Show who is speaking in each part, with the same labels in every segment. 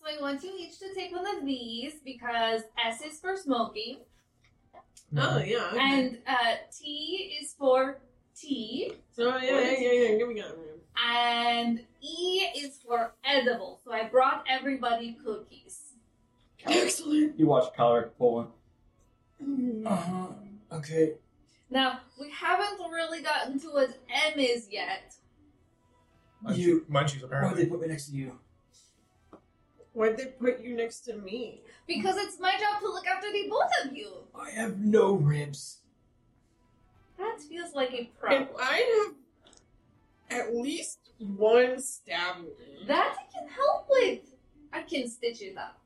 Speaker 1: So I want you each to take one of these because S is for smoking,
Speaker 2: Oh yeah. Okay.
Speaker 1: and uh, T is for tea,
Speaker 2: so yeah, yeah, yeah, yeah. Give me that.
Speaker 1: and E is for edible. So I brought everybody cookies.
Speaker 2: Excellent.
Speaker 3: You watch Calric pull one.
Speaker 4: Uh-huh.
Speaker 5: Uh, okay.
Speaker 1: Now we haven't really gotten to what M is yet.
Speaker 5: Munchies,
Speaker 4: You- Why
Speaker 5: munchies
Speaker 4: would they
Speaker 5: apparently.
Speaker 4: put me next to you?
Speaker 2: Why'd they put you next to me?
Speaker 1: Because it's my job to look after the both of you.
Speaker 4: I have no ribs.
Speaker 1: That feels like a
Speaker 2: And
Speaker 1: problem.
Speaker 2: I have at least one stab wound.
Speaker 1: That I can help with. I can stitch it up.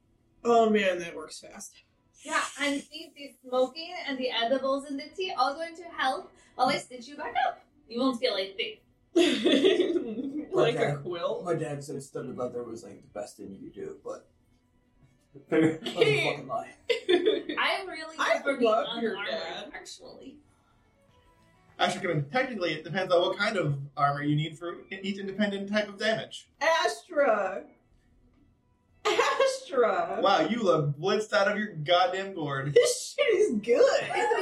Speaker 2: Oh man, that works fast.
Speaker 1: Yeah, and see the smoking and the edibles and the tea all going to help while I stitch you back up. You won't feel a thing.
Speaker 2: like a
Speaker 4: Okay.
Speaker 2: quilt.
Speaker 4: My dad said studded leather was like the best thing you could do, but that was a fucking lie.
Speaker 1: I'm really
Speaker 2: I
Speaker 1: good for being
Speaker 2: love your
Speaker 1: unarmored,
Speaker 2: dad.
Speaker 1: actually.
Speaker 5: Actually, I mean, technically, it depends on what kind of armor you need for each independent type of damage.
Speaker 2: Astra. Astra.
Speaker 5: Wow, you look blitzed out of your goddamn gourd.
Speaker 2: This shit is good.
Speaker 1: It's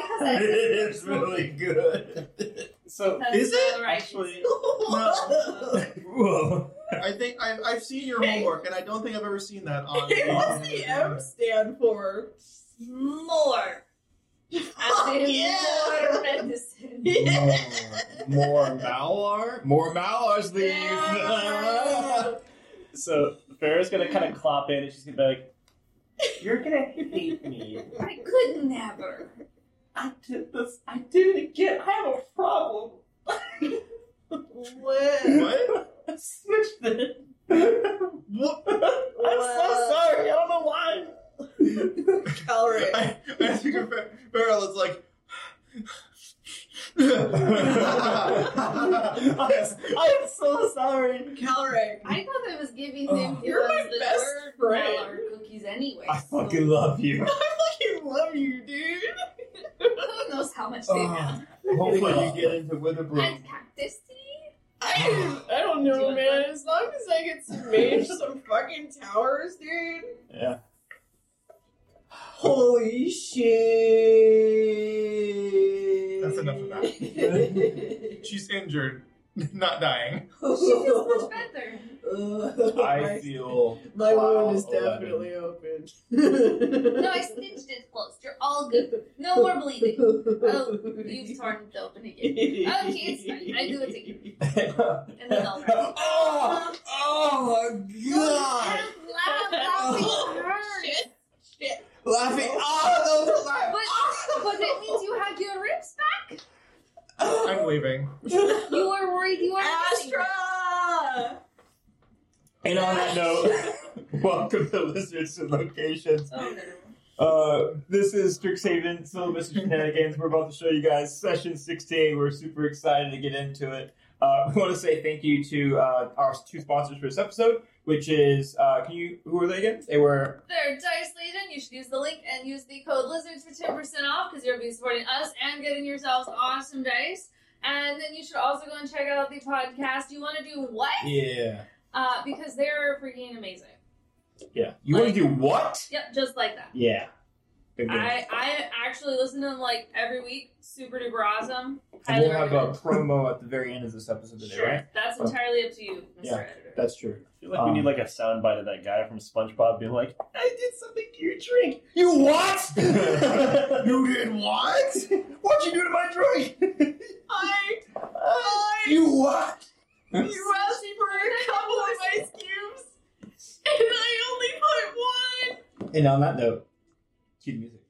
Speaker 1: because I
Speaker 5: it's really good.
Speaker 3: So
Speaker 1: That's
Speaker 5: Is it?
Speaker 1: all right.
Speaker 5: Actually,
Speaker 2: Whoa.
Speaker 3: whoa.
Speaker 5: I think I've, I've seen your homework, and I don't think I've ever seen that on.
Speaker 2: What's the M stand for?
Speaker 1: More.
Speaker 2: Fuck
Speaker 1: I'm
Speaker 2: yeah.
Speaker 1: more medicine.
Speaker 2: Yeah.
Speaker 3: More Malar? More Malar's leave.
Speaker 2: Yeah.
Speaker 6: So Farrah's gonna kind of clop in, and she's gonna be like,
Speaker 3: You're gonna hate me.
Speaker 1: I could never.
Speaker 3: I did this. I did it again. I have a problem.
Speaker 2: What?
Speaker 5: What?
Speaker 3: Switch it.
Speaker 5: What?
Speaker 3: I'm so sorry. I don't know why.
Speaker 2: Alright.
Speaker 5: I, I think of Fer- Farrell is like. I
Speaker 3: I am so sorry.
Speaker 2: Calric.
Speaker 1: I thought I was giving him
Speaker 3: Oh,
Speaker 2: you're my
Speaker 1: the
Speaker 2: best
Speaker 1: word
Speaker 2: friend.
Speaker 1: Mallard cookies anyway.
Speaker 3: I
Speaker 1: so
Speaker 3: fucking love you.
Speaker 2: fucking love you, dude.
Speaker 1: Who knows how much they
Speaker 3: Oh.
Speaker 1: have?
Speaker 3: Hopefully you
Speaker 5: get into Witherbloom.
Speaker 1: And cactus tea?
Speaker 2: I, I don't know, man. As long as I get some mage some fucking towers, dude.
Speaker 3: Yeah.
Speaker 2: Holy shit.
Speaker 5: That's enough of
Speaker 2: that.
Speaker 5: She's injured, not dying.
Speaker 1: She feels much better.
Speaker 3: I feel.
Speaker 2: My
Speaker 3: Wow,
Speaker 2: wound is
Speaker 3: 11.
Speaker 2: definitely open.
Speaker 1: No, I stitched it closed. You're all good. No more bleeding. Oh, You've torn it open again. Okay, it's fine. I do it again. And then I'll rest.
Speaker 3: oh, oh my god!
Speaker 1: Laugh, laughing hurts.
Speaker 2: Shit. Shit.
Speaker 3: Laughing. Oh, those
Speaker 1: But,
Speaker 3: laugh.
Speaker 1: but it means you have your ribs back.
Speaker 5: I'm leaving.
Speaker 1: You were worried you were missing them.
Speaker 2: Astra!
Speaker 3: And on that note, welcome to Lizards and Locations.
Speaker 1: Oh, no.
Speaker 3: Uh, this is Strixhaven Syllabus and Shenanigans. We're about to show you guys session 16. We're super excited to get into it. Uh, we want to say thank you to uh, our two sponsors for this episode, which is uh, can you who are they again? They were
Speaker 1: They're Dice Legion. You should use the link and use the code Lizards for 10% off because you'll be supporting us and getting yourselves awesome dice. And then you should also go and check out the podcast. You want to do what?
Speaker 3: yeah
Speaker 1: Uh, because they're freaking amazing.
Speaker 3: yeah. You want to do what?
Speaker 1: Yep, just like that.
Speaker 3: Yeah. They're good.
Speaker 1: I, I actually listen to them like every week. Super duper awesome.
Speaker 3: and
Speaker 1: Highly
Speaker 3: we'll have a
Speaker 1: recommend.
Speaker 3: promo at the very end of this episode today,
Speaker 1: Sure.
Speaker 3: right?
Speaker 1: That's
Speaker 3: Oh.
Speaker 1: entirely up to you, Mr.
Speaker 3: Yeah.
Speaker 1: Editor.
Speaker 3: That's true.
Speaker 6: I feel like
Speaker 3: Um,
Speaker 6: we need like a soundbite of that guy from SpongeBob being like,
Speaker 3: I did something to your drink. You what?
Speaker 5: You did what?
Speaker 3: What'd you do to my drink?
Speaker 2: I, I,
Speaker 3: you what?
Speaker 2: you asked for a couple of ice cubes, and I only put one!
Speaker 3: And on that note, cue the music.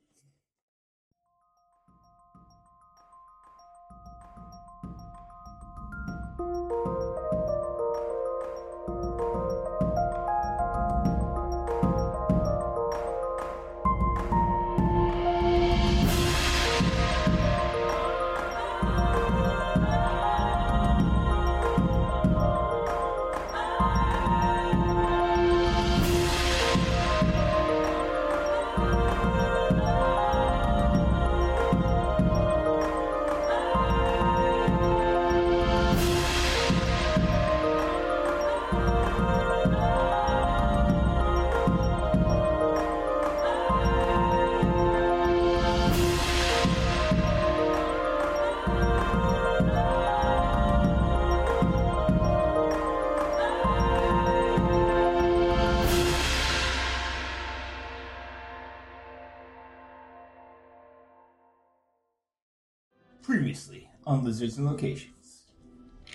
Speaker 2: Thank
Speaker 3: Previously on Lizards and Locations,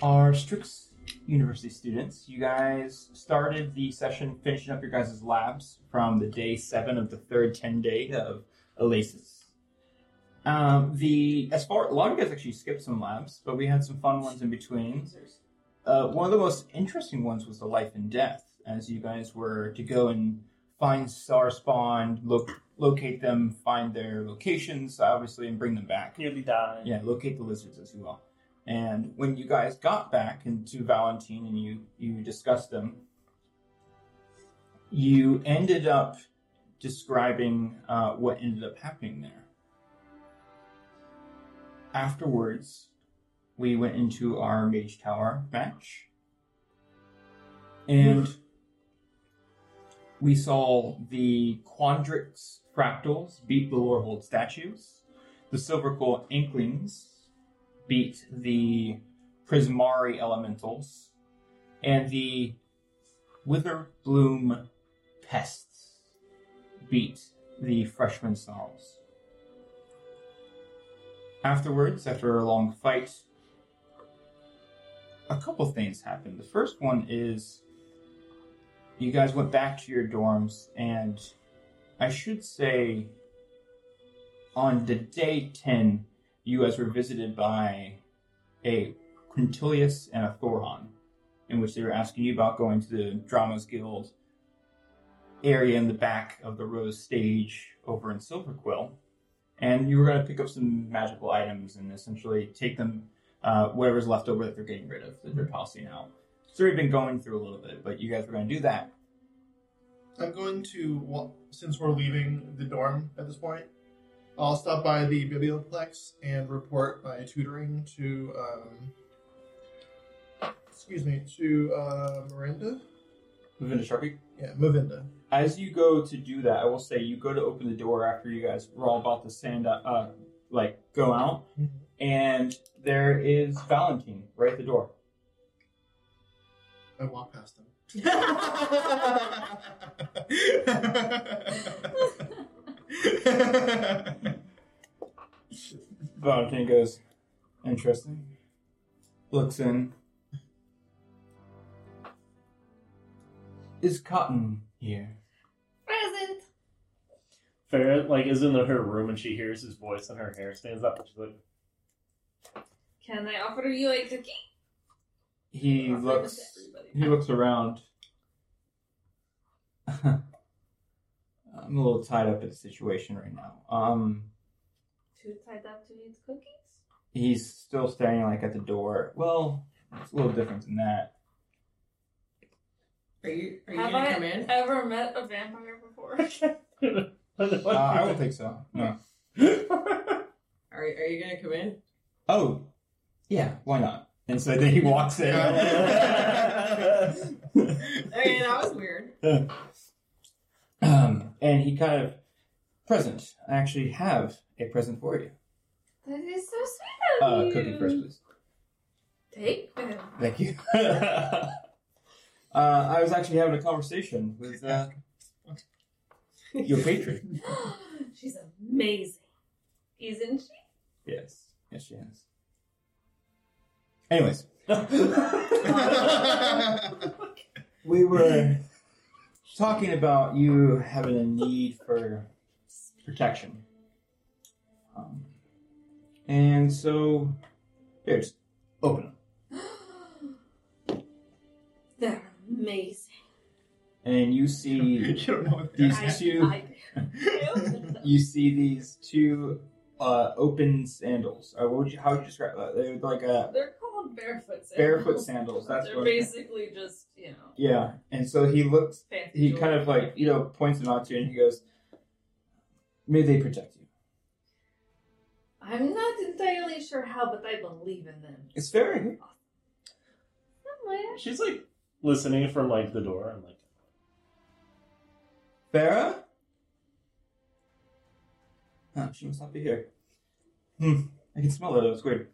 Speaker 3: our Strix University students, you guys started the session finishing up your guys' labs from the day seven of the third ten day of Elasis. Um, the as far a lot of you guys actually skipped some labs, but we had some fun ones in between. Uh, one of the most interesting ones was the life and death, as you guys were to go and find Star Spawn, look, locate them, find their locations, obviously, and bring them back.
Speaker 6: Nearly died.
Speaker 3: Yeah, locate the lizards as you will. And when you guys got back into Valentine and you you discussed them, you ended up describing uh, what ended up happening there. Afterwards, we went into our Mage Tower match, and we saw the Quandrix fractals beat the Lorehold statues the Silver Quill Inklings beat the Prismari Elementals, and the Wither Bloom Pests beat the Freshman Snarls. Afterwards, after a long fight, a couple things happened. The first one is you guys went back to your dorms, and I should say on the day 10, you guys were visited by a Quintilius and a Thorhan, in which they were asking you about going to the Dramas Guild area in the back of the Rose stage over in Silverquill. And you were going to pick up some magical items and essentially take them, uh, whatever's left over that they're getting rid of, that they're tossing out. It's already been going through a little bit, but you guys were going to do that.
Speaker 5: I'm going to, well, since we're leaving the dorm at this point, I'll stop by the biblioplex and report my tutoring to, um, excuse me, to uh, Miranda.
Speaker 3: Move into Sharpie.
Speaker 5: Yeah, Mavinda.
Speaker 3: As you go to do that, I will say you go to open the door after you guys were all about to stand up, uh, like go out,
Speaker 5: Mhm.
Speaker 3: and there is Valentine right at the door.
Speaker 5: I walk past him. I
Speaker 3: Valentine goes, interesting. Looks in. Is Cotton here?
Speaker 1: Present.
Speaker 6: Farrah like is in her room and she hears his voice and her hair stands up and she's like,
Speaker 1: Can I offer you a cookie?
Speaker 3: He
Speaker 1: Offer this
Speaker 3: looks.
Speaker 1: to everybody.
Speaker 3: He looks around. I'm a little tied up at the situation right now. Um.
Speaker 1: Too tied up to eat cookies?
Speaker 3: he's still standing like at the door. Well, it's a little different than that.
Speaker 2: Are you are you
Speaker 1: Have
Speaker 2: gonna
Speaker 1: I-
Speaker 2: come in?
Speaker 1: Ever met a vampire before?
Speaker 3: Uh, I don't think so. No.
Speaker 2: Are are you gonna come in?
Speaker 3: Oh, yeah. Why not? And so then he walks in.
Speaker 2: Okay, that was weird.
Speaker 3: um, and he kind of present. I actually have a present for you.
Speaker 1: That is so sweet of
Speaker 3: Uh,
Speaker 1: you.
Speaker 3: cookie first, please.
Speaker 1: Take them.
Speaker 3: Thank you. uh, I was actually having a conversation with uh, your patron.
Speaker 1: She's amazing. Isn't she?
Speaker 3: Yes. Yes, she has. Anyways, we were talking about you having a need for protection. Um, and so, here's open them.
Speaker 1: They're amazing.
Speaker 3: And you see
Speaker 5: don't know what
Speaker 3: these
Speaker 5: these.
Speaker 1: I-
Speaker 3: two.
Speaker 1: I do.
Speaker 3: You see these two uh, open sandals. Or what would you, how would you describe that? They're like a
Speaker 1: They're called barefoot sandals.
Speaker 3: barefoot sandals. That's
Speaker 1: They're
Speaker 3: what.
Speaker 1: basically just, you know,
Speaker 3: Yeah, and so he looks
Speaker 1: fancy.
Speaker 3: he kind of like you know points them out to you and he goes may they protect you
Speaker 1: I'm not entirely sure how, but I believe in them.
Speaker 3: it's fair
Speaker 1: Somewhere.
Speaker 6: she's like listening from like the door and like,
Speaker 3: Farah? Huh, she must not be here hmm i can smell it it was weird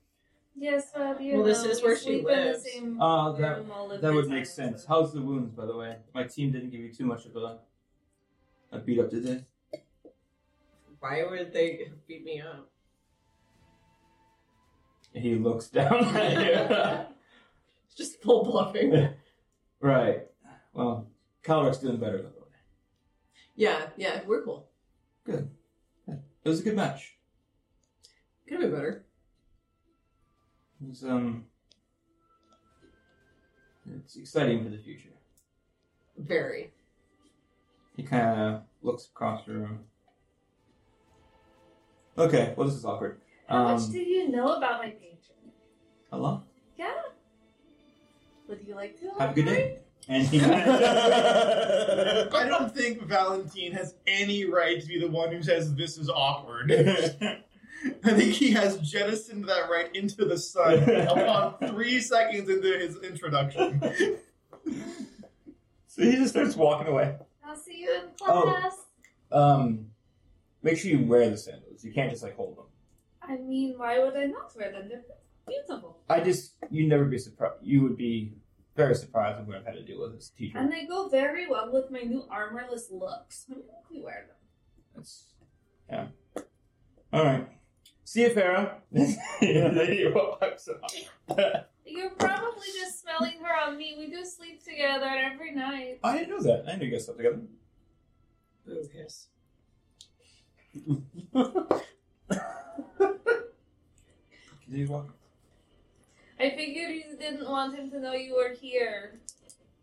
Speaker 1: Yes, Bob, you
Speaker 2: Well,
Speaker 1: know,
Speaker 2: this is
Speaker 1: we
Speaker 2: where she
Speaker 1: sleep
Speaker 2: lives.
Speaker 1: In the same
Speaker 3: uh that
Speaker 1: room all of
Speaker 3: that
Speaker 1: the
Speaker 3: would make
Speaker 1: time,
Speaker 3: sense
Speaker 1: so-
Speaker 3: how's the wounds by the way my team didn't give you too much of a a beat up did they
Speaker 2: Why would they beat me up?
Speaker 3: He looks down at
Speaker 2: Just full bluffing.
Speaker 3: you. right. Well, Calric's doing better than the way.
Speaker 2: Yeah, yeah, we're cool.
Speaker 3: It was a good match.
Speaker 2: Could have been better.
Speaker 3: It was, um, it's exciting for the future.
Speaker 2: Very.
Speaker 3: He kind of looks across the room. Okay, well, this is awkward.
Speaker 1: How
Speaker 3: Um,
Speaker 1: much do you know about my nature?
Speaker 3: Hello?
Speaker 1: Yeah. Would you like to?
Speaker 3: Have a good day. And he kind
Speaker 5: I don't think Valentine has any right to be the one who says this is awkward. I think he has jettisoned that right into the sun upon three seconds into his introduction.
Speaker 3: So he just starts walking away.
Speaker 1: I'll see you in
Speaker 3: Oh.
Speaker 1: class.
Speaker 3: Um, make sure you wear the sandals. You can't just like hold them.
Speaker 1: I mean, why would I not wear them? They're beautiful.
Speaker 3: I just you'd never be surprised. You would be very surprised at what I've had to deal with as a teacher.
Speaker 1: And they go very well with my new armorless look, so I'm going to wear them.
Speaker 3: That's yeah. All right. See you, Farah.
Speaker 1: You're probably just smelling her on me. We do sleep together every night.
Speaker 3: I didn't know that. I didn't know you guys slept together.
Speaker 2: Ooh, yes.
Speaker 3: Continue walking.
Speaker 1: I figured you didn't want him to know you were here.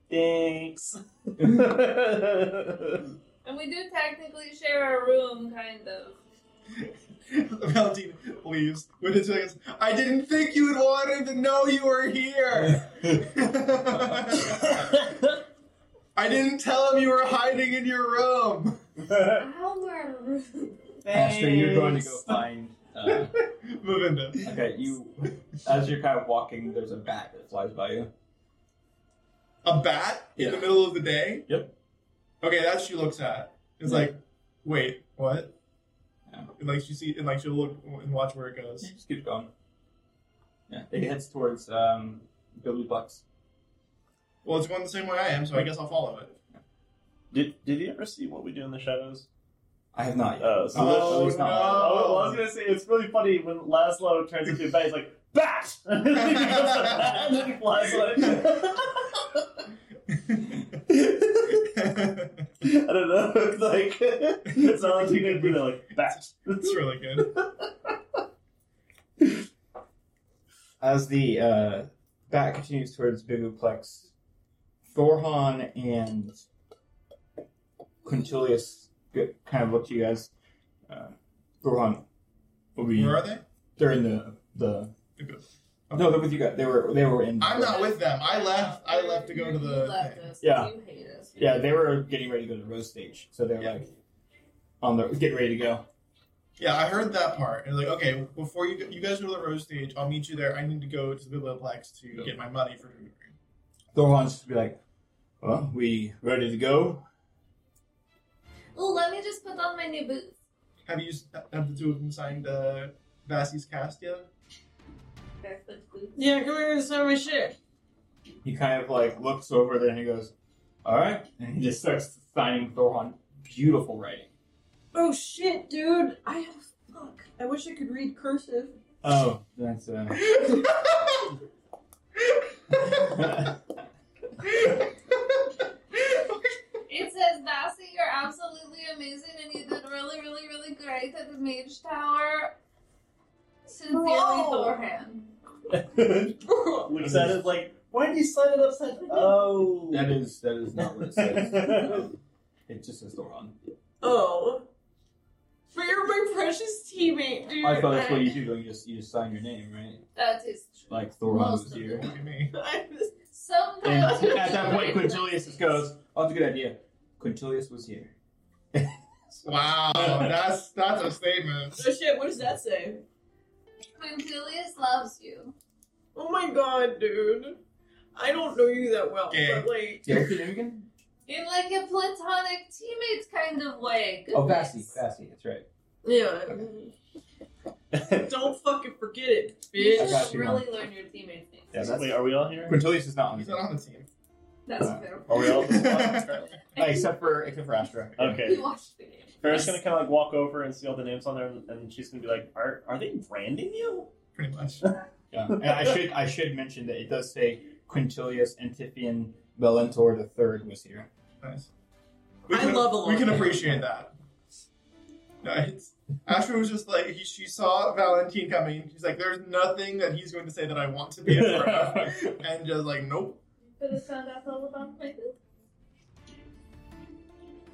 Speaker 6: Thanks.
Speaker 1: And we do technically share a room, kind of.
Speaker 5: Valentine leaves within two seconds. I didn't think you'd want him to know you were here. I didn't tell him you were hiding in your room.
Speaker 1: Our room.
Speaker 3: Astrid, you're going to go find. Uh,
Speaker 5: Mavinda.
Speaker 3: okay, you. As you're kind of walking, there's a bat that flies by you.
Speaker 5: A bat in the
Speaker 3: Yeah.
Speaker 5: middle of the day?
Speaker 3: Yep.
Speaker 5: Okay, that she looks at. It's
Speaker 3: Yeah.
Speaker 5: like, wait, what?
Speaker 3: Yeah.
Speaker 5: And like she see and like she'll look and watch where it goes.
Speaker 3: It just keeps going. Yeah, it heads towards um, Billy Bucks.
Speaker 5: Well, it's going the same way I am, so I guess I'll follow it.
Speaker 6: Did Did you ever see what we do in the shadows?
Speaker 3: I have not yet.
Speaker 6: Oh, so
Speaker 3: Oh,
Speaker 6: that's-
Speaker 3: it's not.
Speaker 6: Oh, well, I was gonna say it's really funny when Laszlo turns into a bat. He's like bat, and then he becomes a bat, and then he flies away. I don't know. It's like it's not like you can do that. Like bat.
Speaker 5: That's really good.
Speaker 3: As the uh, bat continues towards Bibuplex, Thorhan and Quintilius get- kind of look to you guys. Uh, Thorhan will be
Speaker 5: Where are they?
Speaker 3: they're in the the
Speaker 5: Okay.
Speaker 3: no they're with you guys. They were they were in.
Speaker 5: I'm not with them. I left. I left to go to
Speaker 1: You
Speaker 5: the.
Speaker 1: left
Speaker 5: thing.
Speaker 1: us.
Speaker 3: Yeah.
Speaker 1: You hate us.
Speaker 3: Yeah, they were getting ready to go to the roast stage, so they're
Speaker 5: Yeah.
Speaker 3: like on the getting ready to go.
Speaker 5: Yeah, I heard that part. And like, okay, before you you guys go to the road stage, I'll meet you there. I need to go to the Biblioplex to get my money for tutoring.
Speaker 3: Thorhan's just be like, "Well, we ready to go?"
Speaker 1: Oh, let me just put on my new boots.
Speaker 5: Have you have the two of them signed uh, Vasi's cast yet?
Speaker 1: Barefoot boots.
Speaker 2: Yeah, come here and sell my shit.
Speaker 3: He kind of like looks over there and he goes, "All right," and he just starts signing Thorhan. Beautiful writing.
Speaker 2: Oh shit, dude. I have fuck. I wish I could read cursive.
Speaker 3: Oh, that's uh.
Speaker 1: It says, Vasi, you're absolutely amazing and you did really, really, really great at the Mage Tower. Sincerely,
Speaker 2: Whoa.
Speaker 1: Thorhan.
Speaker 2: Oh.
Speaker 6: Looks at it like why did you slide it upside? Oh,
Speaker 3: that is that is not what it says. Um, it just says Thorhan.
Speaker 2: oh. But you're my precious teammate, dude.
Speaker 3: I thought that's what you do. You just you just sign your name, right?
Speaker 1: That is true.
Speaker 3: Like Thorhan
Speaker 1: Most
Speaker 3: was
Speaker 1: of
Speaker 3: here.
Speaker 5: me.
Speaker 2: I was-
Speaker 3: And
Speaker 1: Sometimes. you
Speaker 3: at that
Speaker 1: do
Speaker 3: point,
Speaker 1: like
Speaker 3: Quintilius just goes, "Oh, that's a good idea." Quintilius was here.
Speaker 5: Wow, that's that's a statement.
Speaker 2: Oh shit, what does that say?
Speaker 1: Quintilius loves you.
Speaker 2: Oh my god, dude. I don't know you that well,
Speaker 5: Okay.
Speaker 2: but like.
Speaker 3: Yeah, what's your name again?
Speaker 1: In like a platonic teammates kind of way.
Speaker 3: Oh,
Speaker 1: Goodness.
Speaker 3: Vassy, Vassy. That's right.
Speaker 2: Yeah. Don't fucking forget it,
Speaker 1: You
Speaker 2: bitch.
Speaker 3: I got
Speaker 1: should
Speaker 3: you,
Speaker 1: really learn your teammates' names.
Speaker 3: Yeah, that's
Speaker 6: wait, are we all here?
Speaker 3: Quintilius is not on the
Speaker 5: He's
Speaker 3: team.
Speaker 5: not on the team.
Speaker 1: That's
Speaker 3: Uh,
Speaker 1: fair.
Speaker 6: Are we all?
Speaker 3: Uh, except for except for Astra.
Speaker 6: Okay.
Speaker 1: You watched the game.
Speaker 6: Farrah's gonna kind of like walk over and see all the names on there, and, and she's gonna be like, "Are are they branding you?"
Speaker 5: Pretty much.
Speaker 3: Yeah. And I should I should mention that it does say Quintilius Antiphon Valentor the Third was here.
Speaker 5: Nice. We
Speaker 2: I
Speaker 5: can,
Speaker 2: love a
Speaker 5: We can
Speaker 2: lot.
Speaker 5: appreciate that. Nice. Asher was just like he, she saw Valentine coming. She's like, "There's nothing that he's going to say that I want to be in front of," and just like, "Nope."
Speaker 1: Could have found out all about my poop.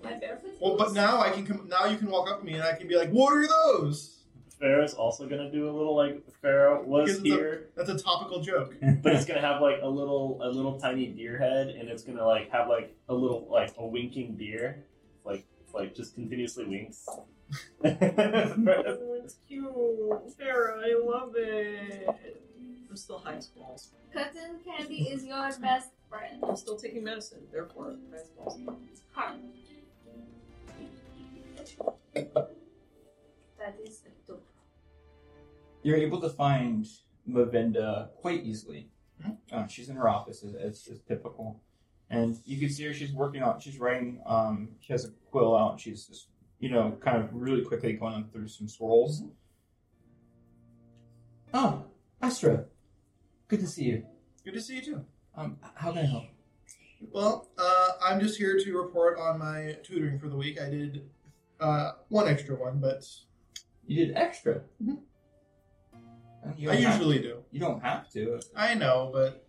Speaker 2: My barefoot.
Speaker 5: Well, but
Speaker 2: heels.
Speaker 5: now I can come. Now you can walk up to me and I can be like, "What are those?"
Speaker 6: Farrah's also gonna do a little like Farrah was
Speaker 5: Because of the-
Speaker 6: here,
Speaker 5: That's a topical joke.
Speaker 6: but it's gonna have like a little a little tiny deer head, and it's gonna like have like a little like a winking deer, like it's like just continuously winks.
Speaker 2: Oh, it's cute. Sarah, I love it. I'm still high as balls.
Speaker 1: Cotton candy is your best friend.
Speaker 2: I'm still taking medicine, therefore, I'm high as balls.
Speaker 1: It's hard. That is a dope.
Speaker 3: You're able to find Mavinda quite easily. Uh, she's in her office, as, as is typical, and you can see her. She's working on. She's writing. Um, she has a quill out. She's just you know kind of really quickly going through some scrolls. Oh, Astra, good to see you.
Speaker 5: Good to see you too.
Speaker 3: Um, how can I help?
Speaker 5: Well, uh, I'm just here to report on my tutoring for the week. I did uh, one extra one, but
Speaker 3: You did extra.
Speaker 5: Mhm.
Speaker 3: And You
Speaker 5: I
Speaker 3: don't have-
Speaker 5: usually do.
Speaker 3: you don't have to.
Speaker 5: I know, but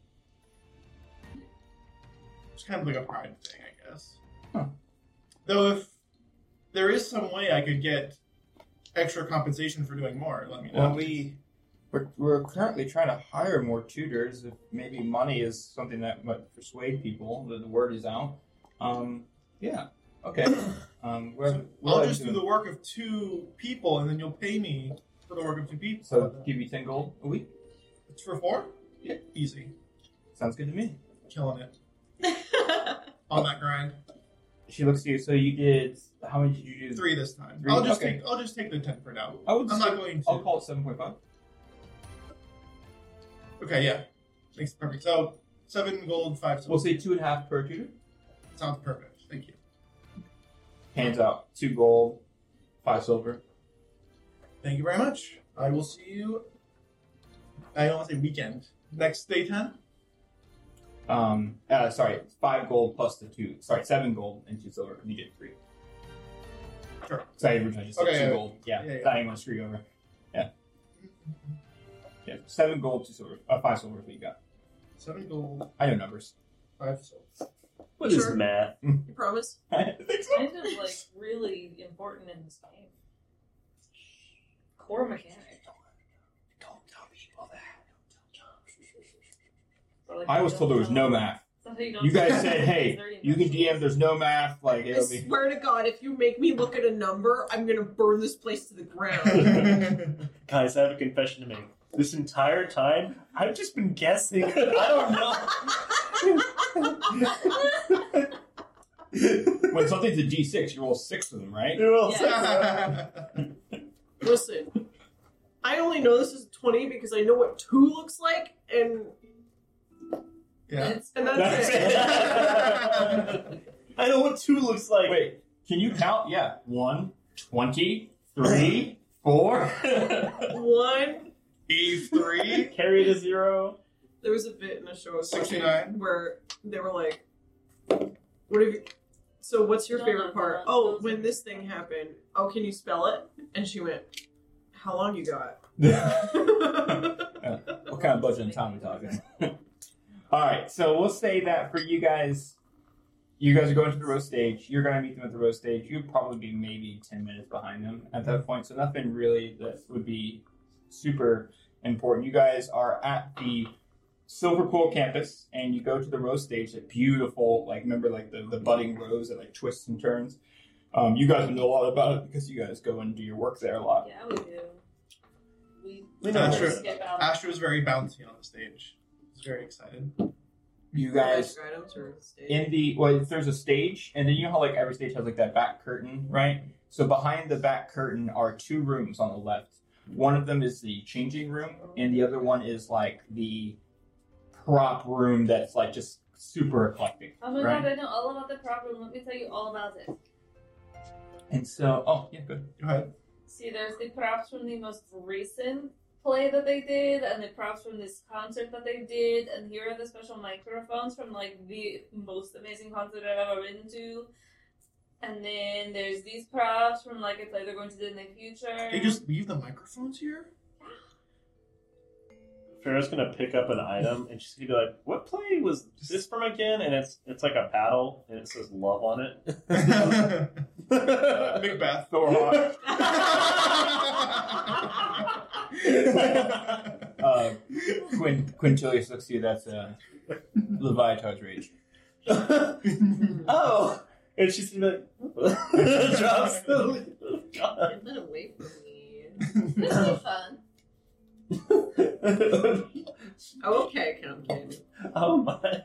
Speaker 5: it's kind of like a pride thing, I guess.
Speaker 3: Huh.
Speaker 5: Though if there is some way I could get extra compensation for doing more, let me know.
Speaker 3: Well, we we're, we're currently trying to hire more tutors. If maybe money is something that might persuade people that the word is out. Um, yeah. Okay. Um, we're, we're
Speaker 5: I'll just do
Speaker 3: doing-
Speaker 5: the work of two people, and then you'll pay me for the work of two people.
Speaker 3: So give you ten gold a week.
Speaker 5: it's for four.
Speaker 3: Yeah.
Speaker 5: easy,
Speaker 3: Sounds good to me.
Speaker 5: killing it on that grind.
Speaker 3: She looks at you. So you did how many did you do?
Speaker 5: Three this time.
Speaker 3: Three,
Speaker 5: I'll just
Speaker 3: okay.
Speaker 5: take. I'll just take the ten for now.
Speaker 3: I would.
Speaker 5: I'm
Speaker 3: just-
Speaker 5: not going to.
Speaker 3: I'll call it seven point five.
Speaker 5: Okay, yeah, makes perfect. So seven gold, five silver.
Speaker 3: We'll say two and a half per tutor.
Speaker 5: Sounds perfect. Thank you.
Speaker 3: Hands out two gold, five silver.
Speaker 5: Thank you very much. I will see you. I don't want to say weekend. Next day ten.
Speaker 3: Um, uh, sorry, five gold plus the two. Sorry, seven gold and two silver. You did three.
Speaker 5: Sure.
Speaker 3: Sorry, originally I just said
Speaker 5: Okay,
Speaker 3: two
Speaker 5: yeah.
Speaker 3: gold. Yeah,
Speaker 5: Yeah, yeah.
Speaker 3: I didn't want to screw you over. Yeah, yeah. Seven gold, two silver, uh, five silver. is What you got?
Speaker 5: Seven gold,
Speaker 3: I know numbers.
Speaker 5: five silver.
Speaker 6: What is
Speaker 2: Sure.
Speaker 6: math?
Speaker 2: you promise?
Speaker 3: I think so.
Speaker 2: Kind of like really important in this game. Core mechanic.
Speaker 7: Don't tell people that.
Speaker 2: Or like
Speaker 3: I
Speaker 2: you
Speaker 3: was
Speaker 2: don't
Speaker 3: told there was
Speaker 2: know.
Speaker 3: no math.
Speaker 2: Something don't
Speaker 3: You guys
Speaker 2: know.
Speaker 3: said, "Hey,
Speaker 2: There
Speaker 3: you
Speaker 2: go.
Speaker 3: can DM. There's no math. Like
Speaker 2: I
Speaker 3: it'll be."
Speaker 2: swear to God, if you make me look at a number, I'm gonna burn this place to the ground.
Speaker 6: Guys, I have a confession to make. This entire time, I've just been guessing. I don't know.
Speaker 3: when something's a D6, you roll six of them, right?
Speaker 6: It will-
Speaker 2: Yeah. Listen, I only know this is 20 because I know what two looks like, and
Speaker 5: yeah.
Speaker 2: and that's,
Speaker 6: That's
Speaker 2: it.
Speaker 6: it. I know what two looks like.
Speaker 3: Wait, can you count? Yeah, one, twenty, three, four.
Speaker 2: One,
Speaker 5: E three.
Speaker 6: Carry to zero.
Speaker 2: there was a bit in a show I was watching
Speaker 5: 69.
Speaker 2: where they were like, "What have you?" So what's your
Speaker 1: No, no,
Speaker 2: favorite
Speaker 1: no,
Speaker 2: part?
Speaker 1: no,
Speaker 2: oh,
Speaker 1: those
Speaker 2: when
Speaker 1: are-
Speaker 2: this thing happened. Oh, can you spell it? And she went, "How long you got?"
Speaker 3: What kind of budget and time we talking? All right, so we'll say that for you guys, you guys are going to the roast stage. You're going to meet them at the roast stage. You'd probably be maybe ten minutes behind them at that point, so nothing really that would be super important. You guys are at the Silver Quill campus, and you go to the roast stage. That beautiful, like remember, like the, the budding rose that like twists and turns. Um, you guys would know a lot about it because you guys go and do your work there a lot.
Speaker 1: Yeah, we do. We,
Speaker 6: We
Speaker 5: know
Speaker 1: we
Speaker 5: sure.
Speaker 1: skip out.
Speaker 5: Asher was very bouncy on the stage. He's very excited.
Speaker 3: You guys
Speaker 2: Magic items or stage?
Speaker 3: in the well if there's a stage and then you know how like every stage has like that back curtain right so behind the back curtain are two rooms on the left one of them is the changing room and the other one is like the prop room that's like just super eclectic
Speaker 1: Oh my
Speaker 3: Right.
Speaker 1: god, I know all about the problem. Let me tell you all about it.
Speaker 3: and so oh yeah good
Speaker 5: Go ahead.
Speaker 1: See, there's the props from the most recent play that they did and the props from this concert that they did and here are the special microphones from like the most amazing concert I've ever been to. And then there's these props from like a play they're going to do in the future.
Speaker 5: They just leave the microphones here?
Speaker 6: Farrah's gonna pick up an item and she's gonna be like, "What play was this from again?" And it's it's like a paddle and it says love on it.
Speaker 5: Macbeth.
Speaker 3: Thorhawk. Uh, Quin Quintilius looks to you. That's uh, Leviathan's rage.
Speaker 6: oh, and she's gonna be like, drops the
Speaker 2: Get that away from me.
Speaker 1: This is fun.
Speaker 2: Okay, Count Candy.
Speaker 6: oh my!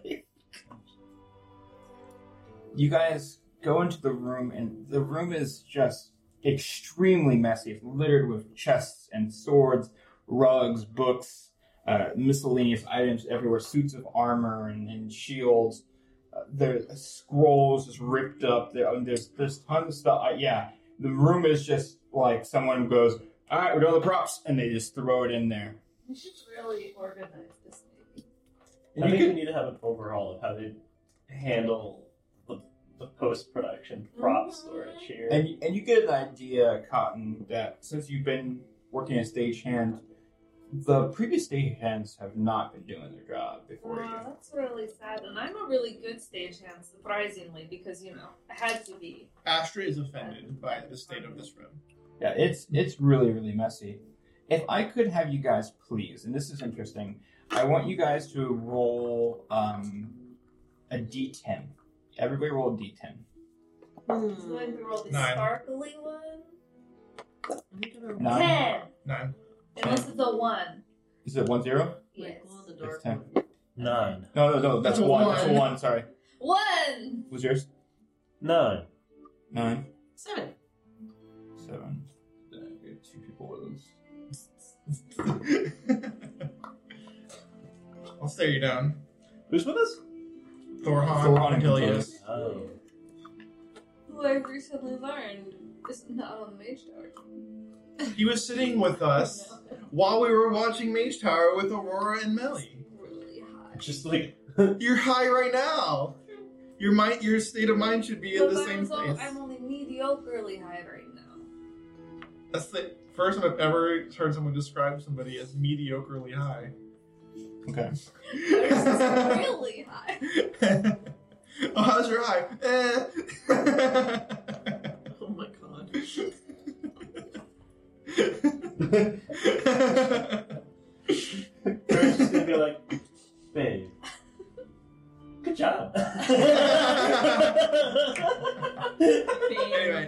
Speaker 3: You guys go into the room, and the room is just extremely messy. It's littered with chests and swords, rugs, books, uh, miscellaneous items everywhere, suits of armor and, and shields. Uh, there's scrolls just ripped up. There, and there's there's tons of stuff. Uh, yeah, the room is just like someone goes, "All right, we're done with the props," and they just throw it in there.
Speaker 1: We should really organize this thing.
Speaker 3: And
Speaker 6: I
Speaker 3: you
Speaker 6: think
Speaker 3: can-
Speaker 6: we need to have an overhaul of how they handle the, the post production
Speaker 2: Mm.
Speaker 6: prop storage here.
Speaker 3: And and you get an idea, Cotton, that since you've been working as stagehand, the previous stagehands have not been doing their job before
Speaker 1: Wow,
Speaker 3: you.
Speaker 1: that's really sad. And I'm a really good stagehand, surprisingly, because you know, I had to be.
Speaker 5: Astra is offended by the state of this room.
Speaker 3: Yeah, it's it's really really messy. If I could have you guys please, and this is interesting, I want you guys to roll um, a d10. Everybody roll a d10.
Speaker 2: Hmm.
Speaker 1: So then we roll the
Speaker 5: Nine.
Speaker 1: sparkly one.
Speaker 3: Nine.
Speaker 1: Ten.
Speaker 5: Nine.
Speaker 1: Unless it's a one.
Speaker 3: Is it one zero?
Speaker 1: Yes.
Speaker 2: the
Speaker 3: It's
Speaker 2: dark
Speaker 3: ten.
Speaker 2: one.
Speaker 6: Nine,
Speaker 3: No, no, no. That's a one. That's a
Speaker 5: One.
Speaker 3: one. Sorry.
Speaker 1: One.
Speaker 3: What's yours?
Speaker 6: nine.
Speaker 3: Nine.
Speaker 2: Seven.
Speaker 3: Seven. Then I get two people with those.
Speaker 5: I'll stare you down.
Speaker 6: Who's with us?
Speaker 5: Thorhan,
Speaker 3: Thorhan and
Speaker 5: Quintilius.
Speaker 6: Oh,
Speaker 1: Who I recently learned is not on the mage tower.
Speaker 5: He was sitting with us
Speaker 1: No,
Speaker 5: while we were watching Mage Tower with Aurora and Melly.
Speaker 1: it's really hot.
Speaker 6: just like
Speaker 5: You're high right now. Your mind, your state of mind should be in
Speaker 1: But
Speaker 5: the
Speaker 1: I'm
Speaker 5: same
Speaker 1: so-
Speaker 5: place.
Speaker 1: I'm only mediocrely high right now.
Speaker 5: That's the first time I've ever heard someone describe somebody as mediocrely high.
Speaker 3: Okay.
Speaker 1: I'm really high.
Speaker 5: oh, how's your eye? Eh.
Speaker 2: Oh my god.
Speaker 6: Farrah's just gonna be like, babe, good job.
Speaker 5: anyway,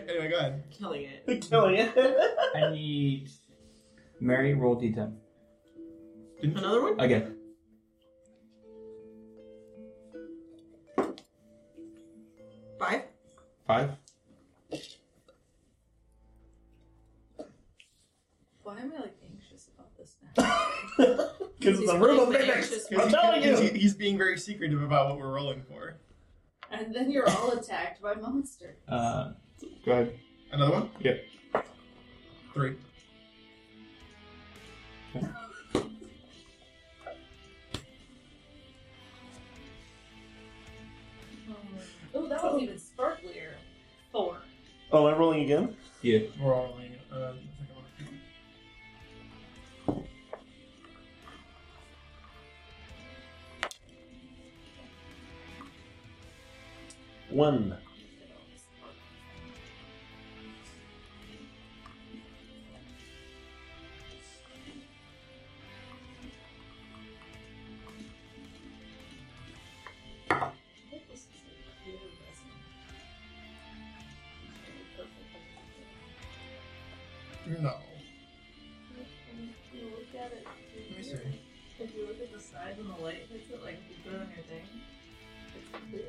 Speaker 5: anyway, go ahead.
Speaker 2: Killing it.
Speaker 6: Killing it.
Speaker 3: I need Mary roll d10
Speaker 2: Another one?
Speaker 3: again.
Speaker 2: Five.
Speaker 3: Five.
Speaker 1: Why am I like anxious about this now?
Speaker 6: Because
Speaker 2: He's
Speaker 6: it's a room of
Speaker 2: really
Speaker 6: mimics.
Speaker 2: anxious.
Speaker 6: I'm telling
Speaker 5: He's-
Speaker 6: you.
Speaker 5: he's being very secretive about what we're rolling for.
Speaker 1: and then you're all attacked by monsters.
Speaker 3: Uh, go ahead.
Speaker 5: Another one?
Speaker 3: Yep.
Speaker 5: Three.
Speaker 1: Oh, that was even sparklier. Four.
Speaker 6: Oh, I'm rolling again.
Speaker 5: We're all rolling. Uh, second one.
Speaker 6: One.
Speaker 5: No.
Speaker 1: Look at it.
Speaker 5: Let me see.
Speaker 1: If you look at the sides and the light hits it, like if you put it on your thing, it's clear.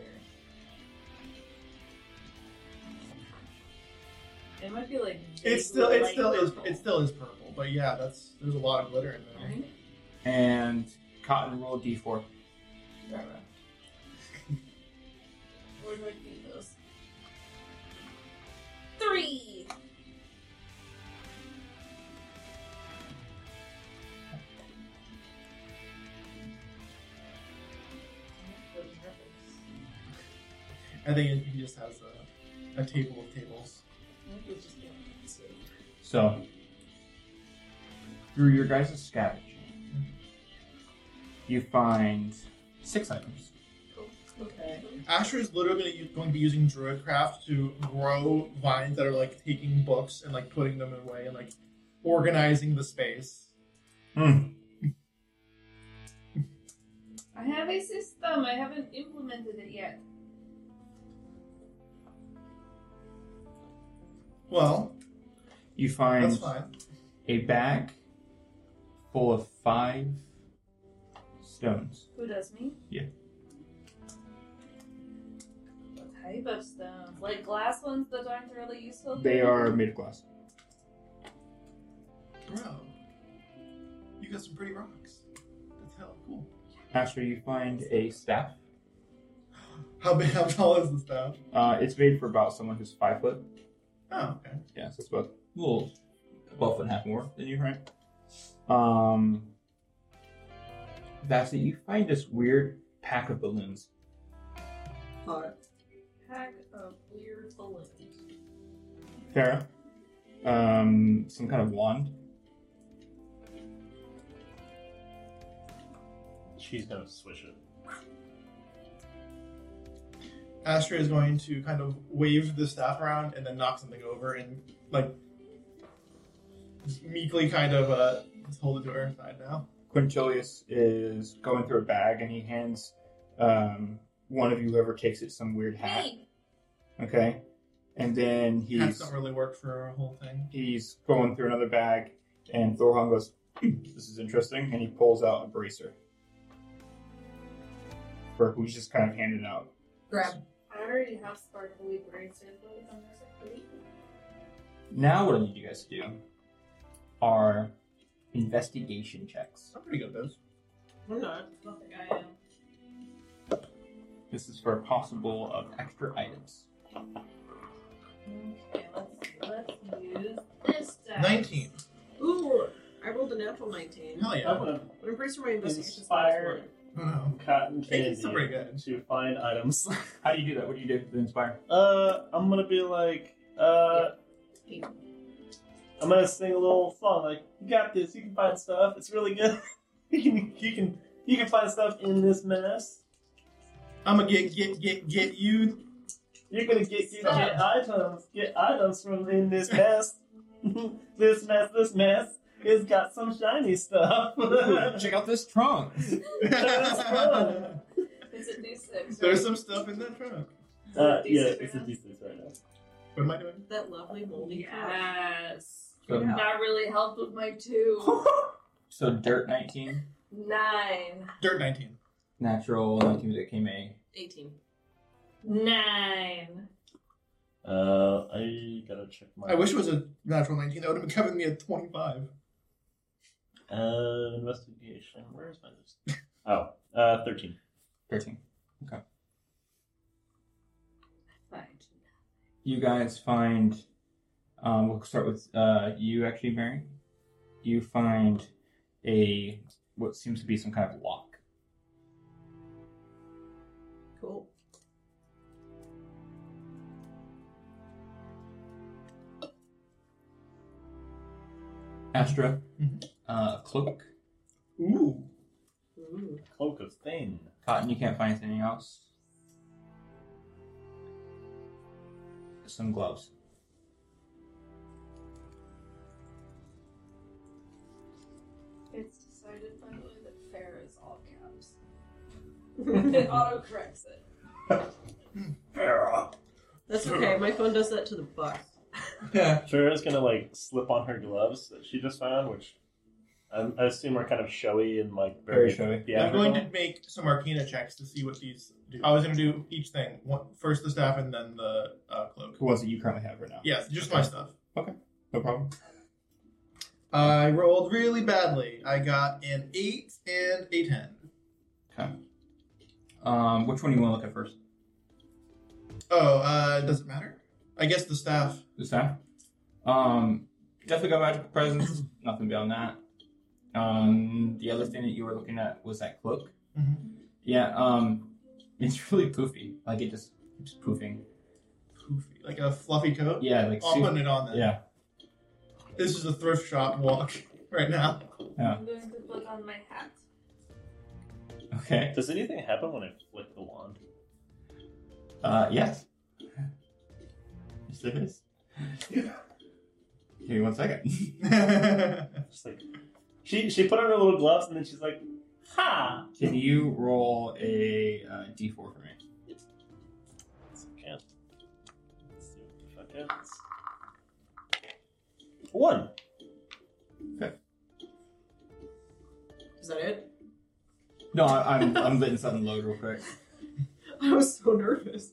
Speaker 1: It might be like
Speaker 5: It's still, it
Speaker 1: vaguely
Speaker 5: still
Speaker 1: light
Speaker 5: is,
Speaker 1: purple.
Speaker 5: it still is purple. But yeah, that's there's a lot of glitter in there.
Speaker 1: Right?
Speaker 3: And Cotton roll d4.
Speaker 1: Where do I keep those? Three.
Speaker 5: I think he just has a, a table of tables.
Speaker 3: So, through your guys' scavenging, you find six items.
Speaker 2: Okay.
Speaker 5: Asher is literally gonna u- going to be using druidcraft to grow vines that are like taking books and like putting them away and like organizing the space.
Speaker 3: Hmm.
Speaker 1: I have a system. I haven't implemented it yet.
Speaker 5: Well,
Speaker 3: You find
Speaker 5: that's fine.
Speaker 3: a bag full of five stones.
Speaker 1: Who does me?
Speaker 3: Yeah.
Speaker 1: What type of stones? Like glass ones that aren't really useful.
Speaker 3: They are made of glass.
Speaker 5: Bro, you got some pretty rocks. That's hella cool.
Speaker 3: After you find a staff,
Speaker 5: How big, how tall is the staff?
Speaker 3: uh, it's made for about someone who's five foot.
Speaker 5: Oh, okay.
Speaker 3: Yeah, so it's about a little above and a half more than you, right? Um, that's it. You find this weird pack of balloons.
Speaker 8: Alright.
Speaker 2: Pack of weird balloons.
Speaker 3: Farah, um, some kind of wand.
Speaker 6: She's gonna swish it.
Speaker 5: Asher is going to kind of wave the staff around and then knock something over and like just meekly kind of uh, just hold it to her side now.
Speaker 3: Quintilius is going through a bag and he hands um, one of you, whoever takes it, some weird hat.
Speaker 1: Me.
Speaker 3: Okay, and then
Speaker 5: Hats
Speaker 3: he's
Speaker 5: don't really work for a whole thing.
Speaker 3: he's going through another bag, and Thorhan goes, "Hmm, "This is interesting," and he pulls out a bracer. For who's just kind of handed out.
Speaker 2: Grab.
Speaker 1: I already have sparkly bracelets. but I'm just like, "Really?"
Speaker 3: Now, what I need you guys to do are investigation checks.
Speaker 5: I'm pretty good at those.
Speaker 2: I don't think I am.
Speaker 3: This is for possible of extra items.
Speaker 1: Okay, let's let's use this dice.
Speaker 5: 19.
Speaker 2: Ooh, I rolled a natural 19.
Speaker 5: Hell
Speaker 6: I'm
Speaker 5: yeah.
Speaker 6: gonna
Speaker 2: What embrace my investigation
Speaker 6: Inspire.
Speaker 5: Oh, no.
Speaker 6: cotton
Speaker 5: Hey,
Speaker 6: candy
Speaker 5: it's pretty good.
Speaker 6: to find items.
Speaker 3: How do you do that? What do you do to inspire?
Speaker 6: uh, I'm gonna be like, uh,
Speaker 2: Yeah.
Speaker 6: I'm gonna sing a little song like, "You got this. You can find stuff. It's really good. you can, you can, you can find stuff in this mess.
Speaker 5: I'm gonna get, get, get, get you.
Speaker 6: You're gonna get get, get items. Get items from in this mess. this mess. This mess. It's got some shiny stuff. Uh,
Speaker 3: Check out this trunk.
Speaker 6: fun.
Speaker 1: It's a D6. right?
Speaker 5: There's some stuff in that trunk.
Speaker 6: Uh, yeah, it's a D6 right now.
Speaker 5: What am I doing?
Speaker 2: That lovely moldy cat.
Speaker 1: Yes.
Speaker 3: So,
Speaker 1: That really helped with my two.
Speaker 3: so dirt 19,
Speaker 1: Nine.
Speaker 5: Dirt 19.
Speaker 3: natural 19 that came a.
Speaker 2: 18.
Speaker 1: Nine.
Speaker 6: Uh, I gotta check my.
Speaker 5: I wish it was a natural 19. That would have given me a 25.
Speaker 6: Uh, investigation. Where is my list? oh, uh, 13.
Speaker 3: 13.
Speaker 1: Fine.
Speaker 3: You guys find, um, we'll start with uh, you actually, Mary. You find a, what seems to be some kind of lock.
Speaker 2: Cool.
Speaker 3: Astra,
Speaker 5: Mhm.
Speaker 3: uh, cloak.
Speaker 5: Ooh.
Speaker 2: Ooh.
Speaker 6: Cloak of Thane.
Speaker 3: Cotton, you can't find anything else. Some gloves.
Speaker 1: It's decided, by the way, that fair is all caps. it auto corrects it.
Speaker 2: That's okay. My phone does that to the bus.
Speaker 5: Yeah.
Speaker 6: Shira's gonna, like, slip on her gloves that she just found, which I, I assume are kind of showy and, like,
Speaker 3: Very showy.
Speaker 6: Yeah,
Speaker 5: I'm going to make some arcana checks to see what these do. I was going to do each thing. One, first the staff and then the uh, cloak.
Speaker 3: The ones that you currently have right now.
Speaker 5: Yes, just my stuff.
Speaker 3: No problem.
Speaker 5: I rolled really badly. I got an 8 and a 10.
Speaker 3: Um, which one do you want to look at first?
Speaker 5: Oh, uh, does it matter? I guess the staff.
Speaker 3: The staff? Um, definitely got magical presence. Nothing beyond that. Um, the other thing that you were looking at was that cloak.
Speaker 5: Mhm.
Speaker 3: Yeah, um, it's really poofy. Like it just just poofing.
Speaker 5: poofy, like a fluffy coat.
Speaker 3: Yeah, like
Speaker 5: I'm
Speaker 3: super,
Speaker 5: putting it on then.
Speaker 3: yeah.
Speaker 5: This is a thrift shop walk right now.
Speaker 3: Yeah.
Speaker 1: I'm going to put on my hat.
Speaker 3: Okay.
Speaker 6: Does anything happen when I flick the wand?
Speaker 3: Uh, yes. Yes, there is. Give me one second.
Speaker 6: Just like she she put on her little gloves and then she's like, ha.
Speaker 3: Can you roll a uh, d4 for me?
Speaker 6: Let's see if I can. One.
Speaker 2: Is that it?
Speaker 3: No, I, I'm I'm letting something load real quick.
Speaker 2: I was so nervous.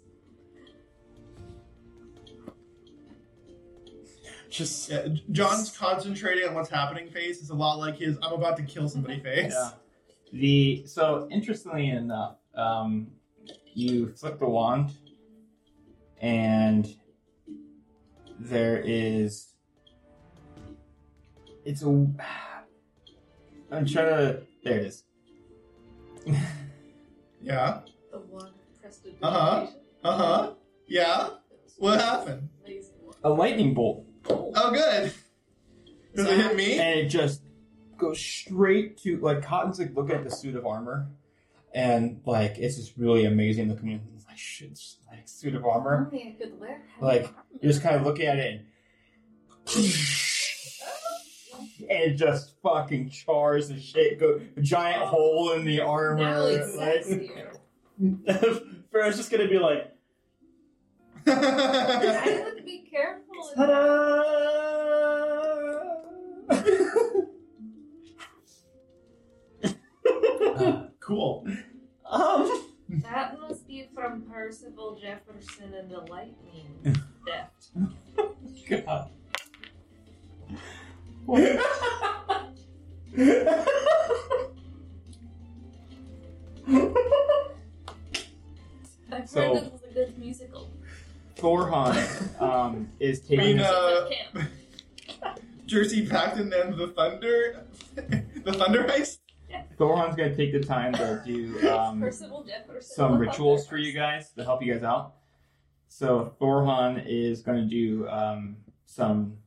Speaker 3: Just
Speaker 5: Yeah, John's concentrating on what's happening face is a lot like his "I'm about to kill somebody" face.
Speaker 3: Yeah. The so interestingly enough, um, you flip the wand, and there is. It's a. I'm trying to. There it is.
Speaker 5: Yeah.
Speaker 1: The one pressed with
Speaker 5: Uh-huh. Uh huh. Yeah. What happened?
Speaker 1: Amazing one.
Speaker 3: A lightning bolt,
Speaker 5: Oh, good. Does it hit me?
Speaker 3: and it just goes straight to like Cotton's like looking at the suit of armor, and like it's just really amazing looking. Like shit, it's just, like suit of armor.
Speaker 1: Only I could wear hat.
Speaker 3: Like, You're just kind of looking at it and, and it just fucking chars the shit. Go giant hole in the armor.
Speaker 1: now it's
Speaker 3: like-
Speaker 1: sexier.
Speaker 6: Farrah's just gonna be like,
Speaker 1: I would be careful. in-
Speaker 5: cool.
Speaker 6: um,
Speaker 1: That must be from Percival Jefferson and the Lightning Theft.
Speaker 3: God.
Speaker 1: I've
Speaker 3: So-
Speaker 1: heard this was a good musical.
Speaker 3: Thorhan um, is
Speaker 5: I mean,
Speaker 3: taking.
Speaker 5: uh,
Speaker 1: Camp.
Speaker 5: Jersey Pacton and the Thunder, the Thunder Heist.
Speaker 3: Thorhan's gonna take the time to do um,
Speaker 1: Percival Jefferson.
Speaker 3: some rituals for you guys to help you guys out. So Thorhan is going to do um, some.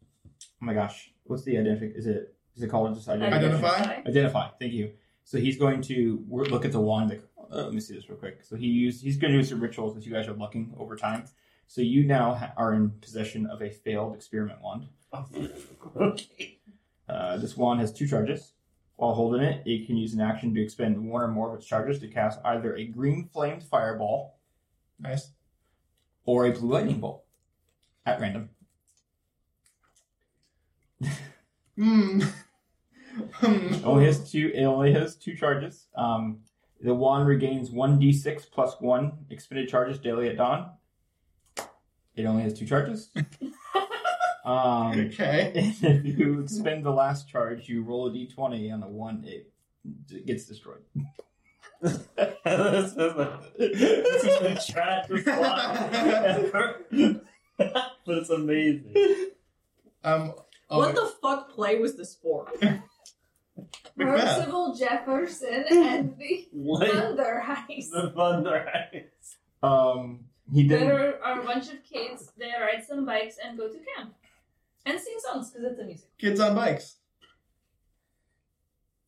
Speaker 3: Oh my gosh, what's the identify? Is it is it called just identification?
Speaker 5: Identify?
Speaker 3: Identify. Thank you. So he's going to wor- look at the wand. Like, oh, let me see this real quick. So he used, he's going to do some rituals that you guys are looking over time. So you now ha- are in possession of a failed experiment wand.
Speaker 6: okay.
Speaker 3: Uh, this wand has two charges. While holding it, it can use an action to expend one or more of its charges to cast either a green flamed fireball
Speaker 5: Nice.
Speaker 3: or a blue lightning bolt at random.
Speaker 5: Hmm. Hmm.
Speaker 3: It only has two. It only has two charges. Um, the wand regains one d6 plus one expended charges daily at dawn. It only has two charges. um,
Speaker 5: Okay.
Speaker 3: and if you expend the last charge, you roll a d20 on a one. It d- gets destroyed.
Speaker 6: this is the, this is the tragiest plot ever. but it's amazing.
Speaker 5: Um. Oh,
Speaker 2: What the fuck play was this for?
Speaker 5: Macbeth.
Speaker 1: Percival Jefferson and the
Speaker 6: What
Speaker 1: Thunder Heist.
Speaker 6: the thunder eyes?
Speaker 3: Um, he didn't.
Speaker 1: There are a bunch of kids. They ride some bikes and go to camp and sing songs because it's a musical.
Speaker 5: Kids on bikes.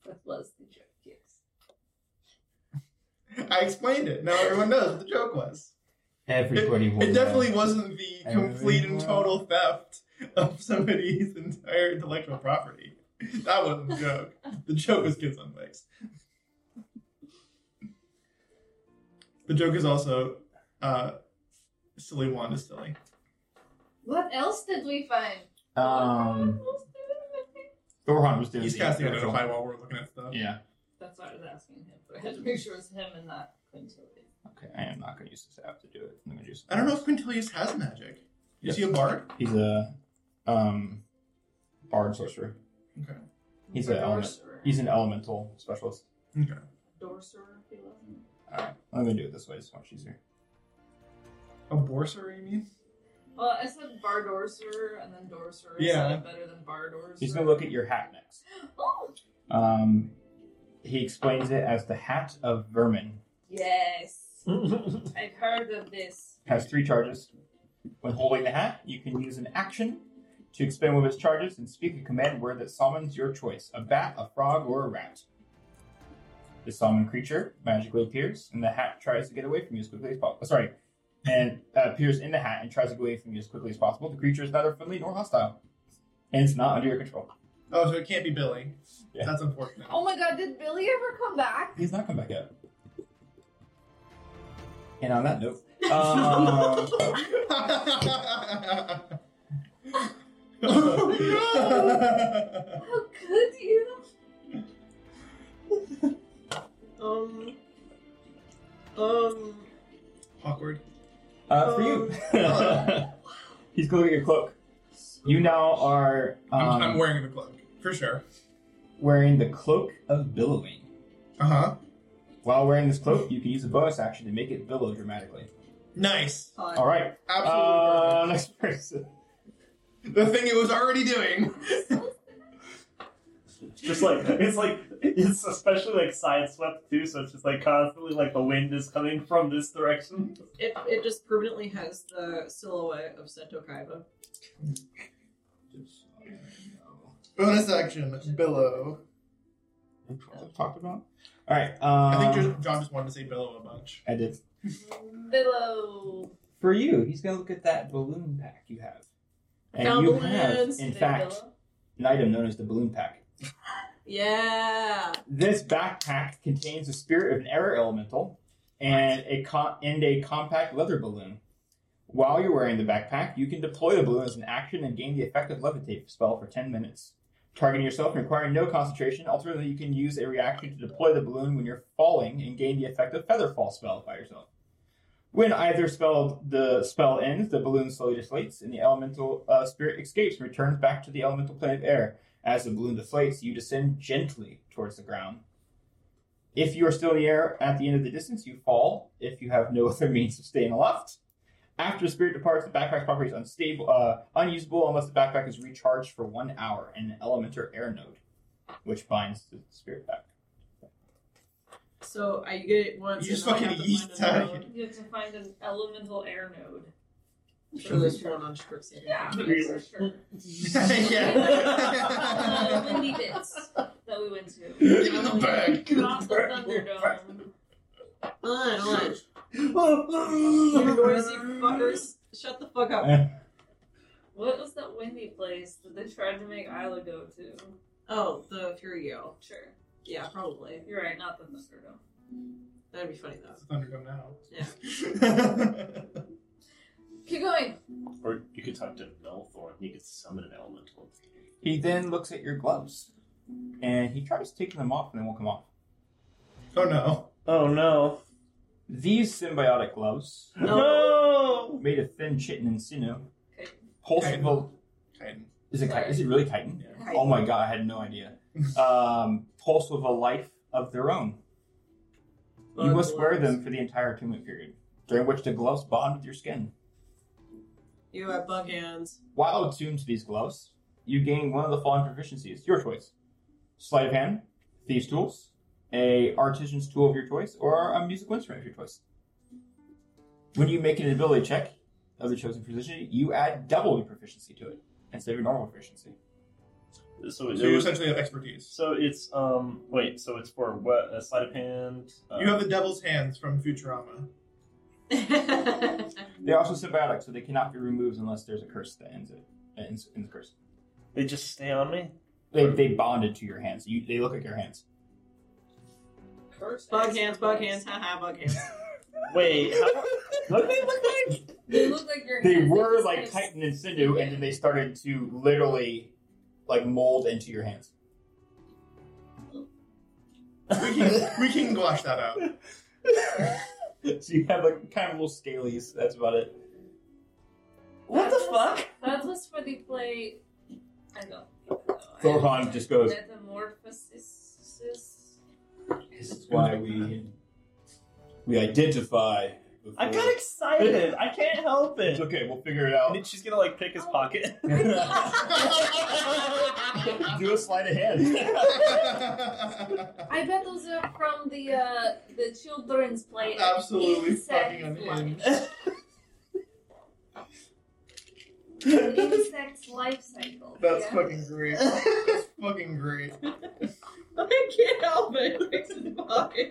Speaker 1: That was the joke. Yes.
Speaker 5: I explained it. Now everyone knows what the joke was.
Speaker 3: Everybody.
Speaker 5: It definitely wasn't the complete and
Speaker 3: Everyone.
Speaker 5: total theft of somebody's entire intellectual property. That wasn't the joke. The joke was kids on bikes. The joke is also uh, silly wand is silly.
Speaker 1: What else did we find?
Speaker 3: Um,
Speaker 1: What else did we find?
Speaker 3: Thorhan was doing.
Speaker 5: He's
Speaker 3: the
Speaker 5: casting
Speaker 3: ritual.
Speaker 5: identify while we're looking at stuff.
Speaker 3: Yeah.
Speaker 1: That's what I was asking him. But I had to make sure it was him and not Quintillian.
Speaker 3: Okay. I am not going to use this app to do it. I'm going to use.
Speaker 5: I don't know if Quintilius has magic. Is
Speaker 3: Yes.
Speaker 5: he a bard?
Speaker 3: He's a um, bard sorcerer.
Speaker 5: Okay.
Speaker 3: He's an element. He's an elemental specialist.
Speaker 5: Okay.
Speaker 2: Dorser, if you will.
Speaker 3: All right, I'm gonna do it this way. It's much easier.
Speaker 5: A borser, you mean?
Speaker 1: Well, I said bar dorser and then dorser.
Speaker 5: Yeah.
Speaker 1: Yeah. better than bar dorser.
Speaker 3: He's gonna look at your hat next.
Speaker 1: Oh,
Speaker 3: Um, he explains it as the hat of vermin.
Speaker 1: yes. I've heard of this.
Speaker 3: has three charges. When holding the hat, you can use an action to expend one of its charges and speak a command word that summons your choice a bat, a frog, or a rat. The summoned creature magically appears, and the hat tries to get away from you as quickly as possible. Sorry, and uh, appears in the hat and tries to get away from you as quickly as possible. The creature is neither friendly nor hostile, and it's not under your control.
Speaker 5: Oh, so it can't be Billy.
Speaker 3: Yeah.
Speaker 5: That's unfortunate.
Speaker 2: Oh my god, did Billy ever come back?
Speaker 3: He's not come back up. And on that note, um,
Speaker 5: Oh, no!
Speaker 1: How could you?
Speaker 2: Um. Um.
Speaker 5: Awkward.
Speaker 3: uh, for you, he's going to get your cloak. You now are
Speaker 5: I'm, I'm
Speaker 3: um,
Speaker 5: wearing the cloak for sure.
Speaker 3: wearing the cloak of billowing.
Speaker 5: Uh huh.
Speaker 3: While wearing this cloak, you can use a bonus action to make it billow dramatically.
Speaker 5: Nice.
Speaker 3: All right.
Speaker 5: Absolutely.
Speaker 3: Uh, next person.
Speaker 5: perfect. the thing it was already doing.
Speaker 6: Just like it's like it's especially like sideswept too, so it's just like constantly like the wind is coming from this direction.
Speaker 2: It, it just permanently has the silhouette of Sento Kaiba.
Speaker 5: Bonus action. Billow.
Speaker 3: Talked about. All right. Um,
Speaker 5: I think just- John just wanted to say billow a bunch.
Speaker 3: I did.
Speaker 1: Below.
Speaker 3: For you, he's gonna look at that balloon pack you have, and
Speaker 2: Found
Speaker 3: you
Speaker 2: balloons,
Speaker 3: have, in
Speaker 1: They
Speaker 3: fact,
Speaker 1: billow.
Speaker 3: an item known as the balloon pack.
Speaker 2: Yeah.
Speaker 3: This backpack contains the spirit of an air elemental and a co- and a compact leather balloon. While you're wearing the backpack, you can deploy the balloon as an action and gain the effect of levitate spell for 10 minutes. Targeting yourself and requiring no concentration, alternatively, you can use a reaction to deploy the balloon when you're falling and gain the effect of feather fall spell by yourself. When either spell the spell ends, the balloon slowly deflates and the elemental uh, spirit escapes and returns back to the elemental plane of air. As the balloon deflates, you descend gently towards the ground. If you are still in the air at the end of the distance, you fall if you have no other means of staying aloft. After the spirit departs, the backpack's property is unstable, uh, unusable unless the backpack is recharged for one hour in an element or air node, which binds the spirit back.
Speaker 2: So I get it once.
Speaker 5: You just
Speaker 2: and then I
Speaker 5: fucking
Speaker 2: have to
Speaker 5: yeet
Speaker 2: find
Speaker 5: that.
Speaker 2: another one.
Speaker 1: You have to find an elemental air node.
Speaker 2: I'm sure there's one on Strix.
Speaker 1: Yeah, for sure.
Speaker 5: yeah.
Speaker 1: the windy bits that we went to.
Speaker 5: Give me the bag. Give me
Speaker 1: Not the Thunderdome.
Speaker 2: Hold on, hold on. You noisy
Speaker 5: the
Speaker 2: fuckers. Shut the fuck up.
Speaker 1: What was that windy place that they tried to make Isla go to?
Speaker 2: Oh, the Fury Yell.
Speaker 1: Sure.
Speaker 2: Yeah, probably.
Speaker 1: You're right, not the Thunderdome.
Speaker 2: That'd be funny though.
Speaker 5: Thunderdome now.
Speaker 2: Yeah.
Speaker 1: Keep going.
Speaker 6: Or you could talk to Melthorn, you could summon an elemental.
Speaker 3: He then looks at your gloves and he tries taking them off and they won't come off.
Speaker 5: oh no.
Speaker 6: Oh no.
Speaker 3: These symbiotic gloves,
Speaker 6: No!
Speaker 3: made of thin chitin and sinew,
Speaker 1: Okay.
Speaker 3: pulsable.
Speaker 5: Titan.
Speaker 3: Is it Titan? Is it really Titan?
Speaker 1: Hi.
Speaker 3: Oh my god, I had no idea. Um, pulse with a life of their own. You
Speaker 2: Bug
Speaker 3: must wear
Speaker 2: gloves.
Speaker 3: them for the entire attunement period, during which the gloves bond with your skin.
Speaker 2: You have bug hands.
Speaker 3: While attuned to these gloves, you gain one of the following proficiencies. Your choice: sleight of hand, thieves' tools, a artisan's tool of your choice, or a musical instrument of your choice. When you make an ability check of the chosen proficiency, you add double your proficiency to it instead of your normal proficiency.
Speaker 6: So, it
Speaker 5: So you
Speaker 6: was-
Speaker 5: essentially have expertise.
Speaker 6: so it's um wait, so it's for what a sleight of hand? Uh,
Speaker 5: You have the devil's hands from Futurama.
Speaker 3: They're also symbiotic, so they cannot be removed unless there's a curse that ends it. That ends, ends the curse.
Speaker 6: they just stay on me?
Speaker 3: They, they bonded to your hands. You, they look like your hands.
Speaker 1: First
Speaker 2: bug hands, bug hands, haha, bug hands.
Speaker 6: Wait, how, what do they look like?
Speaker 1: They look like your
Speaker 3: They
Speaker 1: hands.
Speaker 3: were
Speaker 1: just
Speaker 3: like
Speaker 1: kinda
Speaker 3: Titan and Sinew, and then they started to literally like mold into your hands.
Speaker 5: We can, we can wash that out.
Speaker 3: so you have like kind of little scalies. That's about it.
Speaker 1: What the
Speaker 6: fuck?
Speaker 1: That was for the play. I don't. know.
Speaker 3: Thorhan just goes.
Speaker 1: Metamorphosis.
Speaker 3: This is why we we identify. Before.
Speaker 6: I got excited. I can't help
Speaker 3: It's
Speaker 6: it.
Speaker 3: okay. We'll figure it
Speaker 6: And
Speaker 3: out.
Speaker 6: then she's gonna like pick his pocket.
Speaker 3: Do a sleight of hand.
Speaker 1: I bet those are from the uh, the children's play. at
Speaker 5: Absolutely
Speaker 1: Insect
Speaker 5: fucking unhinged.
Speaker 1: Life. Insect's life cycle.
Speaker 5: That's
Speaker 1: Yeah.
Speaker 5: fucking great. That's fucking great.
Speaker 2: I can't help it. Fix his
Speaker 3: Uh,
Speaker 2: pocket.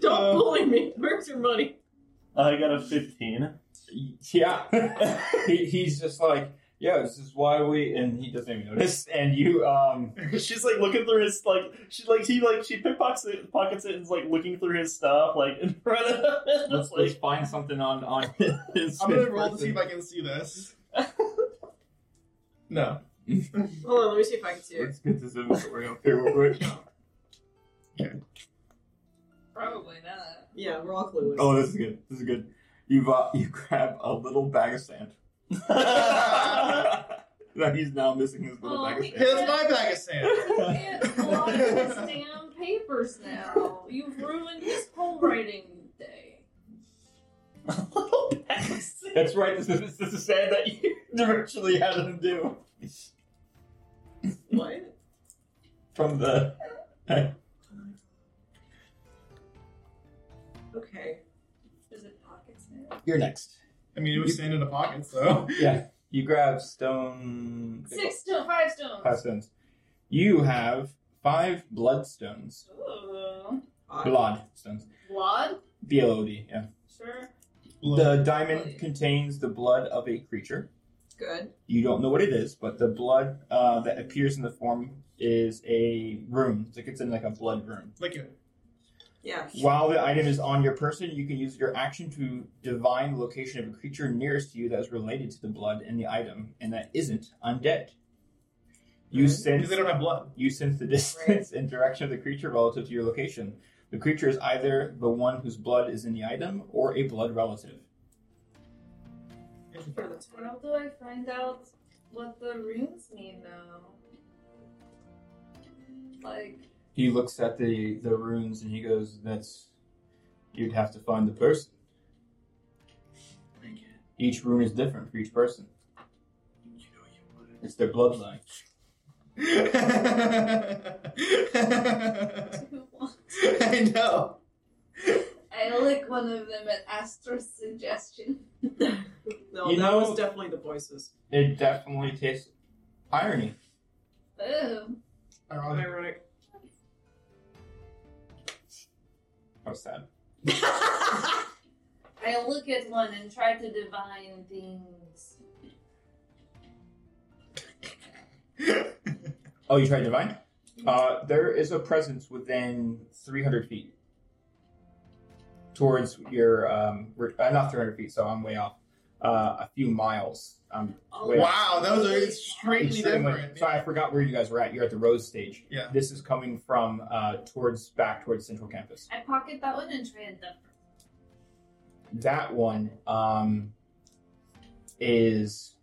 Speaker 2: Don't
Speaker 5: Uh,
Speaker 2: bully me. Where's your money?
Speaker 6: I got a 15.
Speaker 3: Yeah. he, he's just like, yeah, this is why we, and he doesn't even notice. And you, um,
Speaker 6: She's like looking through his like she like he like she pickpockets it pockets it and is like looking through his stuff like in front of him.
Speaker 3: let's,
Speaker 6: It's
Speaker 3: let's
Speaker 6: like
Speaker 3: find something on, on his.
Speaker 5: I'm gonna
Speaker 3: his
Speaker 5: roll to see
Speaker 3: person.
Speaker 5: if I can see this. No.
Speaker 2: Hold on, let me see if I can see it.
Speaker 3: Let's get this inventory up here real quick.
Speaker 1: Probably not.
Speaker 2: Yeah, we're all clueless.
Speaker 3: Oh, this is good. This is good. You've, uh, you grab a little bag of sand. now he's now missing his little
Speaker 1: Oh,
Speaker 3: bag of
Speaker 1: he-
Speaker 3: sand.
Speaker 5: Hey, that's my bag of sand.
Speaker 1: You can't block his damn papers now. You've ruined his poll writing day.
Speaker 3: That's right. This is this is sad that you directionally had him do
Speaker 2: What?
Speaker 3: from the.
Speaker 2: Okay.
Speaker 1: Is it pockets now?
Speaker 3: You're next.
Speaker 5: I mean, it was sand in the pocket, so.
Speaker 3: Yeah, you grab stone.
Speaker 1: Six stone, five stones.
Speaker 3: Five stones. You have five bloodstones.
Speaker 1: Ooh.
Speaker 3: Bloodstones.
Speaker 1: Blood?
Speaker 3: B L O D. Yeah.
Speaker 1: Sure.
Speaker 3: The diamond contains the blood of a creature.
Speaker 2: Good.
Speaker 3: You don't know what it is, but the blood uh, that appears in the form is a rune. It's like it's in like a blood rune.
Speaker 5: Lick it.
Speaker 2: Yeah.
Speaker 3: While the item is on your person, you can use your action to divine the location of a creature nearest to you that is related to the blood in the item and that isn't undead. You sense
Speaker 5: Because they don't have blood.
Speaker 3: you sense the distance and direction of the creature relative to your location. The creature is either the one whose blood is in the item or a blood relative.
Speaker 1: How do I find out what the runes mean now? Like,
Speaker 3: He looks at the, the runes and he goes, That's. You'd have to find the person. Each rune is different for each person, it's their bloodline.
Speaker 5: I know.
Speaker 1: I lick one of them at Astra's suggestion.
Speaker 2: No,
Speaker 3: You
Speaker 2: that
Speaker 3: know-
Speaker 2: was definitely the voices.
Speaker 3: It definitely tastes irony.
Speaker 1: Oh,
Speaker 3: Uh,
Speaker 5: Ironic.
Speaker 2: Ironic.
Speaker 3: How sad.
Speaker 1: I look at one and try to divine things.
Speaker 3: Oh, you tried divine? Uh, there is a presence within 300 feet towards your, um, re- uh, not 300 feet, so I'm way off. Uh, a few miles. Um,
Speaker 1: Oh,
Speaker 3: Wait.
Speaker 5: Wow, those are extremely
Speaker 3: extremely-
Speaker 5: different.
Speaker 3: sorry, I forgot where you guys were at. You're at the Rose stage.
Speaker 5: Yeah.
Speaker 3: This is coming from uh, towards back towards Central Campus.
Speaker 1: I pocket that one and try and dump her.
Speaker 3: That one um, is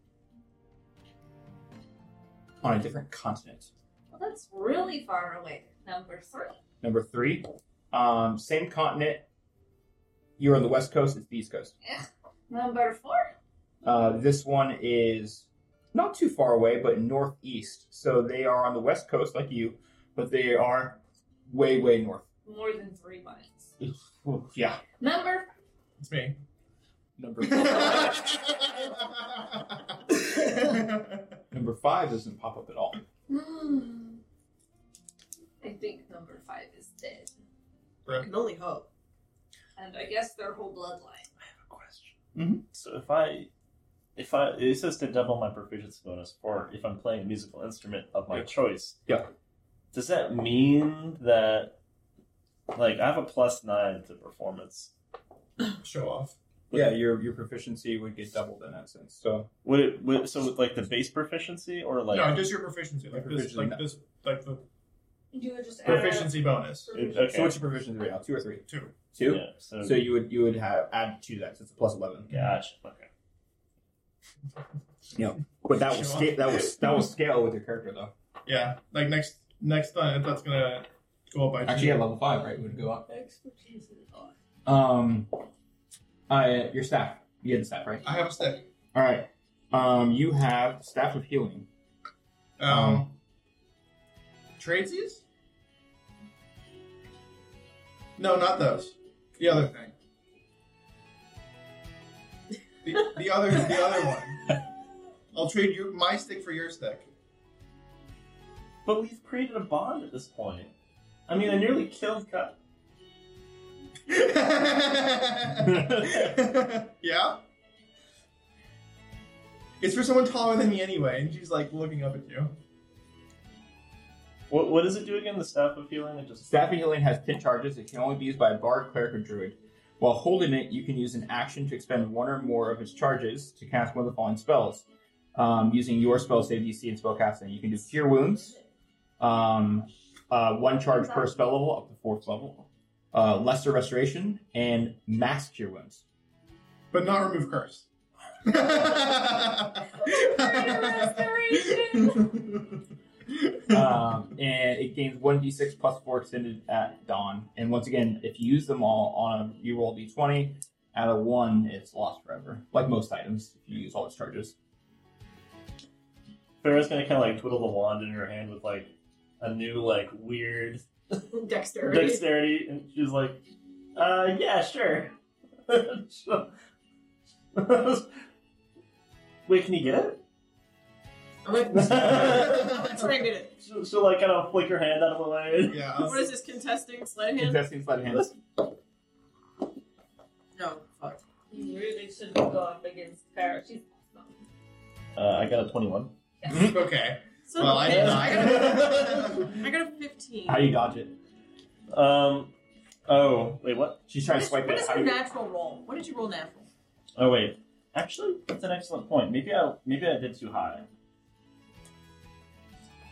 Speaker 3: on a different continent.
Speaker 1: Well, that's really far away. Number three.
Speaker 3: Number three, um, same continent. You're on the west coast. It's the east coast.
Speaker 1: Number four.
Speaker 3: Uh, this one is not too far away, but northeast. So they are on the west coast, like you, but they are way, way north.
Speaker 1: More than three miles.
Speaker 3: Yeah.
Speaker 1: Number.
Speaker 5: It's me.
Speaker 3: Number number five doesn't pop up at all.
Speaker 1: Hmm. I think number five is dead.
Speaker 2: I can only hope.
Speaker 1: And I guess their whole bloodline.
Speaker 6: question.
Speaker 3: Mhm.
Speaker 6: So if I, if I, it says to double my proficiency bonus, or if I'm playing a musical instrument of my
Speaker 3: Yeah.
Speaker 6: choice.
Speaker 3: Yeah.
Speaker 6: Does that mean that, like, I have a plus nine to performance?
Speaker 5: Show off.
Speaker 3: Yeah, your your proficiency would get doubled in that sense. So
Speaker 6: Would it? Would, so with like the base proficiency, or like
Speaker 5: no, just your proficiency, like this,
Speaker 3: Proficiency.
Speaker 5: like this, like the
Speaker 1: You would just add.
Speaker 5: proficiency bonus.
Speaker 6: It-
Speaker 3: so
Speaker 6: okay.
Speaker 3: what's your proficiency right now? Two or three?
Speaker 5: Two.
Speaker 3: Two.
Speaker 6: Yeah, so,
Speaker 3: So you would you would have add to that. So it's a plus eleven.
Speaker 6: gotcha. Okay.
Speaker 3: But that was
Speaker 5: Sure.
Speaker 3: sca- that was that was scale with your character though.
Speaker 5: Yeah, like next next time that's gonna go up by two.
Speaker 3: Actually, yeah, level five, right? Would go up.
Speaker 1: Expertise in art.
Speaker 3: Um, uh, your staff. You had the staff, right?
Speaker 5: I have a stick.
Speaker 3: All right. Um, you have staff of healing.
Speaker 5: Um, tradesies? No, not those. The other thing. The, the other, the other one. I'll trade you my stick for your stick.
Speaker 6: But we've created a bond at this point. I mean, I nearly killed Cut.
Speaker 5: yeah. It's for someone taller than me anyway, and she's like looking up at you.
Speaker 6: What, what does it do again? The staff of healing? It just
Speaker 3: Staff of Healing has 10 charges. It can only be used by a bard, cleric, or druid. While holding it, you can use an action to expend one or more of its charges to cast one of the following spells. Um, using your spell save DC and spell casting, you can do Cure Wounds, um, uh, one charge per spell level up to fourth level, uh, Lesser Restoration, and Mass Cure Wounds.
Speaker 5: But not remove curse.
Speaker 3: Um, and it gains 1d6 plus 4 extended at dawn. And once again, if you use them all on a you roll d20, out of one, it's lost forever. Like most items, if you use all its charges.
Speaker 6: Farrah's gonna kind of like twiddle the wand in her hand with like a new like weird
Speaker 2: Dexterity.
Speaker 6: dexterity, and she's like, "Uh, yeah, sure." Wait, can you get it?
Speaker 2: I'm like, I'm
Speaker 5: yeah.
Speaker 2: trying to get it.
Speaker 6: She'll, she'll like kind of flick her hand out of the way.
Speaker 3: Uh,
Speaker 2: What is this contesting sleight of hand?
Speaker 3: Contesting sleight of hand.
Speaker 2: No, fuck.
Speaker 1: You really shouldn't go up against Farrah. She's awesome.
Speaker 6: Uh, I got a twenty-one.
Speaker 1: Hmm?
Speaker 3: Mm-hmm.
Speaker 5: Okay.
Speaker 2: So
Speaker 5: Well, I did
Speaker 2: bitch,
Speaker 5: not.
Speaker 2: I got a, I got a 15.
Speaker 3: How do you dodge it?
Speaker 6: Um, oh wait, what?
Speaker 3: She's
Speaker 2: What
Speaker 3: trying to
Speaker 2: is-
Speaker 3: swipe
Speaker 2: what
Speaker 3: it.
Speaker 2: is
Speaker 3: How do
Speaker 2: your
Speaker 3: you-
Speaker 2: natural roll? What did you roll natural?
Speaker 6: Oh wait, actually, that's an excellent point. Maybe I maybe I did too high.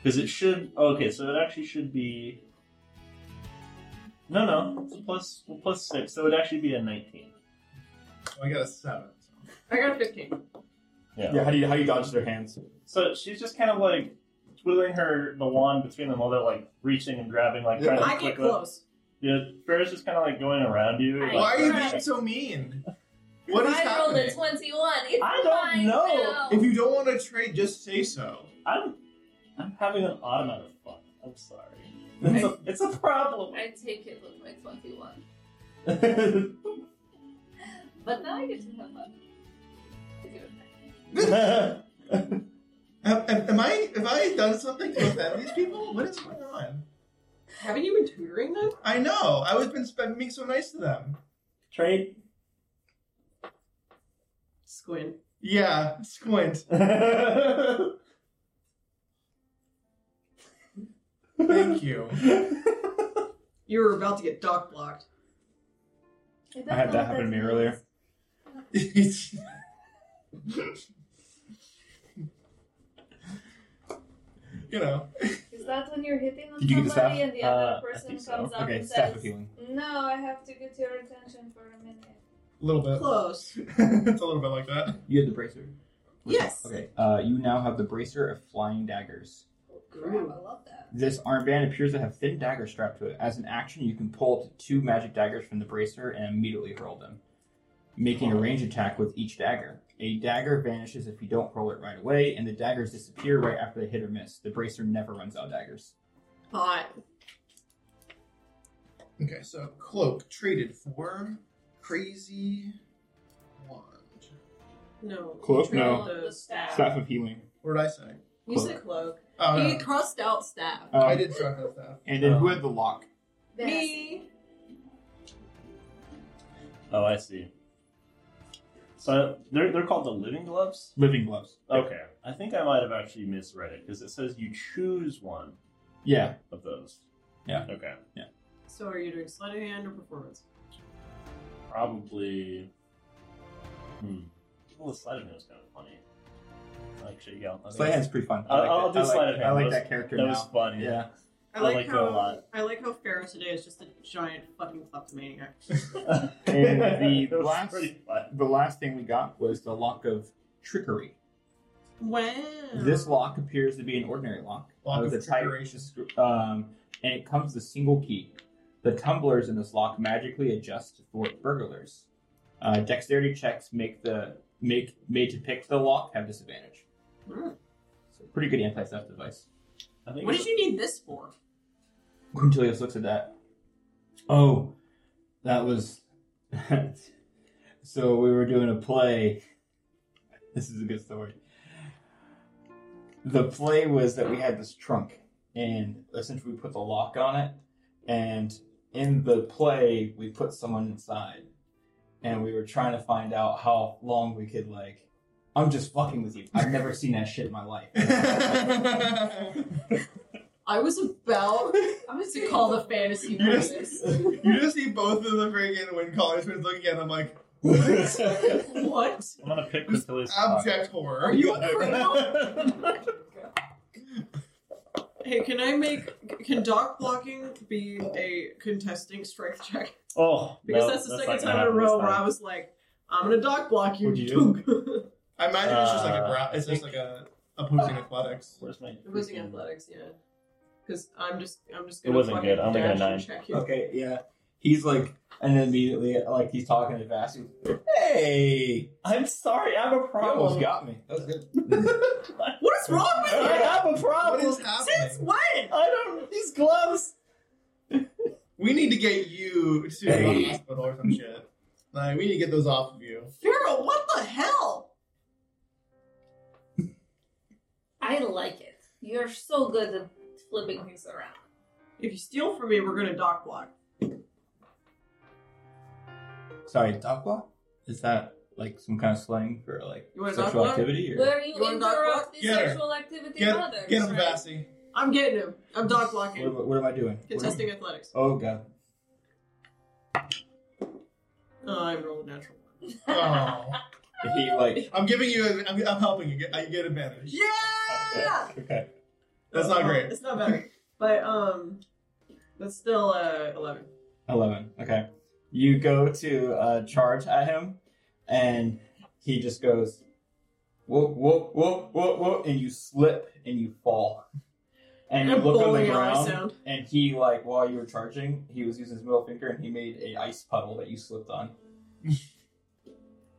Speaker 6: Because it should. Okay, so it actually should be. No, no, it's a plus well, plus six, so it'd actually be a nineteen.
Speaker 5: I got a seven.
Speaker 2: I got a 15.
Speaker 3: Yeah, how do you how do you dodge their hands?
Speaker 6: So she's just kind of like twiddling her the wand between them while they're like reaching and grabbing, like trying to
Speaker 2: I
Speaker 6: click
Speaker 2: get
Speaker 6: them.
Speaker 2: close.
Speaker 6: Yeah, Ferris is kind of like going around you.
Speaker 1: Why
Speaker 6: like-
Speaker 5: Why are you
Speaker 1: Right.
Speaker 5: being so mean? What is
Speaker 1: I rolled a
Speaker 5: happening?
Speaker 1: 21. It's
Speaker 6: I don't
Speaker 1: fine
Speaker 6: know.
Speaker 1: now.
Speaker 5: If you don't want to trade, just say so.
Speaker 6: I'm I'm having an automatic fun. I'm sorry. It's a, it's a problem.
Speaker 1: I take it with my 21. But now I get to have fun. I give it
Speaker 5: Am, am- am I? Have I done something to offend these people? What is going on?
Speaker 2: Haven't you been tutoring them?
Speaker 5: I know. I was been spend, being so nice to them.
Speaker 6: Trade.
Speaker 2: Squid.
Speaker 5: Yeah, squint. Thank you.
Speaker 2: You were about to get dock blocked.
Speaker 1: back.
Speaker 3: I had that happen to me earlier.
Speaker 5: It's- you know.
Speaker 1: Is that when you're hitting on
Speaker 3: Did you get the staff?
Speaker 1: somebody and the
Speaker 3: Uh,
Speaker 1: other
Speaker 3: I
Speaker 1: person
Speaker 3: think
Speaker 1: comes
Speaker 3: so.
Speaker 1: up
Speaker 3: Okay,
Speaker 1: and
Speaker 3: staff of
Speaker 1: says,
Speaker 3: healing.
Speaker 1: No, I have to get your attention for a minute.
Speaker 5: A little
Speaker 3: Uh,
Speaker 5: bit.
Speaker 2: Close.
Speaker 5: it's a little bit like that.
Speaker 3: You had the bracer.
Speaker 2: Yes.
Speaker 3: Okay. Uh, you now have the bracer of flying daggers.
Speaker 1: Oh, crap, I love that.
Speaker 3: This armband appears to have thin daggers strapped to it. As an action, you can pull up to two magic daggers from the bracer and immediately hurl them, making a range attack with each dagger. A dagger vanishes if you don't roll it right away, and the daggers disappear right after they hit or miss. The bracer never runs out of daggers.
Speaker 2: Hot.
Speaker 5: Okay, so cloak traded for crazy wand.
Speaker 2: No.
Speaker 3: Cloak?
Speaker 2: you
Speaker 3: No.
Speaker 2: traded
Speaker 1: The
Speaker 2: those.
Speaker 1: staff.
Speaker 3: Staff of healing.
Speaker 5: What did I say?
Speaker 2: You said cloak.
Speaker 5: Oh,
Speaker 2: You
Speaker 5: no.
Speaker 2: crossed out staff.
Speaker 3: Um,
Speaker 5: I did start that stuff.
Speaker 3: And then who had the lock?
Speaker 2: Me.
Speaker 6: oh, I see. So they're they're called the living gloves.
Speaker 3: Living gloves.
Speaker 6: Okay, I think I might have actually misread it because it says you choose one
Speaker 3: Yeah.
Speaker 6: of those.
Speaker 3: Yeah.
Speaker 6: Okay.
Speaker 2: So are you doing sleight of hand or performance?
Speaker 6: Probably. Hmm. Well, the sleight of hand was kind of funny. Actually, yeah. I think
Speaker 3: Sleight of hand's pretty fun. I
Speaker 6: I'll-
Speaker 3: like
Speaker 6: I'll
Speaker 3: that.
Speaker 6: do
Speaker 3: I like,
Speaker 6: sleight of hand.
Speaker 3: I like
Speaker 6: That was-
Speaker 3: that character
Speaker 6: That was
Speaker 3: now.
Speaker 6: funny.
Speaker 3: Yeah.
Speaker 6: I like that a
Speaker 2: how
Speaker 6: lot.
Speaker 2: I like how Farrah today is just a giant fucking kleptomaniac.
Speaker 3: And the
Speaker 6: That was
Speaker 3: last-
Speaker 6: pretty fun.
Speaker 3: The last thing we got was the lock of trickery.
Speaker 2: Wow.
Speaker 3: This lock appears to be an ordinary lock.
Speaker 5: Lock
Speaker 3: with
Speaker 5: of
Speaker 3: a tight-
Speaker 5: trickery.
Speaker 3: um, and it comes with a single key. The tumblers in this lock magically adjust to thwart burglars. Uh, dexterity checks make the make made to pick the lock have disadvantage.
Speaker 2: Hmm.
Speaker 3: So pretty good anti theft device.
Speaker 6: I think
Speaker 2: What
Speaker 6: it's-
Speaker 2: did you need this for?
Speaker 3: Quintilius looks at that. Oh, that was. so we were doing a play, This is a good story. The play was that we had this trunk, and essentially we put the lock on it, and in the play we put someone inside, and we were trying to find out how long we could like. I'm just fucking with you. I've never seen that shit in my life.
Speaker 2: I was about to call the fantasy
Speaker 5: You just-
Speaker 2: police.
Speaker 5: you just see both of the friggin' when college twins looking at them like
Speaker 2: What?
Speaker 6: I'm gonna pick Vasily's pocket.
Speaker 5: abject horror.
Speaker 2: Are you a Hey, can I make can dock blocking be a contesting strength check?
Speaker 6: Oh,
Speaker 2: Because
Speaker 6: no,
Speaker 2: that's the
Speaker 6: not
Speaker 2: second
Speaker 6: gonna
Speaker 2: time in a
Speaker 6: happen this
Speaker 2: row where
Speaker 6: time.
Speaker 2: I was like, I'm gonna dock block you.
Speaker 3: What'd you
Speaker 5: I imagine it's just like a
Speaker 6: Uh,
Speaker 5: bra- it's just like a opposing athletics.
Speaker 6: Where's my?
Speaker 2: it was in athletics, yeah. Because I'm just I'm just
Speaker 6: It
Speaker 2: gonna
Speaker 6: wasn't
Speaker 2: fucking
Speaker 6: good. I only got a
Speaker 2: dash and
Speaker 6: nine.
Speaker 2: check you.
Speaker 3: Okay, yeah. He's like, and then immediately, like, he's talking to Vassy. Hey!
Speaker 6: I'm sorry, I have a
Speaker 3: You almost
Speaker 6: problem.
Speaker 3: got me. That was good.
Speaker 2: What is wrong
Speaker 6: I
Speaker 2: with you?
Speaker 6: have a
Speaker 5: What
Speaker 6: problem.
Speaker 5: is
Speaker 2: Since
Speaker 5: happening?
Speaker 2: when?
Speaker 6: I don't. These gloves.
Speaker 5: We need to get you to
Speaker 3: Hey.
Speaker 5: a hospital or some shit. Like we need to get those off of you.
Speaker 2: Pharaoh, what the hell?
Speaker 1: I like it. You're so good at flipping things around.
Speaker 2: If you steal from me, we're gonna dock block.
Speaker 3: Sorry, Dakwa? Is that, like, some kind of slang for, like,
Speaker 2: You wanna
Speaker 3: sexual
Speaker 2: Dakwa?
Speaker 3: activity? Or...
Speaker 1: Where you,
Speaker 2: You wanna knock
Speaker 1: interrupt the
Speaker 5: Get her.
Speaker 1: sexual activity
Speaker 5: Get-
Speaker 1: of others.
Speaker 5: Get them,
Speaker 1: right?
Speaker 5: Vassy.
Speaker 2: I'm getting him. I'm dock
Speaker 3: What,
Speaker 2: blocking.
Speaker 3: am- what am I doing?
Speaker 2: Contesting athletics.
Speaker 3: Oh, God.
Speaker 2: Oh, I rolled a natural one.
Speaker 5: Oh.
Speaker 3: He, like,
Speaker 5: I'm giving you. i am I'm, I'm helping you. Get, I get advantage.
Speaker 2: Yeah.
Speaker 3: okay.
Speaker 5: That's not great.
Speaker 2: It's not better, but um, that's still uh eleven.
Speaker 3: 11. Okay. You go to uh, charge at him, and he just goes, whoop, whoop, whoop, whoop, whoop, and you slip and you fall. And you
Speaker 2: I'm
Speaker 3: look on the
Speaker 2: bowling all I
Speaker 3: ground.
Speaker 2: sound.
Speaker 3: And he, like, while you were charging, he was using his middle finger and he made a ice puddle that you slipped on.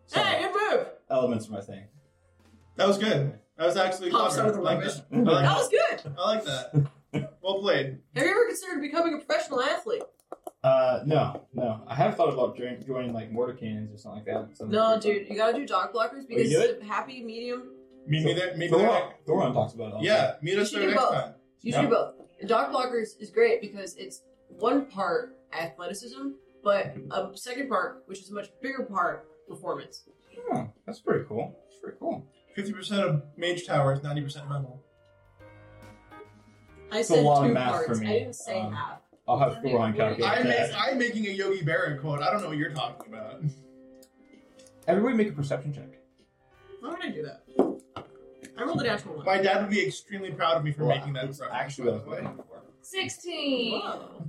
Speaker 3: so,
Speaker 2: Hey, good move.
Speaker 3: elements are my thing.
Speaker 5: That was good. That was actually
Speaker 2: Pops out
Speaker 5: clever.
Speaker 2: of the
Speaker 5: I like
Speaker 2: rubbish.
Speaker 5: that. I like
Speaker 2: That was good.
Speaker 5: that. I like that. Well played.
Speaker 2: Have you ever considered becoming a professional athlete?
Speaker 3: Uh, no, no. I have thought about join- joining, like, mortar cannons or something like that. Something
Speaker 2: No,
Speaker 3: like that.
Speaker 2: dude, you gotta do dog blockers
Speaker 3: you
Speaker 2: because
Speaker 3: do
Speaker 2: it's a happy medium.
Speaker 5: Meet me there. Meet me there.
Speaker 3: Thoron, Thoron talks about it all the time.
Speaker 5: Yeah, meet us
Speaker 2: You
Speaker 5: there
Speaker 2: should
Speaker 5: next
Speaker 2: do both.
Speaker 5: time.
Speaker 2: You should do both. Dog blockers is great because it's one part athleticism, but a second part, which is a much bigger part, performance.
Speaker 3: Huh, that's pretty cool. That's pretty cool.
Speaker 5: Fifty percent of Mage Tower is ninety percent mental.
Speaker 2: I
Speaker 3: It's a
Speaker 2: said
Speaker 3: lot of
Speaker 2: two
Speaker 3: math
Speaker 2: parts.
Speaker 3: for me.
Speaker 2: I didn't say
Speaker 3: Um,
Speaker 2: half.
Speaker 3: I'll have
Speaker 5: I
Speaker 3: Thoron calculate
Speaker 5: make,
Speaker 3: that.
Speaker 5: I'm making a Yogi Berra quote. I don't know what you're talking about.
Speaker 3: Everybody make a perception check.
Speaker 2: Why would I do that? I rolled a natural one.
Speaker 5: My dad would be extremely proud of me for
Speaker 3: Well,
Speaker 5: making that.
Speaker 3: it's
Speaker 5: reference,
Speaker 3: actually
Speaker 5: by the way.
Speaker 1: 16.
Speaker 2: Whoa.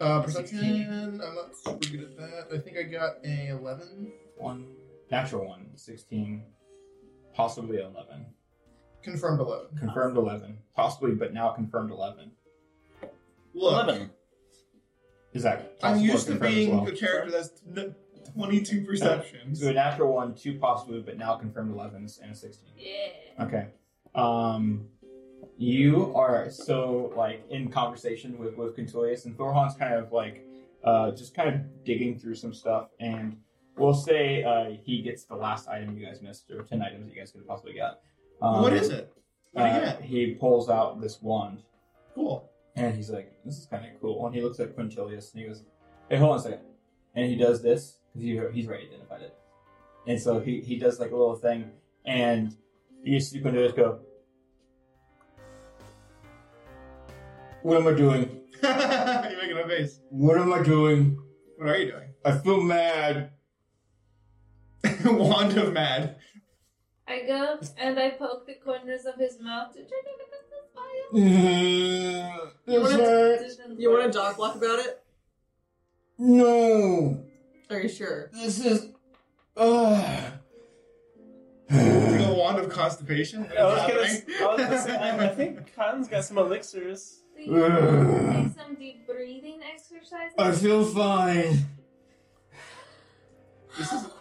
Speaker 5: Uh, perception. I'm not super good at that. I think I got a eleven.
Speaker 3: One natural one, 16, possibly 11.
Speaker 5: Confirmed eleven.
Speaker 3: Confirmed 11. Possibly, but now confirmed 11.
Speaker 5: Look,
Speaker 3: Is that
Speaker 5: I'm
Speaker 3: possible
Speaker 5: used to
Speaker 3: confirmed as
Speaker 5: being
Speaker 3: well?
Speaker 5: a character that's twenty-two perceptions.
Speaker 3: So a natural one, two possible, but now confirmed 11s and a 16.
Speaker 1: Yeah.
Speaker 3: Okay. Um, you are so like in conversation with with Contulius, and Thorhan's kind of like uh, just kind of digging through some stuff, and we'll say uh, he gets the last item you guys missed, or ten items that you guys could have possibly got. Um,
Speaker 5: what is it? What do you
Speaker 3: uh,
Speaker 5: get?
Speaker 3: He pulls out this wand,
Speaker 5: Cool.
Speaker 3: and he's like, "This is kind of cool." And he looks at Quintilius, and he goes, "Hey, hold on a second. And he does this because he, he's already identified it, and so he, he does like a little thing, and you see Quintilius go, "What am I doing?
Speaker 5: you're making a face.
Speaker 3: What am I doing?
Speaker 5: What are you doing?
Speaker 3: I feel mad."
Speaker 5: Wand of Mad.
Speaker 1: I go and I poke the corners of his mouth to check if it doesn't fire.
Speaker 2: You wanna-
Speaker 3: Is that-
Speaker 1: Didn't
Speaker 2: You want
Speaker 1: work.
Speaker 2: to dog block about it?
Speaker 3: No,
Speaker 2: Are you sure?
Speaker 3: this is. Uh,
Speaker 5: The wand of constipation.
Speaker 6: I was gonna. s- I was gonna say, I, I think Cotton's got some elixirs.
Speaker 1: Do you want to take some deep breathing exercises?
Speaker 3: I feel fine.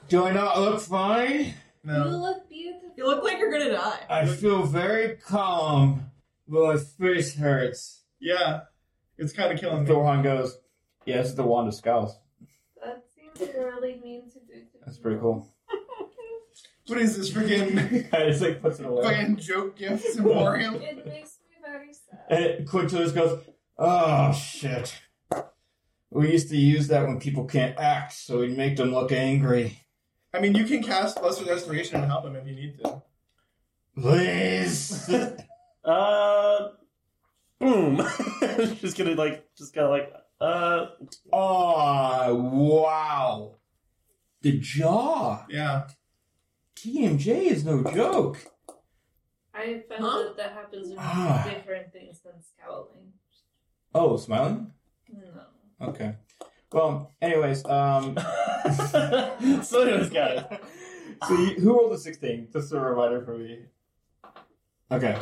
Speaker 3: Do I not look fine?
Speaker 1: You
Speaker 5: no.
Speaker 1: look beautiful.
Speaker 2: You look like you're gonna die.
Speaker 3: I feel very calm, but my face hurts.
Speaker 5: Yeah, it's kind of killing me.
Speaker 3: Thorhan goes, Yeah, this is the Wand of Skulls.
Speaker 1: That seems really mean to do to
Speaker 3: That's
Speaker 1: me.
Speaker 3: pretty cool.
Speaker 5: What is this freaking
Speaker 3: it's like puts it away.
Speaker 5: fucking joke gifts emporium?
Speaker 1: It makes me very sad.
Speaker 3: And it, Quintillus goes, "Oh shit! We used to use that when people can't act, so we'd make them look angry.
Speaker 5: I mean, you can cast Lesser Restoration and help him if you need to.
Speaker 3: Please."
Speaker 6: Uh, boom. just gonna like, just gotta like, uh,
Speaker 3: oh wow! The jaw.
Speaker 5: Yeah.
Speaker 3: TMJ is no joke.
Speaker 1: I found
Speaker 2: Huh?
Speaker 1: that that happens with
Speaker 3: Ah.
Speaker 1: different things than scowling.
Speaker 3: Oh, smiling.
Speaker 1: No.
Speaker 3: Okay. Well, anyways, um,
Speaker 6: so anyways, guys.
Speaker 9: So you, who rolled a sixteen? Just a reminder for me.
Speaker 3: okay.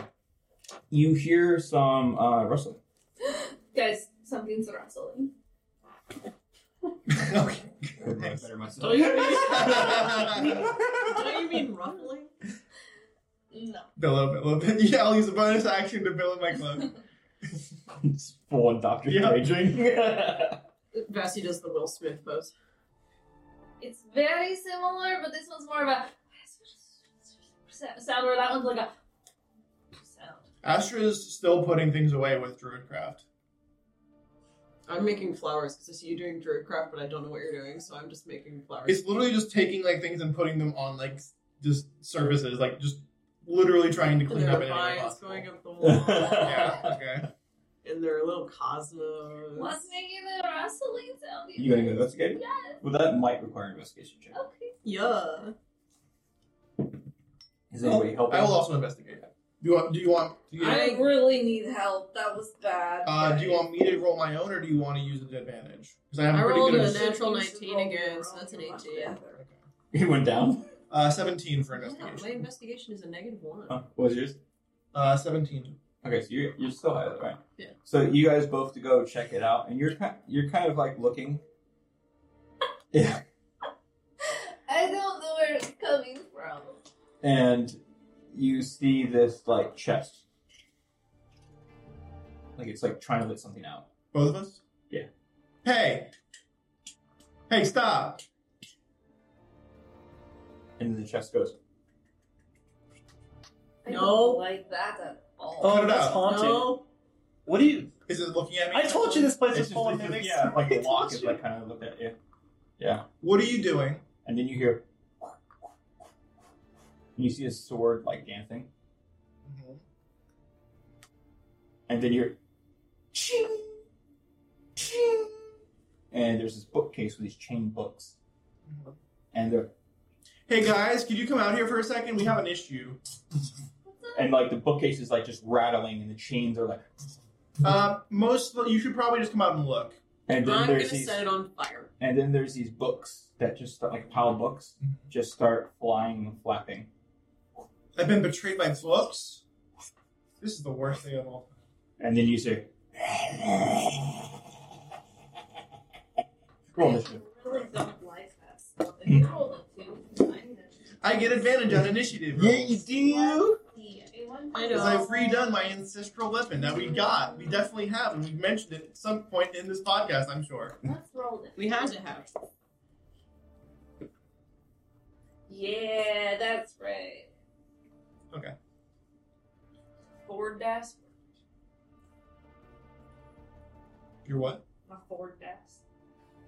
Speaker 3: You hear some uh, rustling.
Speaker 1: Guys, something's rustling.
Speaker 5: okay.
Speaker 2: Don't you
Speaker 6: Oh,
Speaker 2: mean,
Speaker 5: a
Speaker 2: don't you mean ruffling?
Speaker 1: No.
Speaker 5: little bit, a little bit. Yeah, I'll use a bonus action to build my cloak.
Speaker 3: It's full on Doctor
Speaker 5: Yeah.
Speaker 3: Dre drink.
Speaker 2: Bessie does the Will Smith pose.
Speaker 1: It's very similar, but this one's more of a sound, where that one's like a sound.
Speaker 5: Astra's still putting things away with Druidcraft.
Speaker 2: I'm making flowers because I see you doing druidcraft, but I don't know what you're doing, so I'm just making flowers.
Speaker 5: It's literally just taking like things and putting them on like s- just surfaces, like just literally trying to
Speaker 2: and
Speaker 5: clean
Speaker 2: there
Speaker 5: up
Speaker 2: are
Speaker 5: anything
Speaker 2: vines
Speaker 5: possible.
Speaker 2: going up the wall,
Speaker 5: Yeah. Okay.
Speaker 2: and there are little cosmos.
Speaker 1: What's making the rustling sound?
Speaker 4: You gonna go investigate?
Speaker 1: Yes.
Speaker 4: Well, that might require an investigation check.
Speaker 1: Okay.
Speaker 2: Yeah.
Speaker 3: Oh.
Speaker 4: Is anybody helping?
Speaker 5: I will also investigate. Do you want? Do you want? Do you,
Speaker 1: I really need help. That was bad.
Speaker 5: uh, do you
Speaker 1: guys.
Speaker 5: want me to roll my own, or do you want to use an advantage? Because I have a
Speaker 2: I
Speaker 5: pretty
Speaker 2: rolled
Speaker 5: good.
Speaker 2: a
Speaker 5: ins-
Speaker 2: natural
Speaker 1: You should
Speaker 2: 19
Speaker 1: roll
Speaker 2: again,
Speaker 1: your
Speaker 2: so
Speaker 1: own
Speaker 2: that's an
Speaker 1: luck
Speaker 2: 18.
Speaker 1: together.
Speaker 4: It went down.
Speaker 5: uh, seventeen for
Speaker 2: Yeah, my
Speaker 5: investigation.
Speaker 2: investigation is a negative one.
Speaker 4: Huh? What was yours?
Speaker 5: Uh, seventeen.
Speaker 4: Okay, so you're, you're still high, right?
Speaker 2: Yeah.
Speaker 4: So you guys both to go check it out, and you're ki- you're kind of like looking. Yeah.
Speaker 1: I don't know where it's coming from.
Speaker 4: and you see this like chest. Like it's like trying to let something out.
Speaker 5: Both of us.
Speaker 4: Yeah.
Speaker 5: Hey. Hey, stop!
Speaker 4: And the chest goes,
Speaker 1: I
Speaker 2: No.
Speaker 1: don't like that at all.
Speaker 6: Oh,
Speaker 5: it
Speaker 6: that's
Speaker 5: out.
Speaker 6: haunting.
Speaker 2: No,
Speaker 6: What do you?
Speaker 5: Is it looking at me?
Speaker 6: I told you this place
Speaker 4: it's
Speaker 6: was
Speaker 4: just
Speaker 6: full of
Speaker 4: like,
Speaker 6: mimics.
Speaker 4: yeah, like the
Speaker 6: I told
Speaker 4: lock is
Speaker 6: you.
Speaker 4: like kind of looked at you.
Speaker 5: What are you doing?
Speaker 4: And then you hear, and you see a sword like dancing, and then you're, ching, ching, and there's this bookcase with these chained books, and they're
Speaker 5: Hey guys, could you come out here for a second? We have an issue.
Speaker 4: and like the bookcase is like just rattling, and the chains are like,
Speaker 5: Uh, most you should probably just come out and look.
Speaker 4: and then
Speaker 2: I'm gonna
Speaker 4: there's these,
Speaker 2: set it on fire.
Speaker 4: and then there's these books that just start, like pile of books just start flying and flapping.
Speaker 5: I've been betrayed by books. This is the worst thing of all.
Speaker 4: And then you say, roll initiative.
Speaker 1: I really don't like that stuff. If you roll a two, I'm gonna-
Speaker 5: Hmm. I get advantage on initiative.
Speaker 4: do.
Speaker 1: Yeah, I want-
Speaker 2: I know.
Speaker 5: Because I've redone my ancestral weapon that we got. We definitely have, and we've mentioned it at some point in this podcast, I'm sure.
Speaker 1: Let's roll it.
Speaker 2: We had to have.
Speaker 1: Yeah, that's right.
Speaker 5: Okay.
Speaker 1: Ford dash.
Speaker 5: Your what?
Speaker 1: My Ford dash.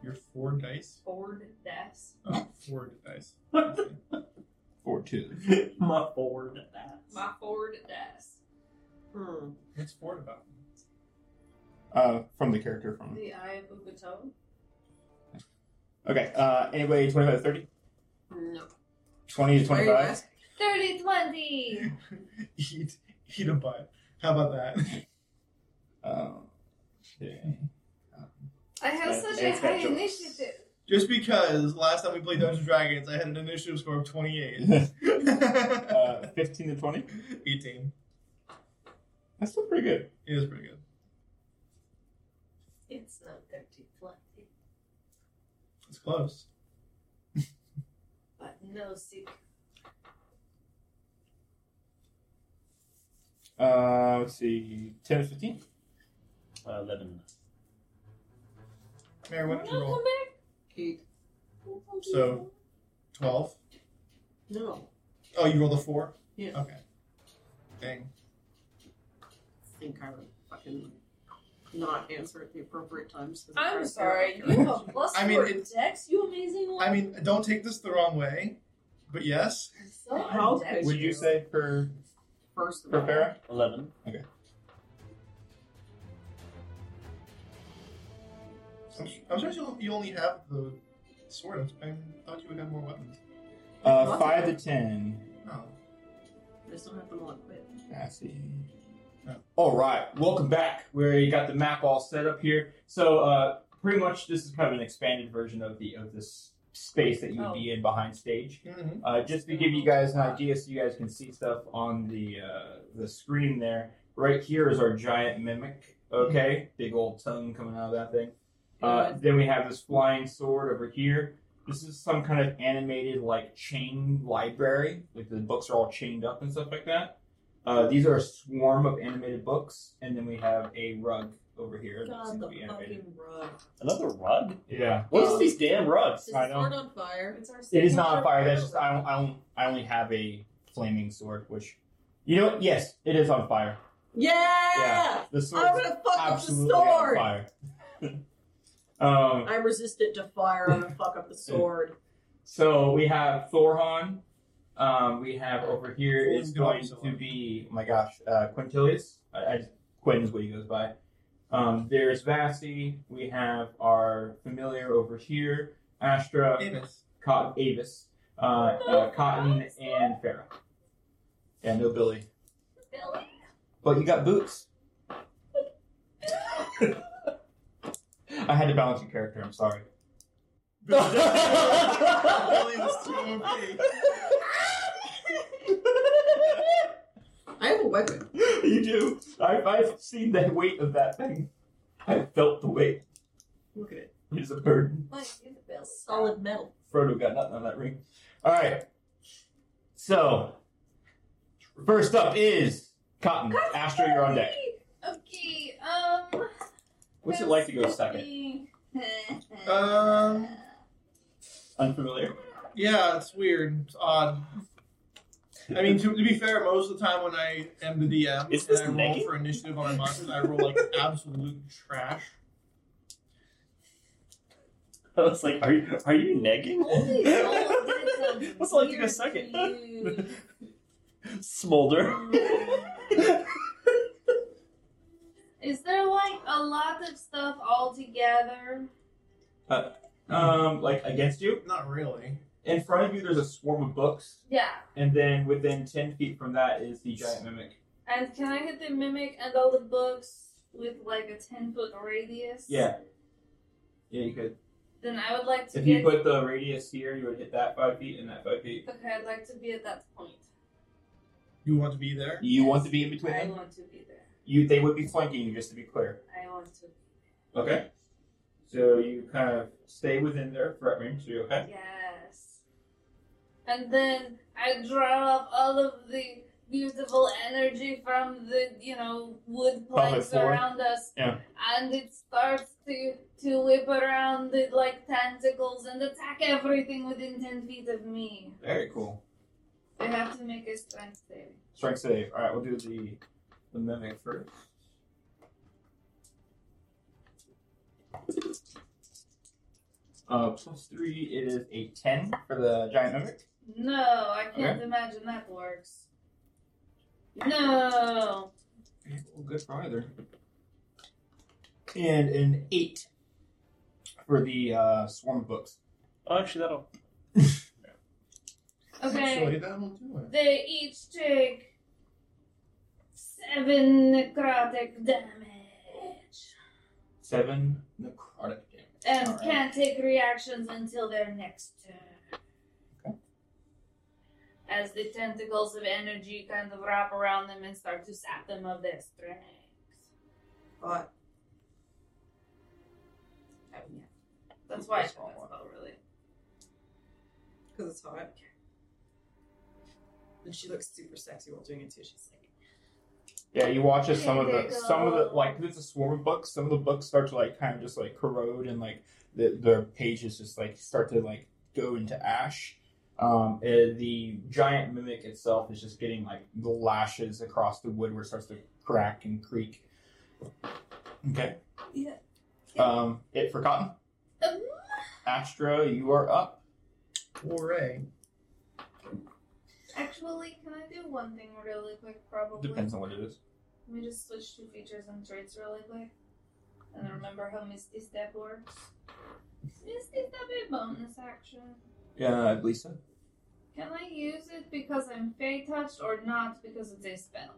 Speaker 5: Your four dice?
Speaker 1: Ford dash.
Speaker 5: Oh, four dice.
Speaker 3: Four two.
Speaker 6: My forward.
Speaker 1: My Ford dash.
Speaker 2: Hmm.
Speaker 5: What's Ford about?
Speaker 3: Uh, from the character from.
Speaker 1: The Eye of Ugato.
Speaker 3: Okay. Uh, anybody twenty five to thirty?
Speaker 2: No.
Speaker 3: Twenty to
Speaker 2: Why are
Speaker 3: twenty
Speaker 2: you
Speaker 3: five.
Speaker 2: asking?
Speaker 1: 30 20!
Speaker 5: Eat, eat a butt. How about that?
Speaker 4: Oh,
Speaker 3: okay.
Speaker 1: I have
Speaker 6: Yeah,
Speaker 1: such a
Speaker 6: it's got
Speaker 1: high
Speaker 6: jokes.
Speaker 1: initiative.
Speaker 5: Just because last time we played Dungeons and Dragons, I had an initiative score of 28.
Speaker 3: Uh, fifteen to twenty.
Speaker 5: 18.
Speaker 3: That's still pretty good.
Speaker 5: It is pretty good.
Speaker 1: It's not 30 20,
Speaker 5: It's close.
Speaker 1: but no secret.
Speaker 3: Uh, let's see, ten to fifteen.
Speaker 6: Uh, Eleven.
Speaker 5: Mary, what did you
Speaker 1: Wanna
Speaker 5: roll?
Speaker 1: come back?
Speaker 2: Eight.
Speaker 5: So- 12.
Speaker 2: No.
Speaker 5: Oh, you rolled a four?
Speaker 2: Yeah.
Speaker 5: Okay. Dang.
Speaker 2: think I would fucking not answer at the appropriate times. 'cause I
Speaker 1: I'm
Speaker 2: was
Speaker 1: sorry.
Speaker 2: there.
Speaker 1: You have plus
Speaker 5: I mean,
Speaker 1: four
Speaker 5: it's-
Speaker 1: dex, you amazing one.
Speaker 5: I mean, don't take this the wrong way, but yes.
Speaker 1: so
Speaker 2: How
Speaker 1: undex
Speaker 2: could
Speaker 3: Would you say for
Speaker 2: First of
Speaker 3: for
Speaker 2: all,
Speaker 3: Farah?
Speaker 6: Eleven.
Speaker 5: I'm, I'm sure you, you only have the sword. I thought you would have more weapons.
Speaker 3: Uh, five to ten.
Speaker 5: No.
Speaker 2: I still have them all equipped.
Speaker 3: Cassie.
Speaker 5: Yeah.
Speaker 3: Oh, All right, welcome back. We already got the map all set up here. So uh, pretty much this is kind of an expanded version of the of this space that you would be in behind stage.
Speaker 5: Mm-hmm.
Speaker 3: Uh, just to give you guys an idea, so you guys can see stuff on the uh, the screen there. Right here is our giant mimic. Okay, big old tongue coming out of that thing. Uh, then we have this flying sword over here. This is some kind of animated like chain library. Like the books are all chained up and stuff like that. Uh, these are a swarm of animated books, and then then we have a rug over here that
Speaker 2: God,
Speaker 3: seems
Speaker 2: the
Speaker 3: to be animated.
Speaker 2: fucking rug.
Speaker 6: Another rug?
Speaker 3: Yeah,
Speaker 6: What is these damn rugs?
Speaker 2: Is
Speaker 3: I
Speaker 2: the
Speaker 3: know.
Speaker 2: sword on fire?
Speaker 1: It's our
Speaker 3: It is not
Speaker 1: signature
Speaker 3: on fire. That's
Speaker 1: move.
Speaker 3: just I don't- I don't- I only have a flaming sword, which you know. what? Yes, it is on fire.
Speaker 2: Yeah!
Speaker 3: Yeah. The sword
Speaker 2: I'm
Speaker 3: is
Speaker 2: gonna fuck up the
Speaker 3: absolutely on
Speaker 2: sword!
Speaker 3: fire. um,
Speaker 2: I resisted to fire. I'm gonna fuck up the sword.
Speaker 3: so we have Thorhan. Um, we have over here is going to be oh my gosh, uh, Quintilius. I, I, Quinn is what he goes by. Um, there's Vasi. We have our familiar over here, Astra.
Speaker 5: Amos.
Speaker 3: Cotton, Avis, uh, uh, Cotton, and Farah. Yeah, no Billy.
Speaker 1: Billy?
Speaker 3: But you got boots. I had to balance your character. I'm sorry.
Speaker 5: Billy was too OP.
Speaker 2: I have a weapon.
Speaker 3: you do. I've, I've seen the weight of that thing. I felt the weight.
Speaker 2: Look at it.
Speaker 3: It is a burden.
Speaker 1: Mike, you're the Billy.
Speaker 2: Solid metal.
Speaker 3: Frodo got nothing on that ring. All right. So, first up is Cotton. Astro, you're on deck.
Speaker 1: Okay, um.
Speaker 3: What's it like to go second?
Speaker 5: Um,
Speaker 3: Unfamiliar.
Speaker 5: Yeah, it's weird. It's odd. I mean, to, to be fair, most of the time when I am the DM
Speaker 6: Is
Speaker 5: and
Speaker 6: this
Speaker 5: I roll
Speaker 6: naked?
Speaker 5: for initiative on my monsters, I roll like absolute trash.
Speaker 6: I was like, are you are you negging?
Speaker 1: Holy hell, that sounds
Speaker 6: What's it like to go
Speaker 1: weird
Speaker 6: second?
Speaker 1: to you.
Speaker 6: Smolder.
Speaker 1: Is there like a lot of stuff all together?
Speaker 3: Um, like against you.
Speaker 5: Not really.
Speaker 3: In front of you, there's a swarm of books,
Speaker 1: Yeah.
Speaker 3: and then within ten feet from that is the giant mimic.
Speaker 1: And can I hit the mimic and all the books with like a ten foot radius?
Speaker 3: Yeah. Yeah, you could.
Speaker 1: Then I would like to
Speaker 3: If
Speaker 1: get.
Speaker 3: you put the radius here, you would hit that five feet and that five feet.
Speaker 1: okay, I'd like to be at that point.
Speaker 5: You want to be there?
Speaker 3: You want to be in between
Speaker 1: I
Speaker 3: them.
Speaker 1: want to be there.
Speaker 3: You they would be flanking you, just to be clear.
Speaker 1: I want to.
Speaker 3: Okay. So you kind of stay within their threat range. So you're okay.
Speaker 1: Yes. And then I draw up all of the beautiful energy from the you know wood planks
Speaker 3: floor.
Speaker 1: around us.
Speaker 3: Yeah.
Speaker 1: And it starts to to whip around it like tentacles and attack everything within ten feet of me.
Speaker 3: Very cool.
Speaker 1: I have to make a strength save.
Speaker 3: Strength save. All right, we'll do the the mimic first. Uh, plus three, it is a ten for the giant mimic.
Speaker 1: No, I can't imagine that works. No.
Speaker 3: Well, good for either. And an eight for the uh, swarm of books.
Speaker 6: Oh, actually, that'll.
Speaker 1: Okay.
Speaker 5: Actually, that'll do it.
Speaker 1: They each take seven necrotic damage
Speaker 3: Seven necrotic damage.
Speaker 1: and
Speaker 3: Alright.
Speaker 1: can't take reactions until their next turn. As the tentacles of energy kind of wrap around them and start to sap them of their strength.
Speaker 2: But
Speaker 1: Oh, yeah. That's why I call that spell, really.
Speaker 2: because it's hot. And she looks super sexy while doing it too. She's like,
Speaker 3: Yeah, you watch as some of
Speaker 1: There you
Speaker 3: the
Speaker 1: go.
Speaker 3: some of the like 'cause it's a swarm of books. Some of the books start to like kind of just like corrode and like the their pages just like start to like go into ash. Um, eh, the giant mimic itself is just getting like the lashes across the wood where it starts to crack and creak. Okay.
Speaker 1: Yeah.
Speaker 3: Um, it forgotten.
Speaker 1: Um.
Speaker 3: Astro, you are up.
Speaker 5: Foray.
Speaker 1: Actually, can I do one thing really quick? Probably.
Speaker 3: Depends on what it is.
Speaker 1: Let me just switch to features and traits really quick. And remember how Misty Step works. Misty Step a bonus action.
Speaker 3: Yeah, I believe so.
Speaker 1: Can I use it because I'm Fey touched or not because it's a spell?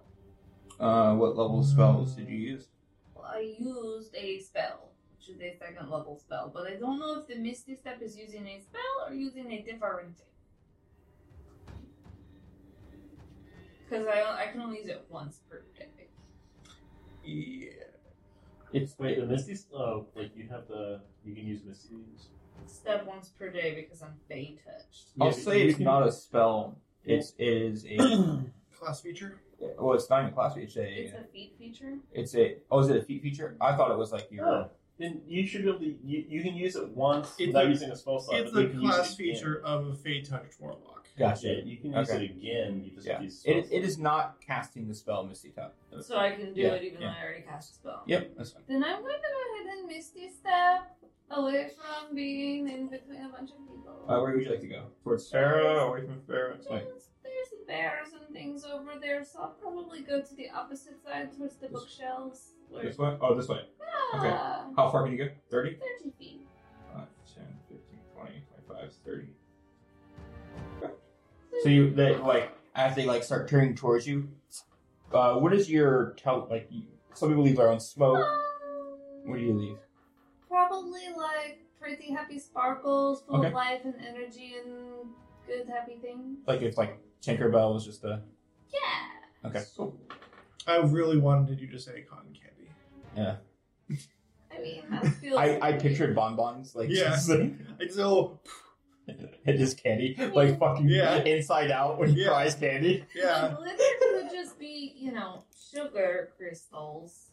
Speaker 3: Uh, what level spells did you use?
Speaker 1: Well, I used a spell, which is a second level spell, but I don't know if the Misty Step is using a spell or using a different thing. Because I, I can only use it once per day.
Speaker 5: Yeah.
Speaker 3: It's
Speaker 6: Wait, the Misty. Oh, like you have the. You can use Misty's.
Speaker 1: Step once per day because I'm Fey touched.
Speaker 3: I'll
Speaker 6: Yeah,
Speaker 3: say
Speaker 6: you
Speaker 3: it's
Speaker 6: can- Oh,
Speaker 3: not a spell. It's it is a
Speaker 6: I
Speaker 5: Class feature.
Speaker 3: well. It's not even class. It's a
Speaker 1: It's a feat feature.
Speaker 3: it's a oh is it a feat feature? I thought it was like you.
Speaker 6: Oh. Then you should be able to. You, you can use it once
Speaker 5: It's
Speaker 6: without
Speaker 5: a-
Speaker 6: using a spell slot.
Speaker 5: It's
Speaker 6: but
Speaker 5: a
Speaker 6: you can use
Speaker 5: class
Speaker 6: it again.
Speaker 5: feature of a Fey Touched Warlock.
Speaker 3: Gotcha.
Speaker 6: Yeah, you can use
Speaker 3: Okay.
Speaker 6: it again. You just
Speaker 3: Yeah.
Speaker 6: use
Speaker 3: It is, it is not casting the spell Misty Top.
Speaker 1: So I can do
Speaker 3: Yeah,
Speaker 1: it even
Speaker 3: yeah.
Speaker 1: though I already cast a spell.
Speaker 3: Yep, that's fine.
Speaker 1: Then I'm going to go ahead and Misty Step away from being in between a bunch of people.
Speaker 3: Uh, where would you like to go? Towards
Speaker 1: Farah,
Speaker 3: away from Pharaoh.
Speaker 1: Just- There's bears and things over there, so I'll probably go to the opposite side towards the bookshelves. Where,
Speaker 3: This way? Oh, this way. okay.
Speaker 1: ah,
Speaker 3: How far can you go? 30?
Speaker 1: 30 feet.
Speaker 3: 5, 10, 15, 20, 25, 30. So you, they, like, as they, like, start turning towards you, uh, what is your, tel- like, you, some people leave their own smoke. What do you leave?
Speaker 1: Probably like pretty happy sparkles, full
Speaker 3: Okay.
Speaker 1: of life and energy and good happy things.
Speaker 3: Like, if, like, Tinkerbell was just a...
Speaker 1: Yeah!
Speaker 3: Okay, cool.
Speaker 5: I really wanted you to say cotton candy.
Speaker 1: I mean, that feels.
Speaker 3: I, I pictured bonbons, like,
Speaker 5: Yeah.
Speaker 3: just, like,
Speaker 5: Like, so,
Speaker 3: it is candy, like, fucking
Speaker 5: Yeah.
Speaker 3: inside out when you
Speaker 5: Yeah.
Speaker 3: fries candy.
Speaker 5: yeah.
Speaker 1: Like, glitter could just be, you know, sugar crystals.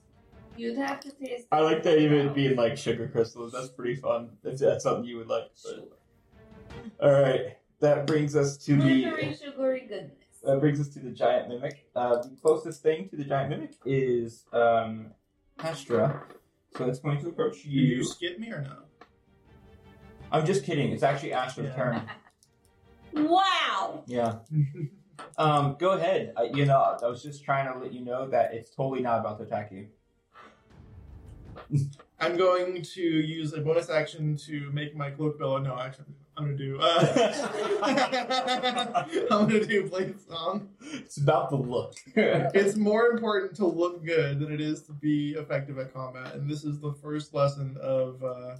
Speaker 1: You'd have to taste.
Speaker 3: I like that even
Speaker 1: it
Speaker 3: being like sugar crystals. That's pretty fun. If that's something you would like. but- All right, that brings us to
Speaker 1: Sugary,
Speaker 3: the
Speaker 1: sugary goodness.
Speaker 3: that brings us to the giant mimic. Uh, the closest thing to the giant mimic is um, Astra, so it's going to approach
Speaker 5: Did you
Speaker 3: you.
Speaker 5: skip me or no?
Speaker 3: I'm just kidding. It's actually Astra's
Speaker 5: Yeah.
Speaker 3: turn.
Speaker 1: Wow!
Speaker 3: Yeah. Um, go ahead. Uh, you know, I was just trying to let you know that it's totally not about to attack you.
Speaker 5: I'm going to use a bonus action to make my cloak billow. No, actually, I'm gonna do. Uh, I'm gonna do play song.
Speaker 3: It's about the look.
Speaker 5: It's more important to look good than it is to be effective at combat, and this is the first lesson of uh,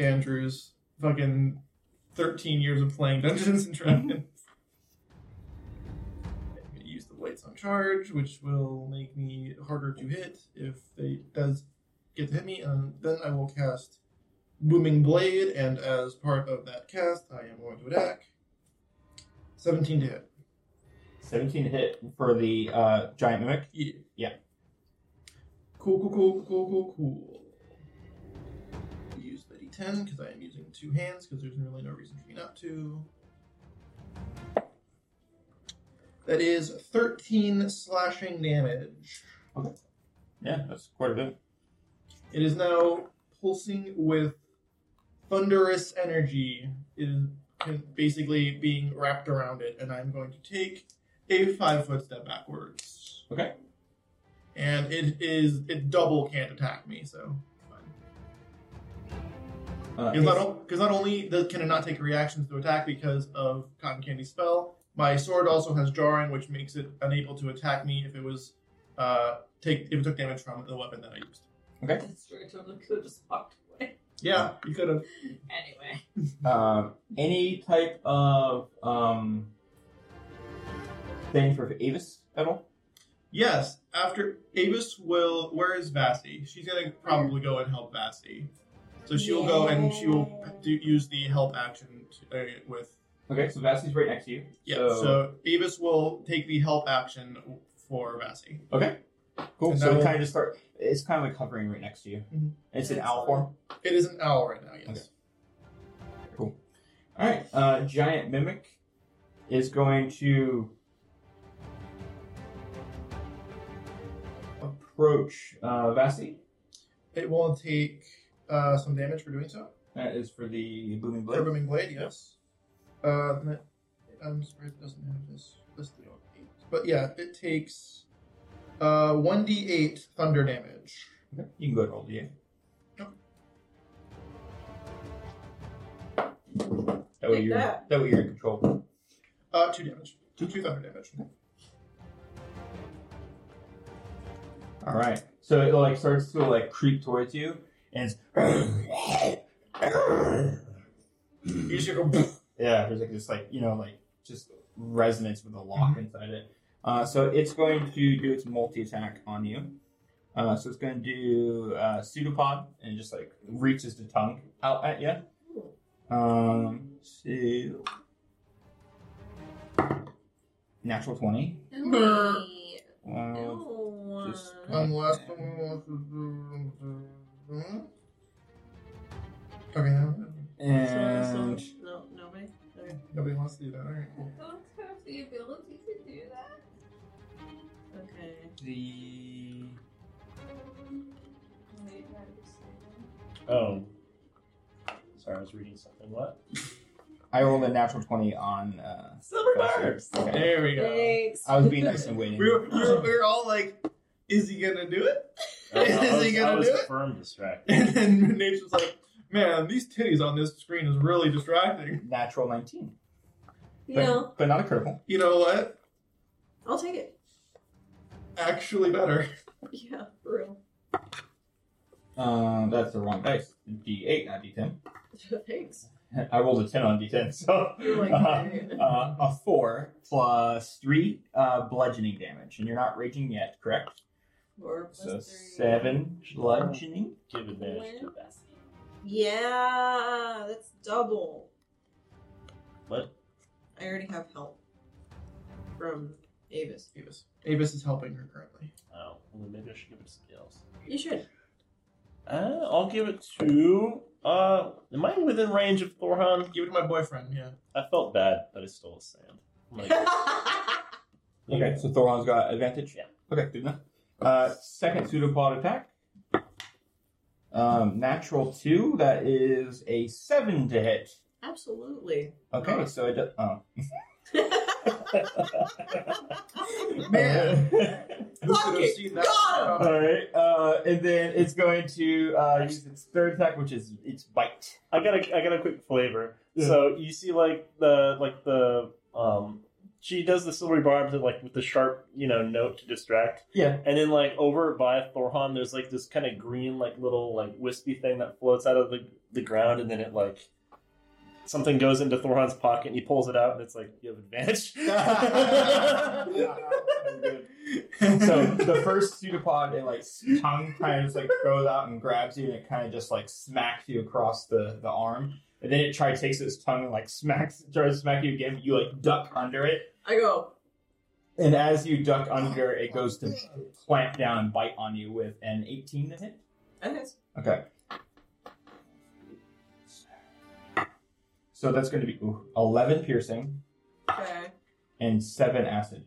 Speaker 5: Andrew's fucking 13 years of playing Dungeons and Dragons. I'm gonna Use the blades on charge, which will make me harder to hit if they does get to hit me, and then I will cast Booming Blade, and as part of that cast, I am going to attack. 17 to hit.
Speaker 3: 17 hit for the uh, giant mimic.
Speaker 5: Yeah.
Speaker 3: Yeah.
Speaker 5: Cool, cool, cool, cool, cool, cool. We use the D10 because I am using two hands because there's really no reason for me not to. That is 13 slashing damage.
Speaker 3: Yeah, that's quite a bit.
Speaker 5: It is now pulsing with thunderous energy. It is con- basically being wrapped around it, and I'm going to take a five foot step backwards.
Speaker 3: Okay.
Speaker 5: And it is it double can't attack me, so
Speaker 3: Uh,
Speaker 5: because not, o- 'cause not only does, can it not take reactions to attack because of Cotton Candy's spell, my sword also has jarring, which makes it unable to attack me if it was uh, take if it took damage from the weapon that I used.
Speaker 1: That's true, I totally could have just walked away.
Speaker 5: Yeah, you could have.
Speaker 1: Anyway.
Speaker 3: um, any type of um, thing for Avis at all?
Speaker 5: Yes, after Avis will. Where is Vassy? She's gonna probably go and help Vassy. So she will go and she will do, use the help action to, uh, with.
Speaker 3: Okay, so Vassy's right next to you.
Speaker 5: Yeah, so,
Speaker 3: So-
Speaker 5: Avis will take the help action for Vassy.
Speaker 3: Cool.
Speaker 5: And
Speaker 3: So
Speaker 5: I
Speaker 3: it
Speaker 5: will-
Speaker 3: kind of just start. It's kind of like hovering right next to you.
Speaker 5: Mhm.
Speaker 3: It's an
Speaker 1: That's
Speaker 3: owl
Speaker 1: all.
Speaker 3: form.
Speaker 5: It is an owl right now, yes.
Speaker 3: All right. Uh, giant mimic is going to approach uh, Vasi.
Speaker 5: It will take uh, some damage for doing so.
Speaker 3: That is for the booming
Speaker 5: For
Speaker 3: blade.
Speaker 5: booming blade, yes. Uh, and it- I'm surprised it doesn't have this listed on eight. But yeah, it takes uh, 1d8 thunder damage.
Speaker 3: Okay. You can go to roll the
Speaker 5: Yep.
Speaker 3: That way
Speaker 2: Take
Speaker 3: you're
Speaker 2: that.
Speaker 3: that way you're in control.
Speaker 5: Uh, two damage. Two, two thunder damage.
Speaker 3: All right. So it like starts to like creep towards you, and it's
Speaker 5: You just hear go.
Speaker 3: Yeah, there's like this like you know like just resonance with a lock
Speaker 2: Mm-hmm.
Speaker 3: inside it. Uh, so it's going to do its multi attack on you. Uh, so it's going to do uh, pseudopod and just like reaches the tongue out at you. Um, see, natural twenty.
Speaker 1: Ooh.
Speaker 3: Uh,
Speaker 1: Ew.
Speaker 3: just-
Speaker 5: Unless someone wants to do. Okay, no.
Speaker 3: and
Speaker 2: No, nobody. Okay.
Speaker 5: Nobody wants to do that. Alright, cool.
Speaker 1: Don't have the ability to do that.
Speaker 2: Okay.
Speaker 3: the
Speaker 1: Wait, I understand.
Speaker 6: Oh. Sorry, I was reading something. What?
Speaker 3: I rolled a natural twenty on. Uh,
Speaker 5: Silver
Speaker 3: bars! Okay.
Speaker 5: There we go.
Speaker 2: Thanks.
Speaker 3: I was being nice and waiting.
Speaker 5: We were, we, were, we were all like, is he gonna do it?
Speaker 6: I was, I
Speaker 5: Is he
Speaker 6: was-
Speaker 5: gonna
Speaker 6: I was
Speaker 5: do it?
Speaker 6: firm distracted.
Speaker 5: And then Nate was like, man, these titties on this screen is really distracting.
Speaker 3: Natural nineteen,
Speaker 2: You
Speaker 3: but,
Speaker 2: know,
Speaker 3: but not a critical.
Speaker 5: You know what?
Speaker 2: I'll take it.
Speaker 5: Actually, better.
Speaker 2: Yeah, for real.
Speaker 3: Um, that's the wrong dice. D8, not D10.
Speaker 2: Thanks.
Speaker 3: I rolled a 10 on D10, so
Speaker 2: You're like,
Speaker 3: uh,
Speaker 2: okay.
Speaker 3: uh, a 4 plus 3 uh, bludgeoning damage. And you're not raging yet, correct?
Speaker 2: Four plus
Speaker 3: So
Speaker 2: three.
Speaker 3: 7 bludgeoning.
Speaker 6: Give advantage to that.
Speaker 2: Yeah, that's double.
Speaker 6: What?
Speaker 2: I already have help from Avis.
Speaker 5: Avis. Avis is helping her currently.
Speaker 6: Oh, well, maybe I should give it to somebody else.
Speaker 2: You should.
Speaker 6: Uh, I'll give it to. Uh, am I within range of Thorhan?
Speaker 5: Give it to my boyfriend, yeah.
Speaker 6: I felt bad that I stole his sand. I'm like,
Speaker 3: Okay, so Thoron's got advantage?
Speaker 6: Yeah.
Speaker 3: Okay, good enough. Uh, second pseudopod attack. Um, natural 2, that is a 7 to hit.
Speaker 2: Absolutely.
Speaker 3: Okay, so it does. Oh.
Speaker 5: Man. Who could have
Speaker 2: Fucking
Speaker 5: seen that?
Speaker 2: got
Speaker 5: Uh,
Speaker 3: All right, uh, and then it's going to uh, use its third attack, which is its bite.
Speaker 6: I got a I got a quick flavor.
Speaker 3: Yeah.
Speaker 6: So you see like the like the um she does the silvery barbs and like with the sharp you know note to distract.
Speaker 3: Yeah.
Speaker 6: And then like over by Thorhan, there's like this kind of green like little like wispy thing that floats out of the the ground, and then it like something goes into Thorhan's pocket, and he pulls it out, and it's like you have advantage.
Speaker 5: Oh,
Speaker 3: So the first pseudopod, it like tongue kind of just like goes out and grabs you, and it kind of just like smacks you across the the arm. And then it try takes its tongue and like smacks, tries to smack you again. But you like duck under it,
Speaker 2: I go.
Speaker 3: and as you duck under, it goes to clamp down and bite on you with an 18 to hit.
Speaker 2: And it's
Speaker 3: Okay. So that's going to be ooh, 11 piercing
Speaker 2: okay.
Speaker 3: and 7 acid.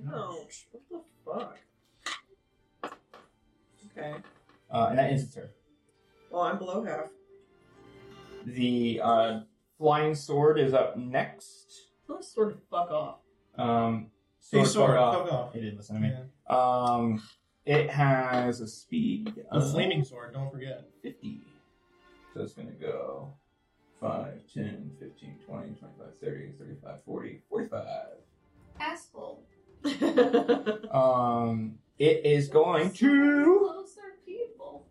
Speaker 2: No. What the fuck? Okay.
Speaker 3: Uh, and that ends its turn.
Speaker 2: Well, I'm below half.
Speaker 3: The uh, flying sword is up next.
Speaker 2: Let's sort of fuck off.
Speaker 3: Um,
Speaker 5: Hey,
Speaker 3: sword,
Speaker 5: sword,
Speaker 3: fuck off.
Speaker 5: fuck off.
Speaker 3: It didn't listen to me. Um, it has a speed
Speaker 5: The
Speaker 3: of
Speaker 5: flaming sword, don't forget.
Speaker 3: 50. So it's going to go 5, 10, 15, 20, 25, 30, 35, 40, 45.
Speaker 1: Asshole.
Speaker 3: Um, it is going to
Speaker 1: Closer people.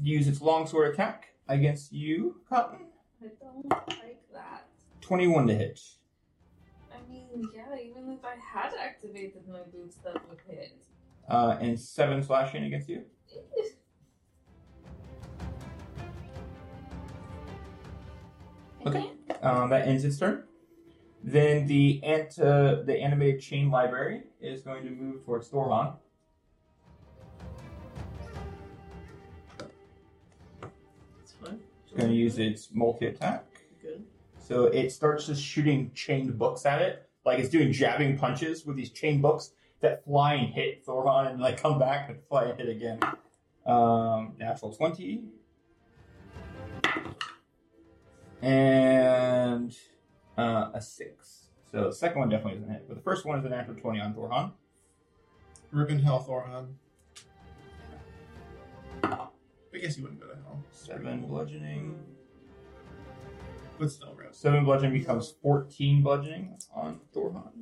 Speaker 3: use its longsword attack against you, Cotton.
Speaker 1: I don't like that.
Speaker 3: 21 to hit.
Speaker 1: I mean, yeah, even if I had activated my boots, that would hit.
Speaker 3: Uh, and 7 slashing against you. Okay. Um, that ends its turn. Then the ant, uh, the animated chain library is going to move towards Thorhan.
Speaker 2: That's fine.
Speaker 3: It's going to use its multi attack.
Speaker 2: Good.
Speaker 3: So it starts just shooting chained books at it. Like it's doing jabbing punches with these chain books that fly and hit Thoron and like come back and fly and hit again. Um, natural 20. And uh, a 6. So the second one definitely isn't hit. But the first one is a natural 20 on Thoron.
Speaker 5: Ribbon Hell Thoron. I guess you wouldn't go to hell. It's pretty
Speaker 3: 7
Speaker 5: cool.
Speaker 3: bludgeoning.
Speaker 5: But still, gross.
Speaker 3: Seven bludgeoning becomes fourteen bludgeoning on Thorhan.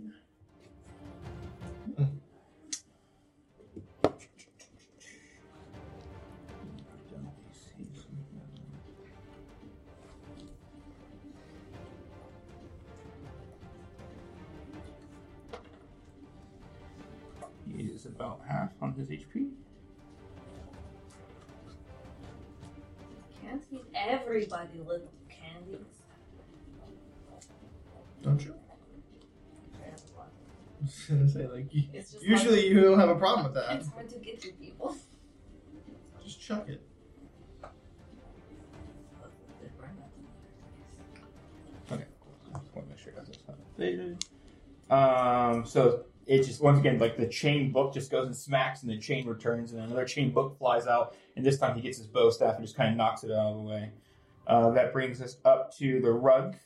Speaker 3: He is about half on his HP.
Speaker 1: Can't feed everybody little candies.
Speaker 5: Don't you? I was gonna say, like, you-
Speaker 1: It's just
Speaker 5: usually you don't have a problem with
Speaker 1: hard,
Speaker 5: that.
Speaker 1: it's hard to get to people.
Speaker 5: Just chuck it.
Speaker 3: want to make sure that's not updated. Um, so it just once again like the chain book just goes and smacks, and the chain returns, and another chain book flies out, and this time he gets his bow staff and just kind of knocks it out of the way. Uh, that brings us up to the rug's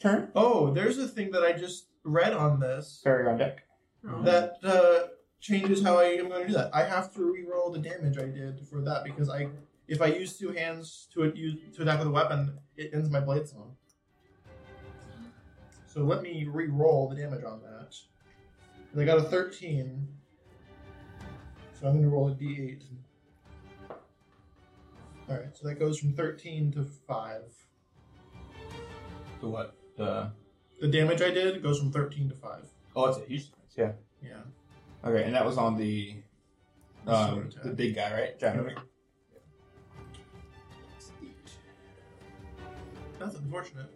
Speaker 3: turn.
Speaker 5: Oh, there's a thing that I just read on this
Speaker 3: Fairy on deck.
Speaker 2: Oh.
Speaker 5: that uh, changes how I am going to do that. I have to re-roll the damage I did for that because I, if I use two hands to a, use, to attack with a weapon, it ends my blade song. So let me re-roll the damage on that. And I got a thirteen, so I'm going to roll a d8. All right, so that goes from thirteen to five.
Speaker 3: To what? The
Speaker 5: The damage I did goes from thirteen to five.
Speaker 3: oh, that's a huge difference. Yeah.
Speaker 5: Yeah.
Speaker 3: Okay, and that was on the um,
Speaker 5: Sword
Speaker 3: the
Speaker 5: attack.
Speaker 3: big guy, right? Giant.
Speaker 5: That's unfortunate.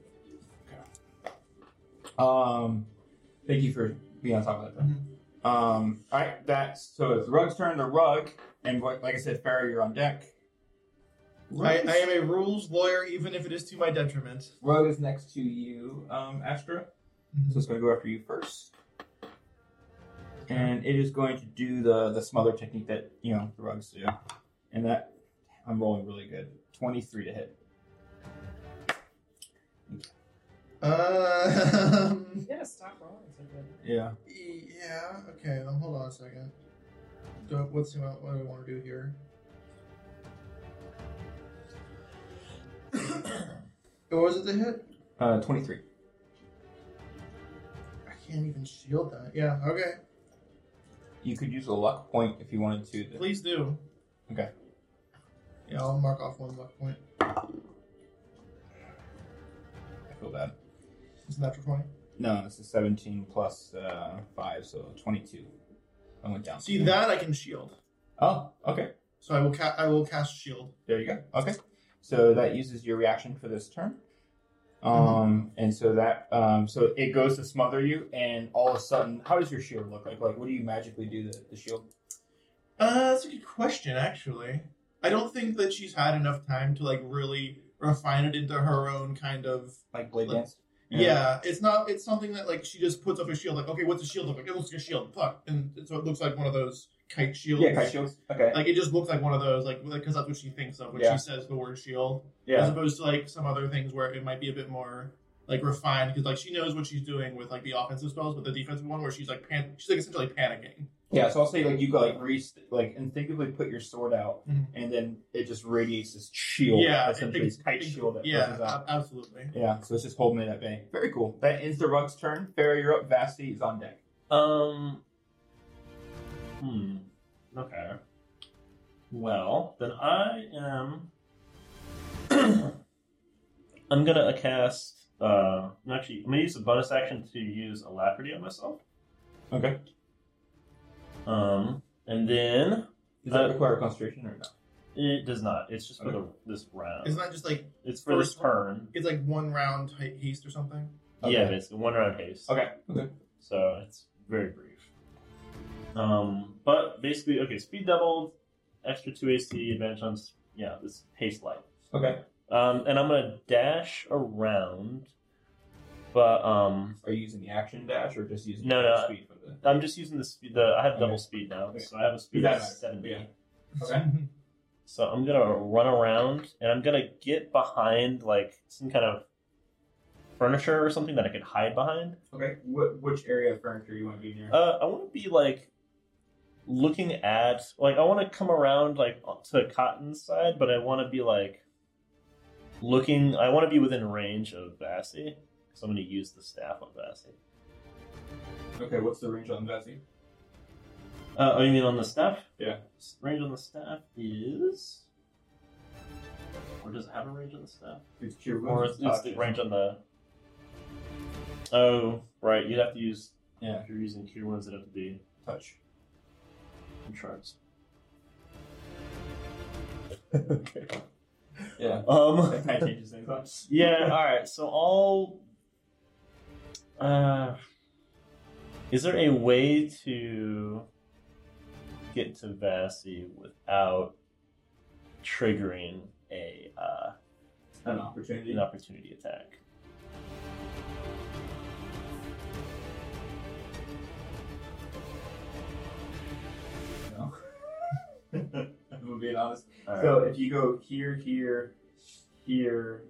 Speaker 3: Um, thank you for being on top of that. though. Um, all right, that's so it's the rug's turn. The rug, and what, like I said, Farrow, you're on deck.
Speaker 5: I, I am a rules lawyer, even if it is to my detriment.
Speaker 3: Rug is next to you, um, Astra. So it's going to go after you first, and it is going to do the the smother technique that you know the rugs do, and that I'm rolling really good. Twenty three to hit.
Speaker 5: Um,
Speaker 10: gotta stop rolling so good.
Speaker 3: Yeah.
Speaker 5: yeah. Okay. Then hold on a second. Do I, what's the amount? What do I want to do here? what was Oh, it the hit?
Speaker 3: Uh, twenty three.
Speaker 5: I can't even shield that. Yeah. Okay.
Speaker 3: You could use a luck point if you wanted to.
Speaker 5: Please do.
Speaker 3: Okay.
Speaker 5: Yeah, I'll mark off one luck point.
Speaker 3: I feel bad.
Speaker 5: It's a natural twenty.
Speaker 3: No, this is 17 plus uh, 5, so 22. I went down.
Speaker 5: See that I can shield.
Speaker 3: Oh, okay.
Speaker 5: So I will ca- I will cast shield.
Speaker 3: There you go. Okay. So that uses your reaction for this turn.
Speaker 5: Mm-hmm.
Speaker 3: Um, and so that, um, so it goes to smother you, and all of a sudden, how does your shield look like? Like, what do you magically do the, the shield?
Speaker 5: Uh, that's a good question, actually. I don't think that she's had enough time to like really refine it into her own kind of.
Speaker 3: Like blade
Speaker 5: Like-
Speaker 3: dance?
Speaker 5: Yeah, it's not. It's something that like she just puts up a shield. Like, okay, what's a shield look like? It looks like a shield. Fuck, and so it looks like one of those kite shields.
Speaker 3: Yeah, kite shields. Okay.
Speaker 5: Like it just looks like one of those, like because that's what she thinks of when
Speaker 3: Yeah.
Speaker 5: she says the word shield, as
Speaker 3: Yeah.
Speaker 5: opposed to like some other things where it might be a bit more like refined because like she knows what she's doing with like the offensive spells, but the defensive one where she's like pan- she's like essentially panicking.
Speaker 3: Yeah, so I'll say, like, you go, like, reach, like, instinctively put your sword out,
Speaker 5: Mhm.
Speaker 3: and then it just radiates this shield.
Speaker 5: Yeah,
Speaker 3: Essentially,
Speaker 5: ex-
Speaker 3: this kite
Speaker 5: ex-
Speaker 3: shield that
Speaker 5: yeah,
Speaker 3: pushes out.
Speaker 5: ab- absolutely.
Speaker 3: Yeah, so it's just holding it at bay. Very cool. That ends the rug's turn. Farrah, you're up. Vasti is on deck.
Speaker 6: Um. Hmm. Okay. Well, then I am. I'm gonna uh, cast. Uh, no, actually, I'm gonna use a bonus action to use alacrity on myself.
Speaker 3: Okay.
Speaker 6: Um, and then
Speaker 3: Does that
Speaker 6: Uh,
Speaker 3: require concentration or no?
Speaker 6: it does not. It's just for the, this round.
Speaker 5: Isn't that just like
Speaker 6: it's for this
Speaker 5: first one?
Speaker 6: turn.
Speaker 5: it's like one round ha- haste or something?
Speaker 3: Okay.
Speaker 6: Yeah, it's one round haste.
Speaker 3: Okay. Okay.
Speaker 6: So it's very brief. Um, but basically, okay, speed doubled, extra two AC, advantage on, s- yeah, this haste light.
Speaker 3: Okay.
Speaker 6: Um, and I'm gonna dash around But um,
Speaker 3: Are you using the action dash or just using
Speaker 6: No,
Speaker 3: the
Speaker 6: no.
Speaker 3: speed for the?
Speaker 6: I'm just using the speed. The I have double speed now, so I have a speed of
Speaker 3: Yeah.
Speaker 6: seventy.
Speaker 3: Yeah.
Speaker 6: So I'm gonna run around and I'm gonna get behind like some kind of furniture or something that I could hide behind.
Speaker 3: Okay. What, which area of furniture you want to be near?
Speaker 6: Uh, I want to be like looking at like I want to come around like to Cotton's side, but I want to be like looking. I want to be within range of Vassy, so I'm gonna use the staff on Vassy.
Speaker 3: okay. What's the range on Vessi?
Speaker 6: Uh, oh, you mean on the staff?
Speaker 3: Yeah.
Speaker 6: S- Range on the staff is. Or does it have a range on the staff?
Speaker 3: It's cure
Speaker 6: Or
Speaker 3: wounds.
Speaker 6: it's, it's the range on the. Oh, right. You'd have to use.
Speaker 3: Yeah.
Speaker 6: If you're using cure wounds, it'd have to be
Speaker 3: touch.
Speaker 6: in charts.
Speaker 3: okay. Yeah.
Speaker 6: Um.
Speaker 3: That kind of changes things up.
Speaker 6: Yeah. All right. So all. Uh. Is there a way to get to Vassy without triggering a uh,
Speaker 3: An opportunity.
Speaker 6: an opportunity attack?
Speaker 3: No. if I'm being honest.
Speaker 6: All right.
Speaker 3: So if you go here, here, here,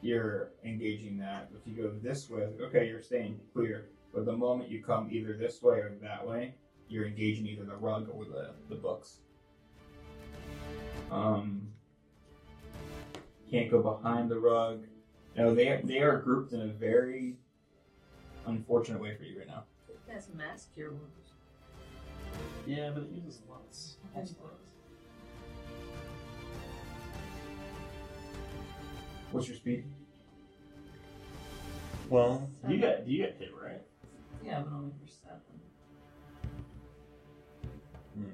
Speaker 3: you're engaging that. If you go this way, it's like, okay, you're staying clear. But the moment you come either this way or that way, you're engaging either the rug or the, the books. Um, can't go behind the rug. No, they they are grouped in a very unfortunate way for you right now.
Speaker 2: That's mask your wounds.
Speaker 6: Yeah, but it uses lots. lots of lots.
Speaker 3: What's your speed?
Speaker 6: Well, you got you got hit right.
Speaker 2: Yeah, but only for seven.
Speaker 6: Hmm.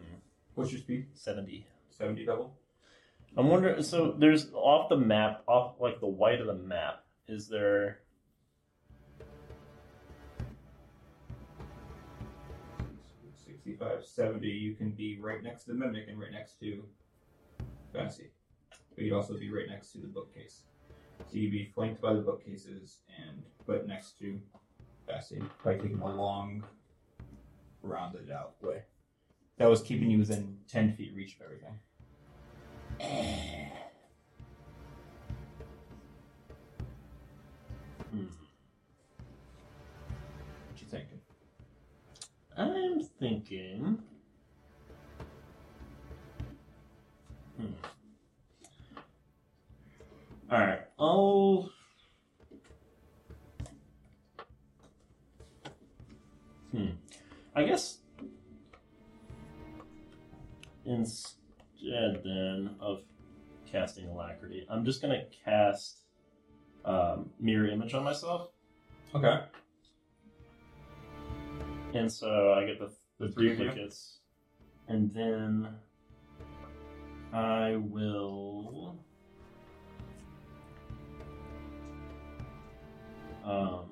Speaker 3: What's your speed?
Speaker 6: Seventy.
Speaker 3: Seventy double.
Speaker 6: I'm wondering. So there's off the map, off like the white of the map. Is there?
Speaker 3: Sixty-five, seventy. You can be right next to the mimic and right next to Bessie. But you'd also be right next to the bookcase. So you'd be flanked by the bookcases and but next to Bessie. By taking a long rounded out way. That was keeping you within ten feet reach of everything.
Speaker 6: hmm,
Speaker 3: What you thinking?
Speaker 6: I'm thinking. Hmm. All right. I'll. Hmm. I guess. Instead, then of casting alacrity, I'm just gonna cast um, mirror image on myself.
Speaker 3: Okay.
Speaker 6: And so I get the, the
Speaker 3: Three of you?
Speaker 6: duplicates. And then I will. Um,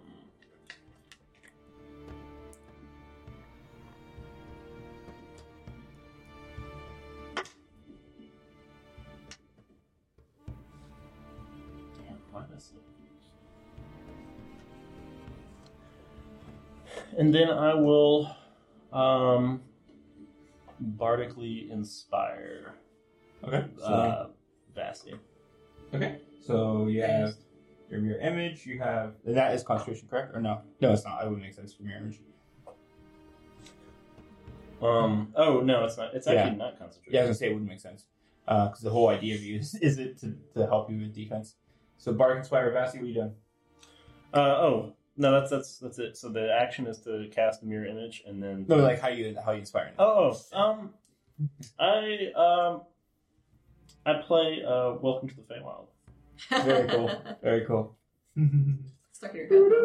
Speaker 6: damn, why did I select and then I will um bardically inspire
Speaker 3: Okay.
Speaker 6: uh Vasti.
Speaker 3: Okay. So you have your mirror image. You have that is concentration, correct? Or no? No, it's not. It would make sense for mirror image.
Speaker 6: Um oh no it's not it's actually not concentration.
Speaker 3: Yeah, I was gonna say it wouldn't make sense because the whole idea of you is, is it to, to help you with defense. So Bardic Inspire Vasi, what are you doing?
Speaker 6: Uh oh no that's that's that's it. So the action is to cast mirror image and then
Speaker 3: No, like how you how you inspire. it.
Speaker 6: Oh um I um I play uh Welcome to the Feywild.
Speaker 3: Very cool. Very cool.
Speaker 2: Stuck in your head.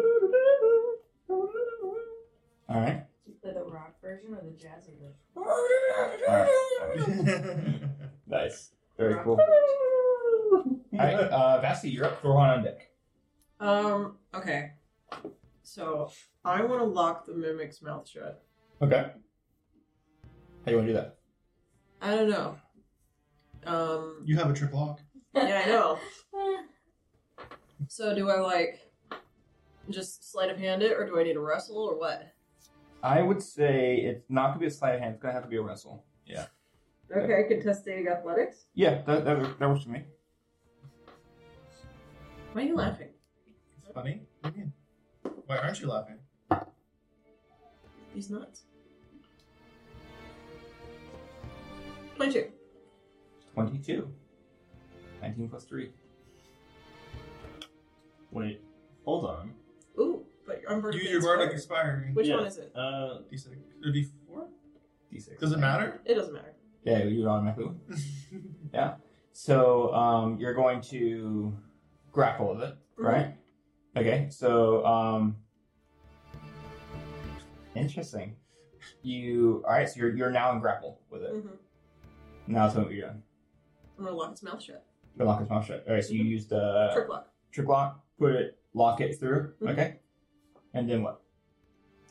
Speaker 3: All right.
Speaker 1: Did you play the rock version or the jazz version?
Speaker 3: Nice. Very cool. All right, uh, Vasi, you're up. Throw on deck.
Speaker 2: Um, okay. So, I want to lock the mimic's mouth shut.
Speaker 3: Okay. How you want to do that?
Speaker 2: I don't know. Um,
Speaker 5: You have a trip lock.
Speaker 2: yeah, I know. So, do I like just sleight of hand it, or do I need to wrestle, or what?
Speaker 3: I would say it's not gonna be a sleight of hand. It's gonna have to be a wrestle.
Speaker 2: Okay, contesting athletics.
Speaker 3: Yeah, that that, that works for me.
Speaker 2: Why are you laughing?
Speaker 5: It's funny. What do you mean? Why aren't you laughing?
Speaker 2: He's nuts. Twenty-two.
Speaker 3: Twenty-two. Nineteen plus three.
Speaker 6: Wait, hold on.
Speaker 2: Ooh, but your unburned.
Speaker 5: Use your
Speaker 2: fan's
Speaker 5: bardic
Speaker 2: fire.
Speaker 5: expiring.
Speaker 2: Which
Speaker 6: Yeah.
Speaker 2: one is it?
Speaker 6: Uh,
Speaker 5: D6 or D4?
Speaker 3: D6.
Speaker 5: Does it matter?
Speaker 2: It doesn't matter.
Speaker 3: Yeah, you would automatically. win. So um, you're going to grapple with it,
Speaker 2: Mm-hmm.
Speaker 3: right? Okay. So um, interesting. You all right? So you're you're now in grapple with it.
Speaker 2: Mm-hmm.
Speaker 3: Now tell me what you're doing.
Speaker 2: I'm gonna lock its mouth shut.
Speaker 3: The lock is mouth shut. All right. So you
Speaker 2: Mhm.
Speaker 3: used uh,
Speaker 2: Trick lock.
Speaker 3: trick lock, put it, lock it through.
Speaker 2: Mhm.
Speaker 3: Okay. And then what?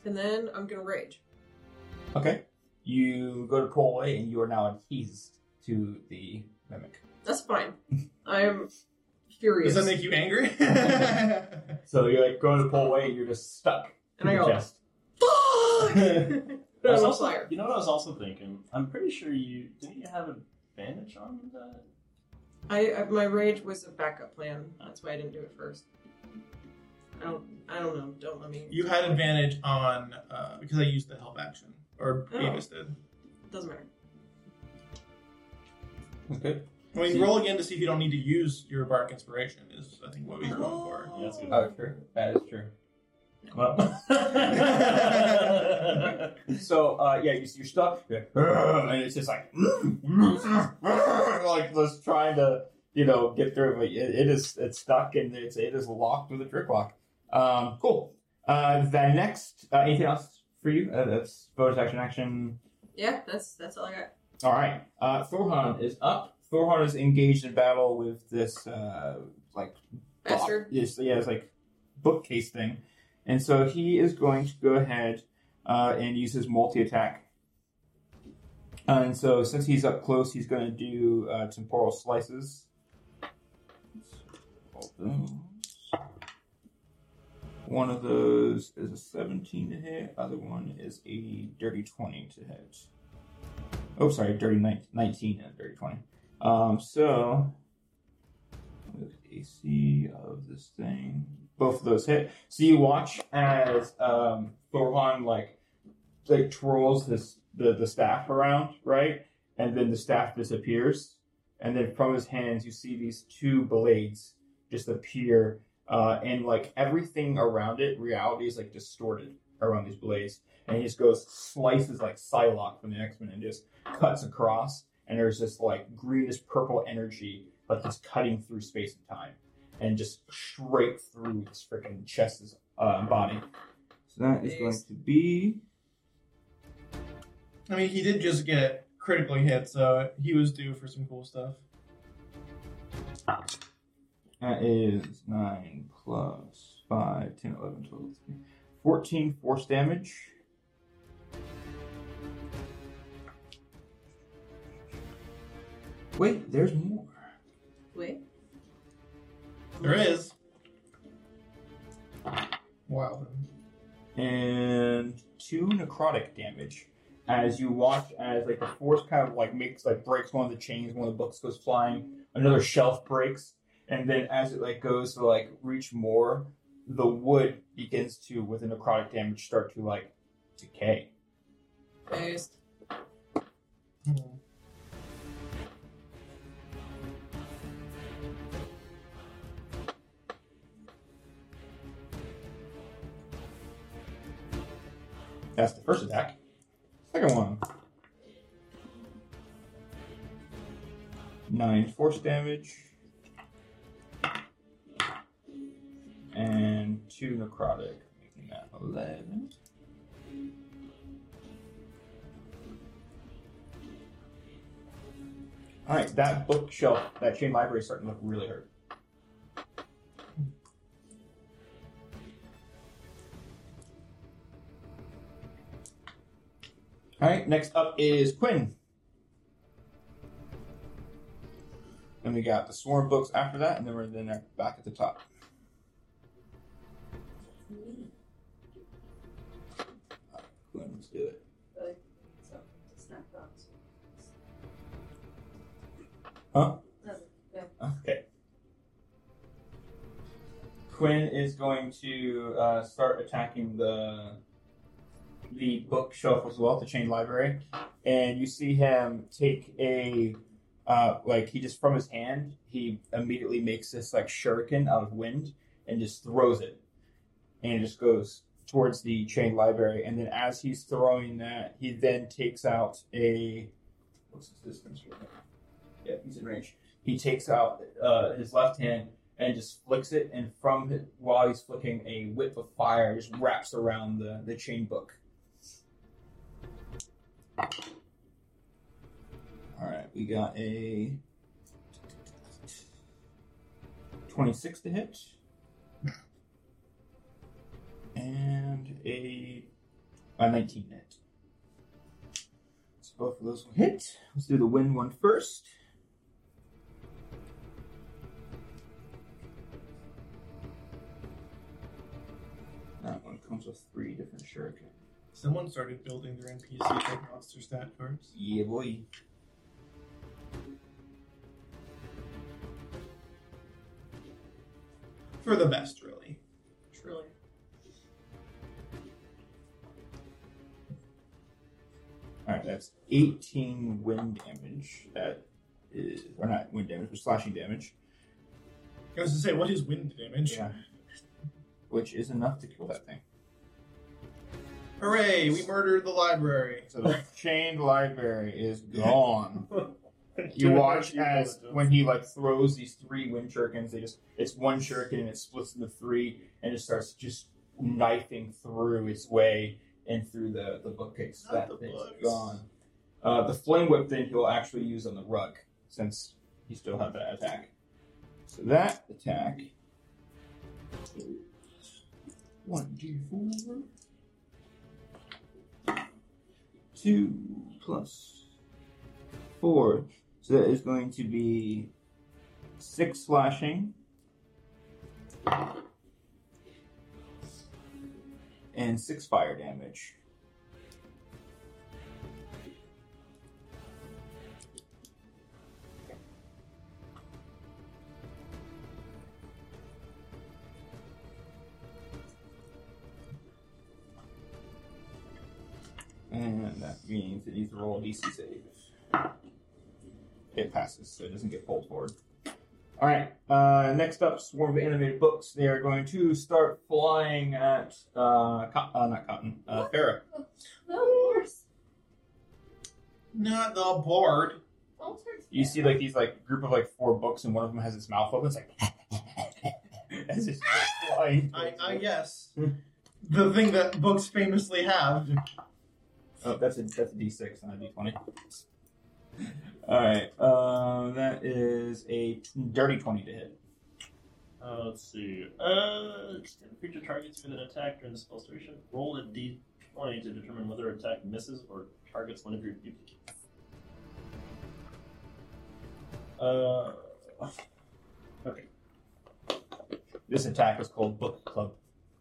Speaker 2: And then I'm gonna rage.
Speaker 3: Okay. You go to pull away, and you are now adhesed to the mimic.
Speaker 2: That's fine. I am furious.
Speaker 5: Does that make you angry?
Speaker 3: So you're like going to pull away, and you're just stuck.
Speaker 2: and
Speaker 3: to
Speaker 2: I
Speaker 3: the
Speaker 2: go,
Speaker 3: chest.
Speaker 2: fuck!
Speaker 6: I
Speaker 2: but
Speaker 6: was
Speaker 2: I'm on
Speaker 6: also-
Speaker 2: fire.
Speaker 6: You know what I was also thinking? I'm pretty sure you didn't you have a bandage on that?
Speaker 2: I, I my rage was a backup plan. That's why I didn't do it first. I don't. I don't know. Don't let me.
Speaker 5: you had advantage on uh, because I used the help action, or
Speaker 2: Oh.
Speaker 5: Beavis did.
Speaker 2: It doesn't matter.
Speaker 3: Okay.
Speaker 5: I mean, roll again to see if you don't need to use your bardic inspiration. Is I think what we are going for.
Speaker 6: Yeah, that's good.
Speaker 4: Oh, true. That is true.
Speaker 6: Uh, Well.
Speaker 3: So uh, yeah, you, you're stuck, you're like, "Urgh," and it's just like "Mm, like just trying to you know get through, but it, it is it's stuck and it's it is locked with a trick lock. Um, cool. Uh, the next uh, anything else for you? Uh, that's bonus action action.
Speaker 2: Yeah, that's that's all I got.
Speaker 3: All right. Uh, Thorhan is up. Thorhan is engaged in battle with this uh, like box-
Speaker 2: Bastard.
Speaker 3: Yes, yeah, it's like bookcase thing. And so he is going to go ahead uh, and use his multi attack. And so since he's up close, he's going to do uh, temporal slices. All those. One of those is a 17 to hit. Other one is a dirty 20 to hit. Oh, sorry, dirty nine- 19 and a dirty 20. Um, so with AC of this thing. Both of those hit. So you watch as um, Gohan like like twirls this the, the staff around, right? And then the staff disappears. And then from his hands, you see these two blades just appear, uh, and like everything around it, reality is like distorted around these blades. And he just goes slices like Psylocke from the X Men and just cuts across. And there's this like greenish purple energy like it's cutting through space and time and just straight through this freaking chest's uh, body. So that is going to be
Speaker 2: Oh.
Speaker 5: I mean, he did just get critically hit, so he was due for some cool stuff.
Speaker 3: that is 9 plus 5, 10, 11, 12, 13, 14 force damage. Wait, there's more.
Speaker 2: Wait.
Speaker 5: There is. Wow.
Speaker 3: and two necrotic damage as you watch as like the force kind of like makes like breaks one of the chains, one of the books goes flying, another shelf breaks, and then as it like goes to like reach more, the wood begins to with the necrotic damage start to like decay.
Speaker 2: Based.
Speaker 3: Hmm. That's the first attack. Second one. Nine force damage. And two necrotic, making that 11. Alright, that bookshelf, that chain library is starting to look really hurt. All right, next up is Quinn. Then we got the Swarm books after that, and then we're then back at the top.
Speaker 4: Let's do it.
Speaker 1: So, it's not thoughts.
Speaker 4: Huh?
Speaker 1: No, no.
Speaker 4: Okay. Quinn is going to uh, start attacking the
Speaker 3: the bookshelf as well, the chain library, and you see him take a uh, like he just from his hand he immediately makes this like shuriken out of wind and just throws it, and it just goes towards the chain library. And then as he's throwing that, he then takes out a
Speaker 4: what's his distance right now?
Speaker 3: yeah he's in range. He takes out uh, his left hand and just flicks it, and from his, while he's flicking, a whip of fire just wraps around the the chain book.
Speaker 4: All right, we got a
Speaker 3: Twenty six to hit. and a, a 19 hit. So both of those will hit. Let's do the win one first. That one comes with three different shuriken.
Speaker 5: Someone started building their NPC for monster stat cards.
Speaker 3: Yeah, boy.
Speaker 5: For the best, really.
Speaker 2: Truly.
Speaker 3: All right, that's 18 wind damage. That is, or not wind damage, but slashing damage.
Speaker 5: I was to say, what is wind damage?
Speaker 3: Yeah. Which is enough to kill that thing.
Speaker 5: Hooray, we murdered the library.
Speaker 3: So the chained library is gone. You watch as when he like throws these three wind shurikens, they just it's one shuriken and it splits into three and it starts just knifing through its way and through the, the bookcase.
Speaker 5: Not
Speaker 3: That
Speaker 5: the
Speaker 3: thing's
Speaker 5: books.
Speaker 3: gone. Uh, the flame whip then he'll actually use on the rug since he still had that attack. So that attack. One, two, four. Two plus four. So that is going to be six slashing. And six fire damage. And that means it needs to roll a DC save. It passes, so it doesn't get pulled forward. All right. Uh, next up, swarm of animated books. They are going to start flying at uh, co- uh not Cotton, uh, Farah.
Speaker 1: No, yours.
Speaker 5: Not the board.
Speaker 1: Don't turn-
Speaker 3: You see like these like group of like four books, and one of them has its mouth open. It's like as it's flying.
Speaker 5: I, I guess. the thing that books famously have.
Speaker 3: Oh, that's a that's a D six, not a D twenty. All right, uh, that is a t- dirty twenty to hit.
Speaker 6: Uh, let's see. Uh, extend creature targets with an attack during the spell's duration. Roll a d20 to determine whether an attack misses or targets one of your duplicates. Uh,
Speaker 3: This attack is called Book Club.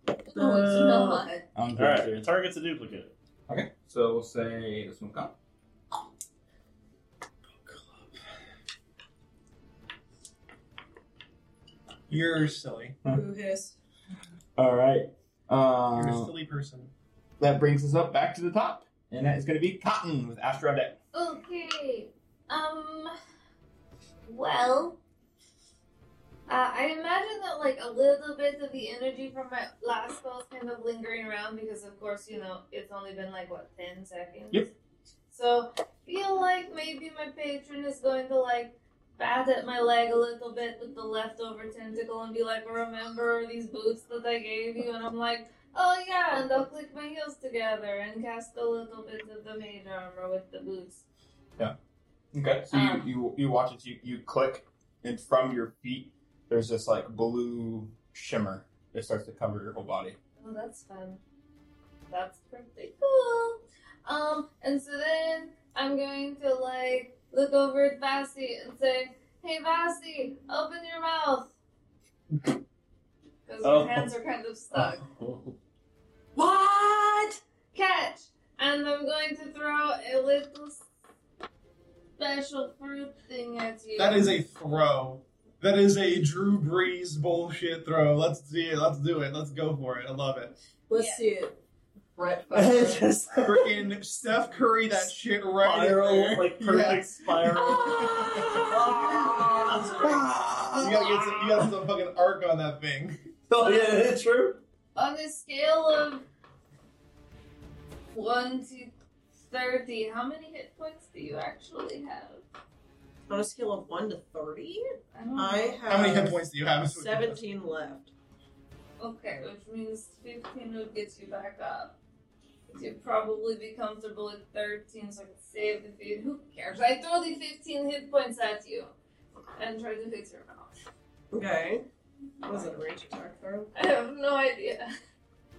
Speaker 1: No, it's not.
Speaker 3: I'm
Speaker 6: all
Speaker 3: pretty
Speaker 6: right.
Speaker 3: sure.
Speaker 6: It targets a duplicate.
Speaker 4: okay. So we'll say this one count.
Speaker 5: You're silly.
Speaker 2: Who hiss?
Speaker 3: All right.
Speaker 5: You're a
Speaker 3: Uh,
Speaker 5: silly person.
Speaker 3: that brings us up back to the top, and that is going to be Cotton with Astrodec.
Speaker 1: Okay. Um. Well. Uh, I imagine that like a little bit of the energy from my last spell is kind of lingering around because, of course, you know it's only been like what ten seconds.
Speaker 3: Yep.
Speaker 1: So feel like maybe my patron is going to like bat at my leg a little bit with the leftover tentacle and be like, "Remember these boots that I gave you?" And I'm like, "Oh yeah," and I'll click my heels together and cast a little bit of the mage armor with the boots.
Speaker 3: Okay. So you,
Speaker 1: Um.
Speaker 3: you you watch it. You you click, and from your feet, there's this like blue shimmer that starts to cover your whole body.
Speaker 1: Oh, that's fun. That's pretty cool. Um, and so then I'm going to like look over at Vasi and say, "Hey, Vasi, open your mouth." Because
Speaker 6: Oh.
Speaker 1: your hands are kind of stuck.
Speaker 2: What?
Speaker 1: Catch! And I'm going to throw a little special fruit thing at you.
Speaker 5: That is a throw. That is a Drew Brees bullshit throw. Let's see it. Let's do it. Let's go for it. I love it.
Speaker 2: Let's
Speaker 1: Yeah.
Speaker 2: see it. Brett.
Speaker 6: Just
Speaker 5: Freaking Steph Curry, that shit right in
Speaker 6: spiral,
Speaker 5: there.
Speaker 6: like perfect
Speaker 5: Yeah.
Speaker 6: spiral.
Speaker 5: You gotta get some, you gotta get some fucking arc on that thing.
Speaker 6: Oh, yeah, it's true.
Speaker 1: On a scale of 1 to 30, how many hit points do you actually have?
Speaker 2: On a scale of 1 to 30,
Speaker 1: I don't
Speaker 2: I
Speaker 1: know.
Speaker 2: have
Speaker 5: How many hit points do you have?
Speaker 2: 17 left.
Speaker 1: Oh, Okay, which means 15 would get you back up. You'd probably be comfortable at 13, so I can save the feed. Who cares? I throw the 15 hit points at you and try to fix your mouth.
Speaker 2: Okay. Was it a range attack throw?
Speaker 1: I have no idea.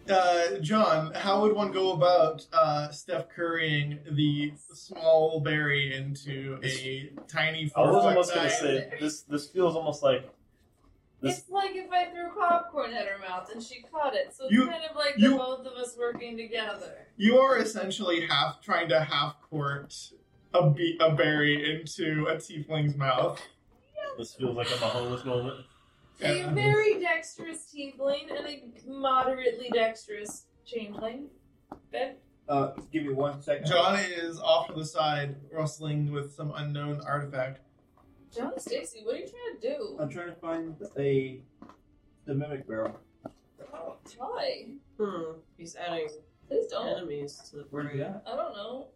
Speaker 5: Uh, John, how would one go about uh, Steph currying the small berry into a tiny
Speaker 6: I was
Speaker 5: four-foot
Speaker 6: almost gonna
Speaker 5: diameter?
Speaker 6: say this. This feels almost like This-
Speaker 1: It's like if I threw popcorn at her mouth and she caught it. So it's
Speaker 5: You-
Speaker 1: kind of like the
Speaker 5: you-
Speaker 1: both of us working together.
Speaker 5: You are essentially half trying to half court a, be- a berry into a tiefling's mouth.
Speaker 6: this feels like a Mahomes moment.
Speaker 1: A
Speaker 5: Yeah.
Speaker 1: very dexterous tiefling and a moderately dexterous changeling. That
Speaker 3: Uh, give me one second.
Speaker 5: John is off to the side, rustling with some unknown artifact.
Speaker 1: John Stacy, what are you trying to do?
Speaker 5: Uh,
Speaker 3: I'm trying to find a the mimic barrel.
Speaker 1: Oh, Why?
Speaker 2: Hmm. He's adding
Speaker 1: Please don't.
Speaker 2: enemies to the
Speaker 3: Where do
Speaker 2: party.
Speaker 3: that?
Speaker 1: I don't know.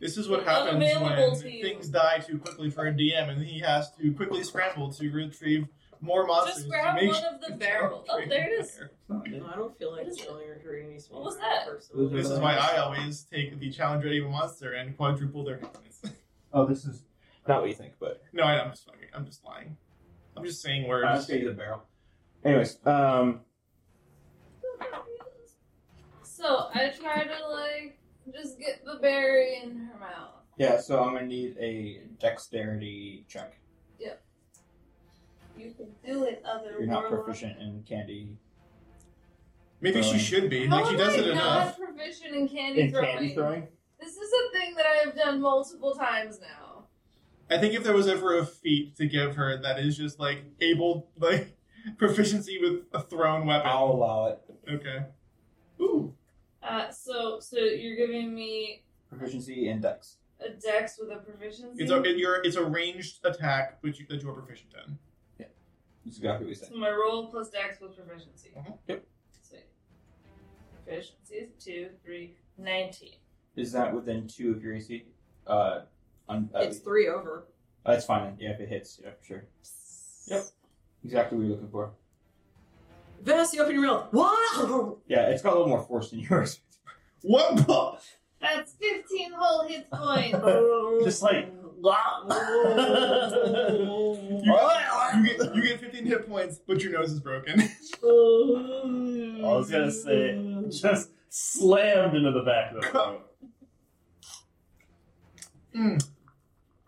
Speaker 5: This is what happens
Speaker 1: Unavailable
Speaker 5: when
Speaker 1: to you.
Speaker 5: things die too quickly for a DM, and he has to quickly scramble to retrieve more monsters.
Speaker 1: Just
Speaker 5: to
Speaker 1: grab
Speaker 5: make
Speaker 1: one
Speaker 5: sure
Speaker 1: of the
Speaker 5: it's
Speaker 1: barrels.
Speaker 5: all
Speaker 1: Oh, there it is.
Speaker 5: there.
Speaker 2: No, I don't feel like killing or hurting any small
Speaker 1: was that?
Speaker 2: personally.
Speaker 5: This is why I always take the challenge ready of a monster and quadruple their hit points.
Speaker 4: Oh, this is not what you think, but
Speaker 5: no, I, I'm just fucking. I'm just lying. I'm just saying words.
Speaker 4: I'll show you the barrel.
Speaker 3: Anyways, um,
Speaker 1: So I try to like just get the berry in her mouth.
Speaker 3: yeah. So I'm gonna need a dexterity check.
Speaker 1: You can do it, other
Speaker 3: You're not
Speaker 1: warlock.
Speaker 3: proficient in candy.
Speaker 5: Maybe she
Speaker 3: Throwing.
Speaker 5: should be.
Speaker 1: How
Speaker 5: Like she
Speaker 1: am
Speaker 5: does
Speaker 1: I
Speaker 5: it enough.
Speaker 1: not Oh proficient in candy
Speaker 3: In
Speaker 1: throwing?
Speaker 3: candy throwing.
Speaker 1: This is a thing that I have done multiple times now.
Speaker 5: I think if there was ever a feat to give her that is just like able, like proficiency with a thrown weapon.
Speaker 3: I'll allow it.
Speaker 5: Okay. Ooh.
Speaker 1: Uh, so so you're giving me
Speaker 3: Proficiency in dex.
Speaker 1: a dex with a proficiency.
Speaker 5: It's a it, you're, it's a ranged attack, which you, that you're proficient in.
Speaker 3: That's exactly what we said.
Speaker 1: so my roll plus dex with proficiency.
Speaker 5: Mhm.
Speaker 3: Yep.
Speaker 1: Sweet. Proficiency is two, three, nineteen.
Speaker 3: Is that within two of your AC? Uh, on, uh,
Speaker 2: It's three over.
Speaker 3: that's fine. then. Yeah, if it hits, yeah, sure. Yep. Exactly what you're looking for.
Speaker 2: Vanessa, open your mouth. What?
Speaker 3: Yeah, it's got a little more force than yours.
Speaker 5: What? the-
Speaker 1: That's fifteen whole hit points.
Speaker 6: Just like
Speaker 5: You get, you, get, you get 15 hit points, but your nose is broken.
Speaker 6: I was gonna say, just slammed into the back of the throat.
Speaker 5: mm.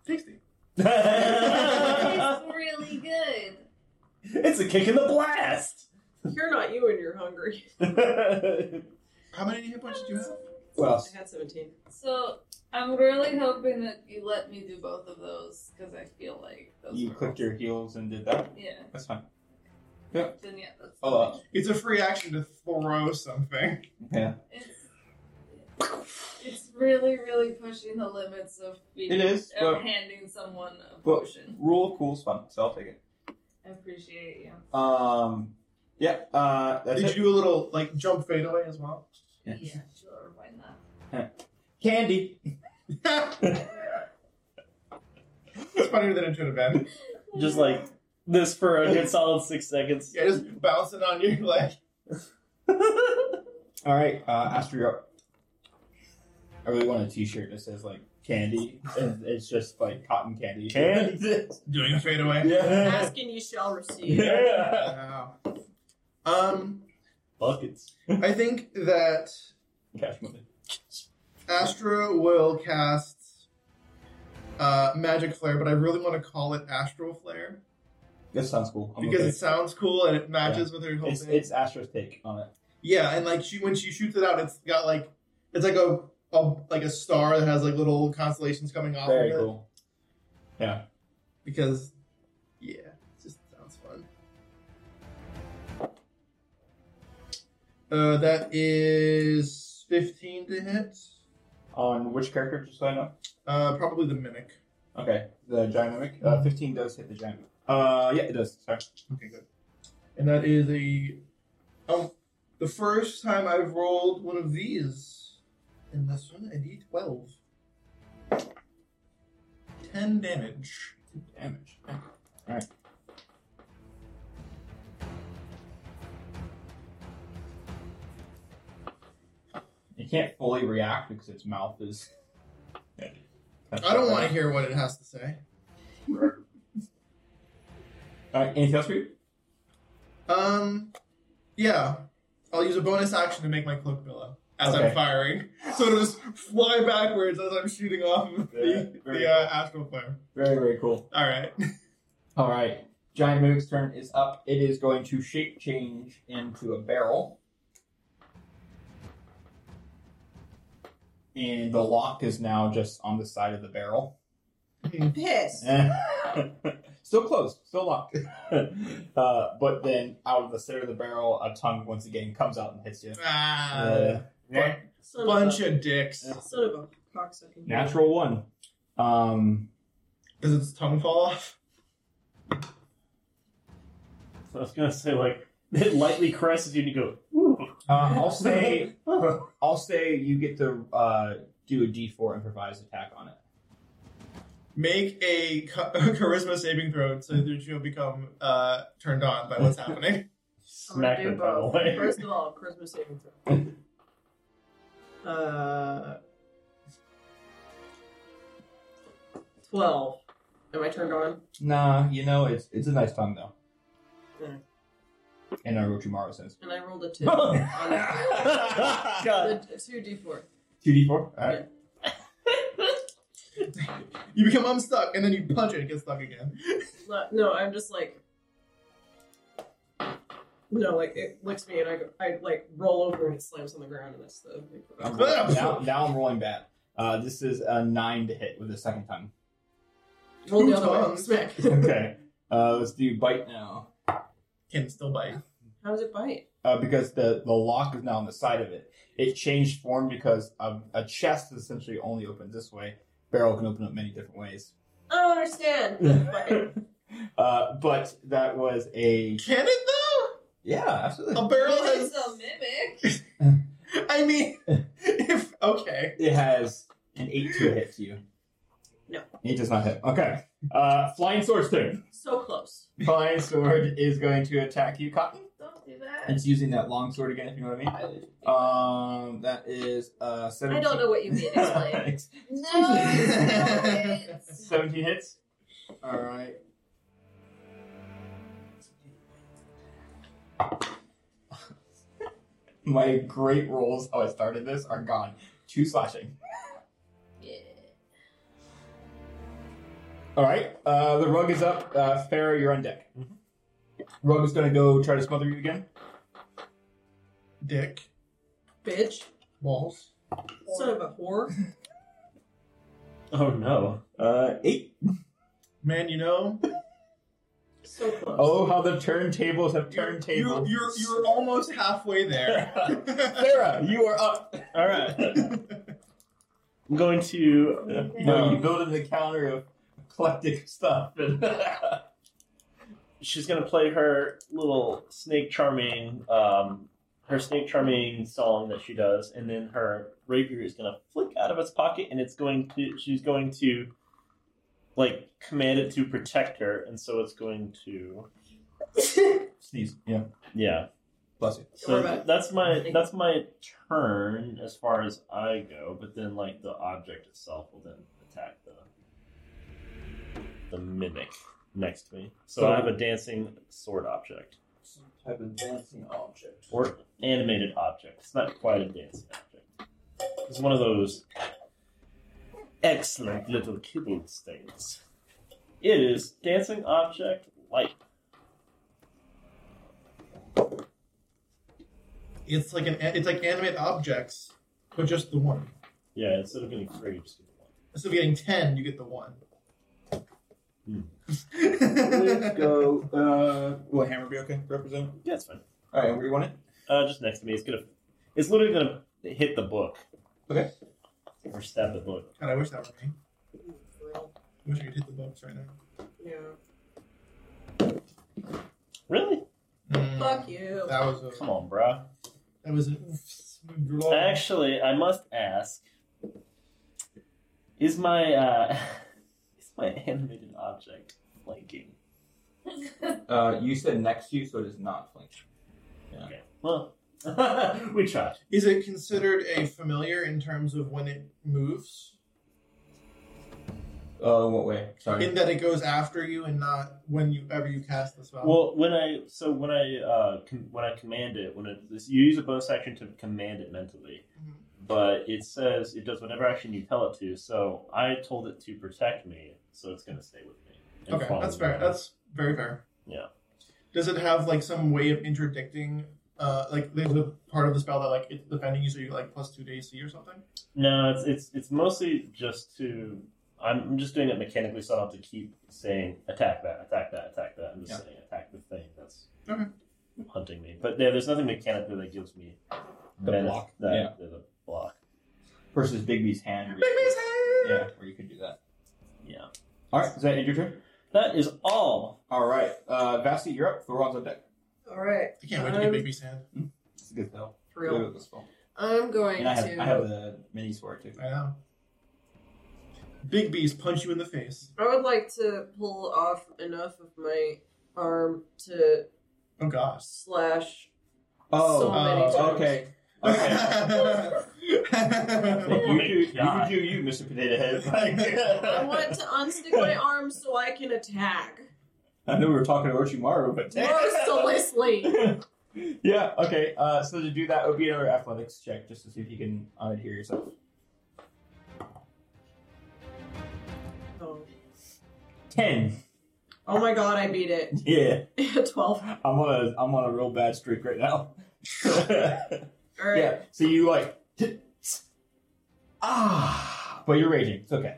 Speaker 5: Tasty.
Speaker 1: it's really good.
Speaker 6: it's a kick in the blast.
Speaker 2: You're not you and you're hungry.
Speaker 5: How many hit points did you have?
Speaker 3: Well,
Speaker 2: I had 17.
Speaker 1: So I'm really hoping that you let me do both of those because I feel like those
Speaker 3: you
Speaker 1: were-
Speaker 3: clicked your heels and did that.
Speaker 1: Yeah.
Speaker 3: That's fine.
Speaker 1: Then yeah, that's
Speaker 3: Oh, uh,
Speaker 5: It's a free action to throw something.
Speaker 3: uh,
Speaker 1: It's, it's really, really pushing the limits of being
Speaker 3: It is,
Speaker 1: of
Speaker 3: but-
Speaker 1: handing someone a
Speaker 3: but-
Speaker 1: potion.
Speaker 3: rule of cool's fun, so I'll take it.
Speaker 1: I appreciate you.
Speaker 3: Um, yeah, uh, that's
Speaker 5: Did
Speaker 3: it.
Speaker 5: you do a little like jump fadeaway as well?
Speaker 3: Yeah.
Speaker 1: sure, why not?
Speaker 3: Candy.
Speaker 5: it's funnier than it should have been.
Speaker 6: Just like this for a good solid six seconds.
Speaker 5: Yeah, just bounce it on you like
Speaker 3: All right, uh, Astro, you're up. I really want a T-shirt that says like candy, and it's just like cotton candy.
Speaker 6: Candy.
Speaker 5: doing a fadeaway.
Speaker 6: Yeah.
Speaker 2: Ask and you shall receive.
Speaker 6: yeah.
Speaker 5: Wow. Um,
Speaker 6: Buckets.
Speaker 5: I think that
Speaker 3: Cash money.
Speaker 5: Astra will cast uh, Magic Flare, but I really want to call it Astral Flare
Speaker 4: This sounds cool. I'm
Speaker 5: because
Speaker 4: okay.
Speaker 5: it sounds cool and it matches with her whole
Speaker 4: it's,
Speaker 5: thing.
Speaker 4: it's Astro's take on it.
Speaker 5: Yeah, and like she when she shoots it out, it's got like it's like a, a like a star that has like little constellations coming off
Speaker 4: Very
Speaker 5: of it.
Speaker 4: cool.
Speaker 5: Because yeah, it just sounds fun. Uh, that is fifteen to hit.
Speaker 4: On which character just so I know?
Speaker 5: Uh, probably the mimic.
Speaker 4: Okay, the giant mimic. Uh, Fifteen does hit the giant. Mimic. Uh, yeah, it does. Sorry.
Speaker 5: Okay, good. And that is a um the first time I've rolled one of these in this one, a D twelve. Ten damage.
Speaker 3: Damage.
Speaker 4: It can't fully react because its mouth is.
Speaker 5: I don't want to hear what it has to say.
Speaker 4: All right, anything else for you?
Speaker 5: Um, yeah, I'll use a bonus action to make my cloak billow as I'm
Speaker 4: Okay.
Speaker 5: firing, so it'll just fly backwards as I'm shooting off of the,
Speaker 4: Very-
Speaker 5: the uh, astral flame.
Speaker 4: Very very cool.
Speaker 5: All right.
Speaker 4: All right, giant mimic's turn is up. It is going to shape change into a barrel.
Speaker 3: And the lock is now just on the side of the barrel.
Speaker 2: Piss.
Speaker 3: still closed, still locked. uh, but then out of the center of the barrel, a tongue once again comes out and hits you.
Speaker 5: Ah,
Speaker 3: Uh,
Speaker 2: Son
Speaker 5: bunch
Speaker 2: of
Speaker 5: of dicks.
Speaker 2: a, son of a cocksucking.
Speaker 3: natural one. Um,
Speaker 5: Does its tongue fall off?
Speaker 6: So I was gonna say like it lightly caresses you and you go. Ooh.
Speaker 3: uh, I'll say, I'll say you get to uh, do a D4 improvised attack on it.
Speaker 5: Make a, cha- charisma saving throw so that you'll become uh, turned on by what's happening.
Speaker 2: I'm gonna
Speaker 6: Smack
Speaker 2: do
Speaker 6: it by the
Speaker 2: both.
Speaker 6: way.
Speaker 2: First of all, charisma saving throw. Uh, twelve. Am I turned on?
Speaker 3: Nah, you know it's it's a nice tongue though.
Speaker 2: Mm.
Speaker 3: In a Orochimaru sense.
Speaker 2: And I rolled a two. on the-
Speaker 6: God.
Speaker 2: the two d four.
Speaker 3: Two D four. All
Speaker 2: right.
Speaker 5: You become unstuck, and then you punch it, it gets stuck again.
Speaker 2: No, I'm just like. No, like it licks me and I go, I like roll over and it slams on the ground and that's the.
Speaker 3: I'm rolling- now, now I'm rolling bad. Uh, this is a nine to hit with the second tongue.
Speaker 2: Roll
Speaker 5: Two
Speaker 2: the other way.
Speaker 5: tongues.
Speaker 2: Smack.
Speaker 3: okay. Uh, let's do bite now.
Speaker 5: Can still bite.
Speaker 2: How does it bite?
Speaker 3: Uh, because the, the lock is now on the side of it. It changed form because a, a chest is essentially only open this way. Barrel can open up many different ways.
Speaker 2: I don't understand. Fuck it.
Speaker 3: Uh, but that was a
Speaker 5: Can it though?
Speaker 3: yeah, absolutely.
Speaker 5: A
Speaker 1: Oh.
Speaker 5: barrel has
Speaker 1: It's a mimic.
Speaker 5: I mean, if okay,
Speaker 3: It has an eight to hit to you.
Speaker 2: No.
Speaker 3: it does not hit. Okay. Uh, flying sword's turn.
Speaker 2: So close.
Speaker 3: Flying sword is going to attack you, Cotton.
Speaker 1: Don't do that.
Speaker 3: It's using that long sword again, if you know what I mean. Um, that is uh seventeen.
Speaker 1: I don't know what you mean. Explain.
Speaker 5: No, it's-
Speaker 3: Seventeen hits. All right. My great rolls, how I started this, are gone. Two slashing. All right. Uh, the rug is up. Uh, Farah, you're on deck.
Speaker 4: Mm-hmm.
Speaker 3: Rug is going to go try to smother you again.
Speaker 5: dick
Speaker 2: Bitch.
Speaker 5: balls.
Speaker 2: Son of a whore.
Speaker 6: Oh no.
Speaker 3: Uh, eight.
Speaker 5: Man, you know,
Speaker 2: So close.
Speaker 3: Oh, how the turntables have turned
Speaker 5: you're,
Speaker 3: tables.
Speaker 5: you're you're almost halfway there.
Speaker 3: Farah, you are up.
Speaker 6: All right. I'm going to
Speaker 3: No, you build an encounter of eclectic stuff.
Speaker 6: she's gonna play her little snake charming um her snake charming song that she does and then her rapier is gonna flick out of its pocket and it's going to she's going to like command it to protect her and so it's going to
Speaker 3: Sneeze. Yeah.
Speaker 6: yeah
Speaker 3: Bless you.
Speaker 6: so
Speaker 2: worry about it.
Speaker 6: that's my
Speaker 2: Thank
Speaker 6: that's my turn as far as i go but then like the object itself will then attack the the mimic next to me so i have a dancing sword object
Speaker 4: Some type of dancing object.
Speaker 6: or animated object. It's not quite a dancing object. It's one of those excellent little kibbles things. It is dancing object light.
Speaker 5: It's like an it's like animate objects, but just the one.
Speaker 6: Yeah, instead of getting three, you just get one.
Speaker 5: Instead of getting ten, you get the one.
Speaker 6: Hmm.
Speaker 4: Let's go. Uh, will a hammer be okay? to Represent.
Speaker 6: Yeah, it's fine.
Speaker 4: All right, where you want it?
Speaker 6: Uh, just next to me. It's gonna. It's literally gonna hit the book.
Speaker 4: Okay.
Speaker 6: Or stab the book.
Speaker 5: God, I wish that were me.
Speaker 2: For real.
Speaker 5: I wish I could hit the books right now.
Speaker 2: Yeah.
Speaker 6: Really?
Speaker 5: Mm,
Speaker 2: Fuck you.
Speaker 5: That was a,
Speaker 6: Come on, bro.
Speaker 5: that was a draw.
Speaker 6: Actually, I must ask: Is my uh, is my animated object flanking?
Speaker 4: Uh, you said next to you, so it is not flank.
Speaker 6: Well, we tried.
Speaker 5: Is it considered a familiar in terms of when it moves?
Speaker 4: Oh, what way? Sorry.
Speaker 5: In that it goes after you and not when you ever you cast the spell.
Speaker 6: Well, when I so when I uh, com- when I command it, when it this, you use a bonus action to command it mentally,
Speaker 5: Mhm.
Speaker 6: but it says it does whatever action you tell it to. So I told it to protect me, so it's going to stay with me. and
Speaker 5: okay,
Speaker 6: follow
Speaker 5: that's
Speaker 6: me
Speaker 5: fair.
Speaker 6: around.
Speaker 5: That's very fair.
Speaker 6: Yeah.
Speaker 5: Does it have like some way of interdicting? Uh, like there's a part of the spell that like it's defending you, so you get like plus two to AC or something.
Speaker 6: no, it's it's it's mostly just to. I'm I'm just doing it mechanically, so I don't have to keep saying attack that, attack that, attack that. I'm just saying attack the thing that's
Speaker 5: Okay.
Speaker 6: hunting me. But there, there's nothing mechanically that gives me
Speaker 3: The
Speaker 6: benef-
Speaker 3: block.
Speaker 6: That,
Speaker 3: Yeah.
Speaker 6: the- the block.
Speaker 4: Versus Bigby's hand.
Speaker 5: Bigby's hand!
Speaker 4: Yeah, where you could do that.
Speaker 6: Yeah.
Speaker 3: All right, is that end your turn?
Speaker 6: That is all.
Speaker 3: All right, uh, Vasti, you're up. Thoron's on deck.
Speaker 2: All right.
Speaker 5: I can't wait to get
Speaker 2: Um,
Speaker 5: baby's hand.
Speaker 4: It's a good spell.
Speaker 2: For real.
Speaker 4: Good spell.
Speaker 2: I'm going
Speaker 4: And I have
Speaker 2: to.
Speaker 4: I have the mini sword too.
Speaker 5: I know. Big bees punch you in the face.
Speaker 2: I would like to pull off enough of my arm to
Speaker 5: Oh gosh.
Speaker 2: slash
Speaker 4: Oh,
Speaker 2: so
Speaker 5: uh,
Speaker 2: many times.
Speaker 4: okay. Okay.
Speaker 6: Oh
Speaker 4: you,
Speaker 6: my
Speaker 4: do, you
Speaker 6: God.
Speaker 4: do you, Mr. Potato Head.
Speaker 2: I want to unstick my arm so I can attack
Speaker 3: I know we were talking to Orochimaru, but
Speaker 2: mercilessly.
Speaker 4: yeah, okay. Uh, so to do that would be another athletics check just to see if you can adhere yourself.
Speaker 2: Oh.
Speaker 4: Ten.
Speaker 2: Oh my god, I beat it.
Speaker 4: Yeah.
Speaker 2: Twelve. All
Speaker 4: I'm on a I'm on a real bad streak right now.
Speaker 2: right.
Speaker 4: Yeah. So you like Ah but you're raging. It's okay.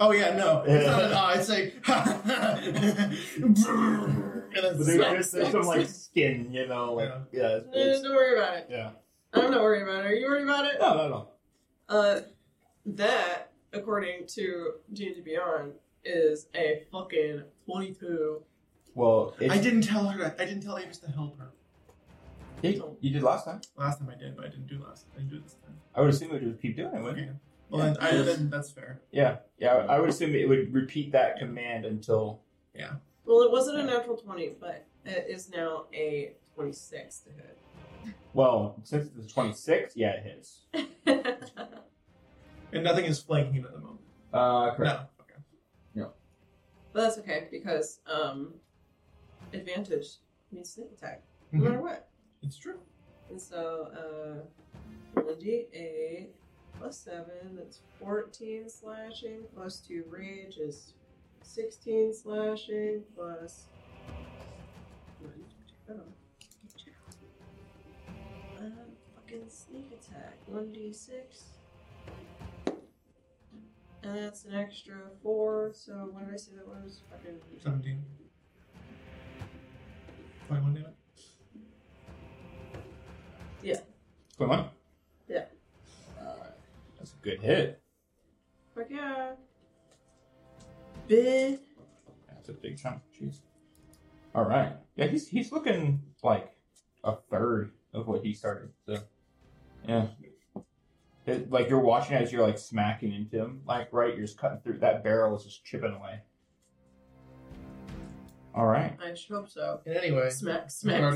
Speaker 5: oh yeah, no. It's not an eye. It's like and
Speaker 4: But
Speaker 5: then
Speaker 4: there's, there's, there's some like skin, you know, like yeah, it's,
Speaker 2: Eh,
Speaker 4: it's,
Speaker 2: Don't worry about it.
Speaker 4: yeah.
Speaker 2: I'm not worried about it. Are you worried about it?
Speaker 4: No, no, no.
Speaker 2: Uh, that, according to D&D Beyond, is a fucking 22.
Speaker 4: Well it's,
Speaker 5: I didn't tell her. I didn't tell Avis to help her.
Speaker 4: you, you did last time.
Speaker 5: Last time I did, but I didn't do last. I didn't do it this time.
Speaker 4: I would assume it would just keep doing it, wouldn't it?
Speaker 5: Okay. Well, then, I, then that's fair.
Speaker 4: Yeah. Yeah, I would assume it would repeat that command until
Speaker 2: Well, it wasn't a natural 20, but it is now a 26 to
Speaker 4: well, since it's twenty six, yeah it hits.
Speaker 2: hit.
Speaker 5: And nothing is flanking it at the moment.
Speaker 4: Uh correct.
Speaker 5: No. Okay.
Speaker 2: but that's okay, because, um, advantage means sneak attack, no matter what.
Speaker 5: It's true.
Speaker 2: And so, uh, roll a d8 plus 7, that's 14 slashing, plus 2 rage is 16 slashing, plus. Oh. Uh, fucking sneak attack. 1d6. And that's an extra 4, so what did I say that was? Fucking.
Speaker 5: Seventeen. Twenty-one damage.
Speaker 3: Come on.
Speaker 2: Yeah.
Speaker 3: That's a good hit.
Speaker 2: Fuck yeah! Big.
Speaker 3: That's a big chunk. Jeez. All right. Yeah, he's he's looking like a third of what he started. So, yeah. It- like you're watching as you're like smacking into him, like right, you're just cutting through that barrel is just chipping away. All right.
Speaker 2: I should hope so.
Speaker 5: And anyway,
Speaker 2: Smack,
Speaker 5: Or
Speaker 2: smack,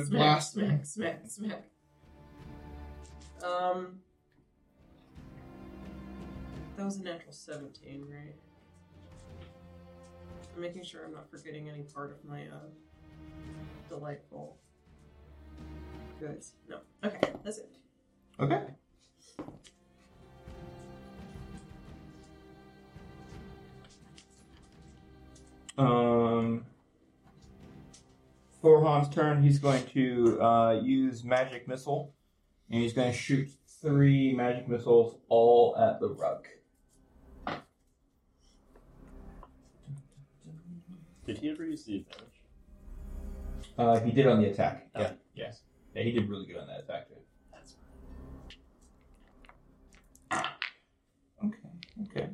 Speaker 2: smack,
Speaker 5: blast.
Speaker 2: smack, smack, smack. Um, that was a natural 17, right? I'm making sure I'm not forgetting any part of my uh, delightful goods. No. Okay, that's it.
Speaker 3: Okay.
Speaker 4: Um, for Han's turn, he's going to uh, use magic missile
Speaker 3: and he's going to shoot three magic missiles all at the rug.
Speaker 6: Did he ever use the advantage?
Speaker 3: Uh, he did on the attack.
Speaker 6: Oh.
Speaker 3: Yeah. Yes. Yeah, he did really good on that attack too.
Speaker 6: That's
Speaker 3: Okay. Okay.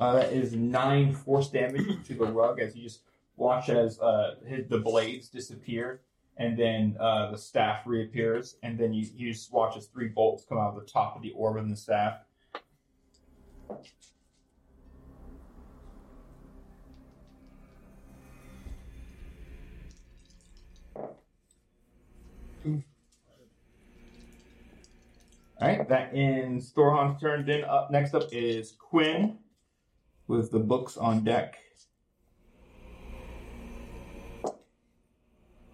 Speaker 3: Uh, that is nine force damage to the rug as you just watch as uh, his, the blades disappear, and then uh, the staff reappears, and then you, you just watch as three bolts come out of the top of the orb and the staff. All right, that ends Thorhan's turn. Then up next up is Quinn with the books on deck.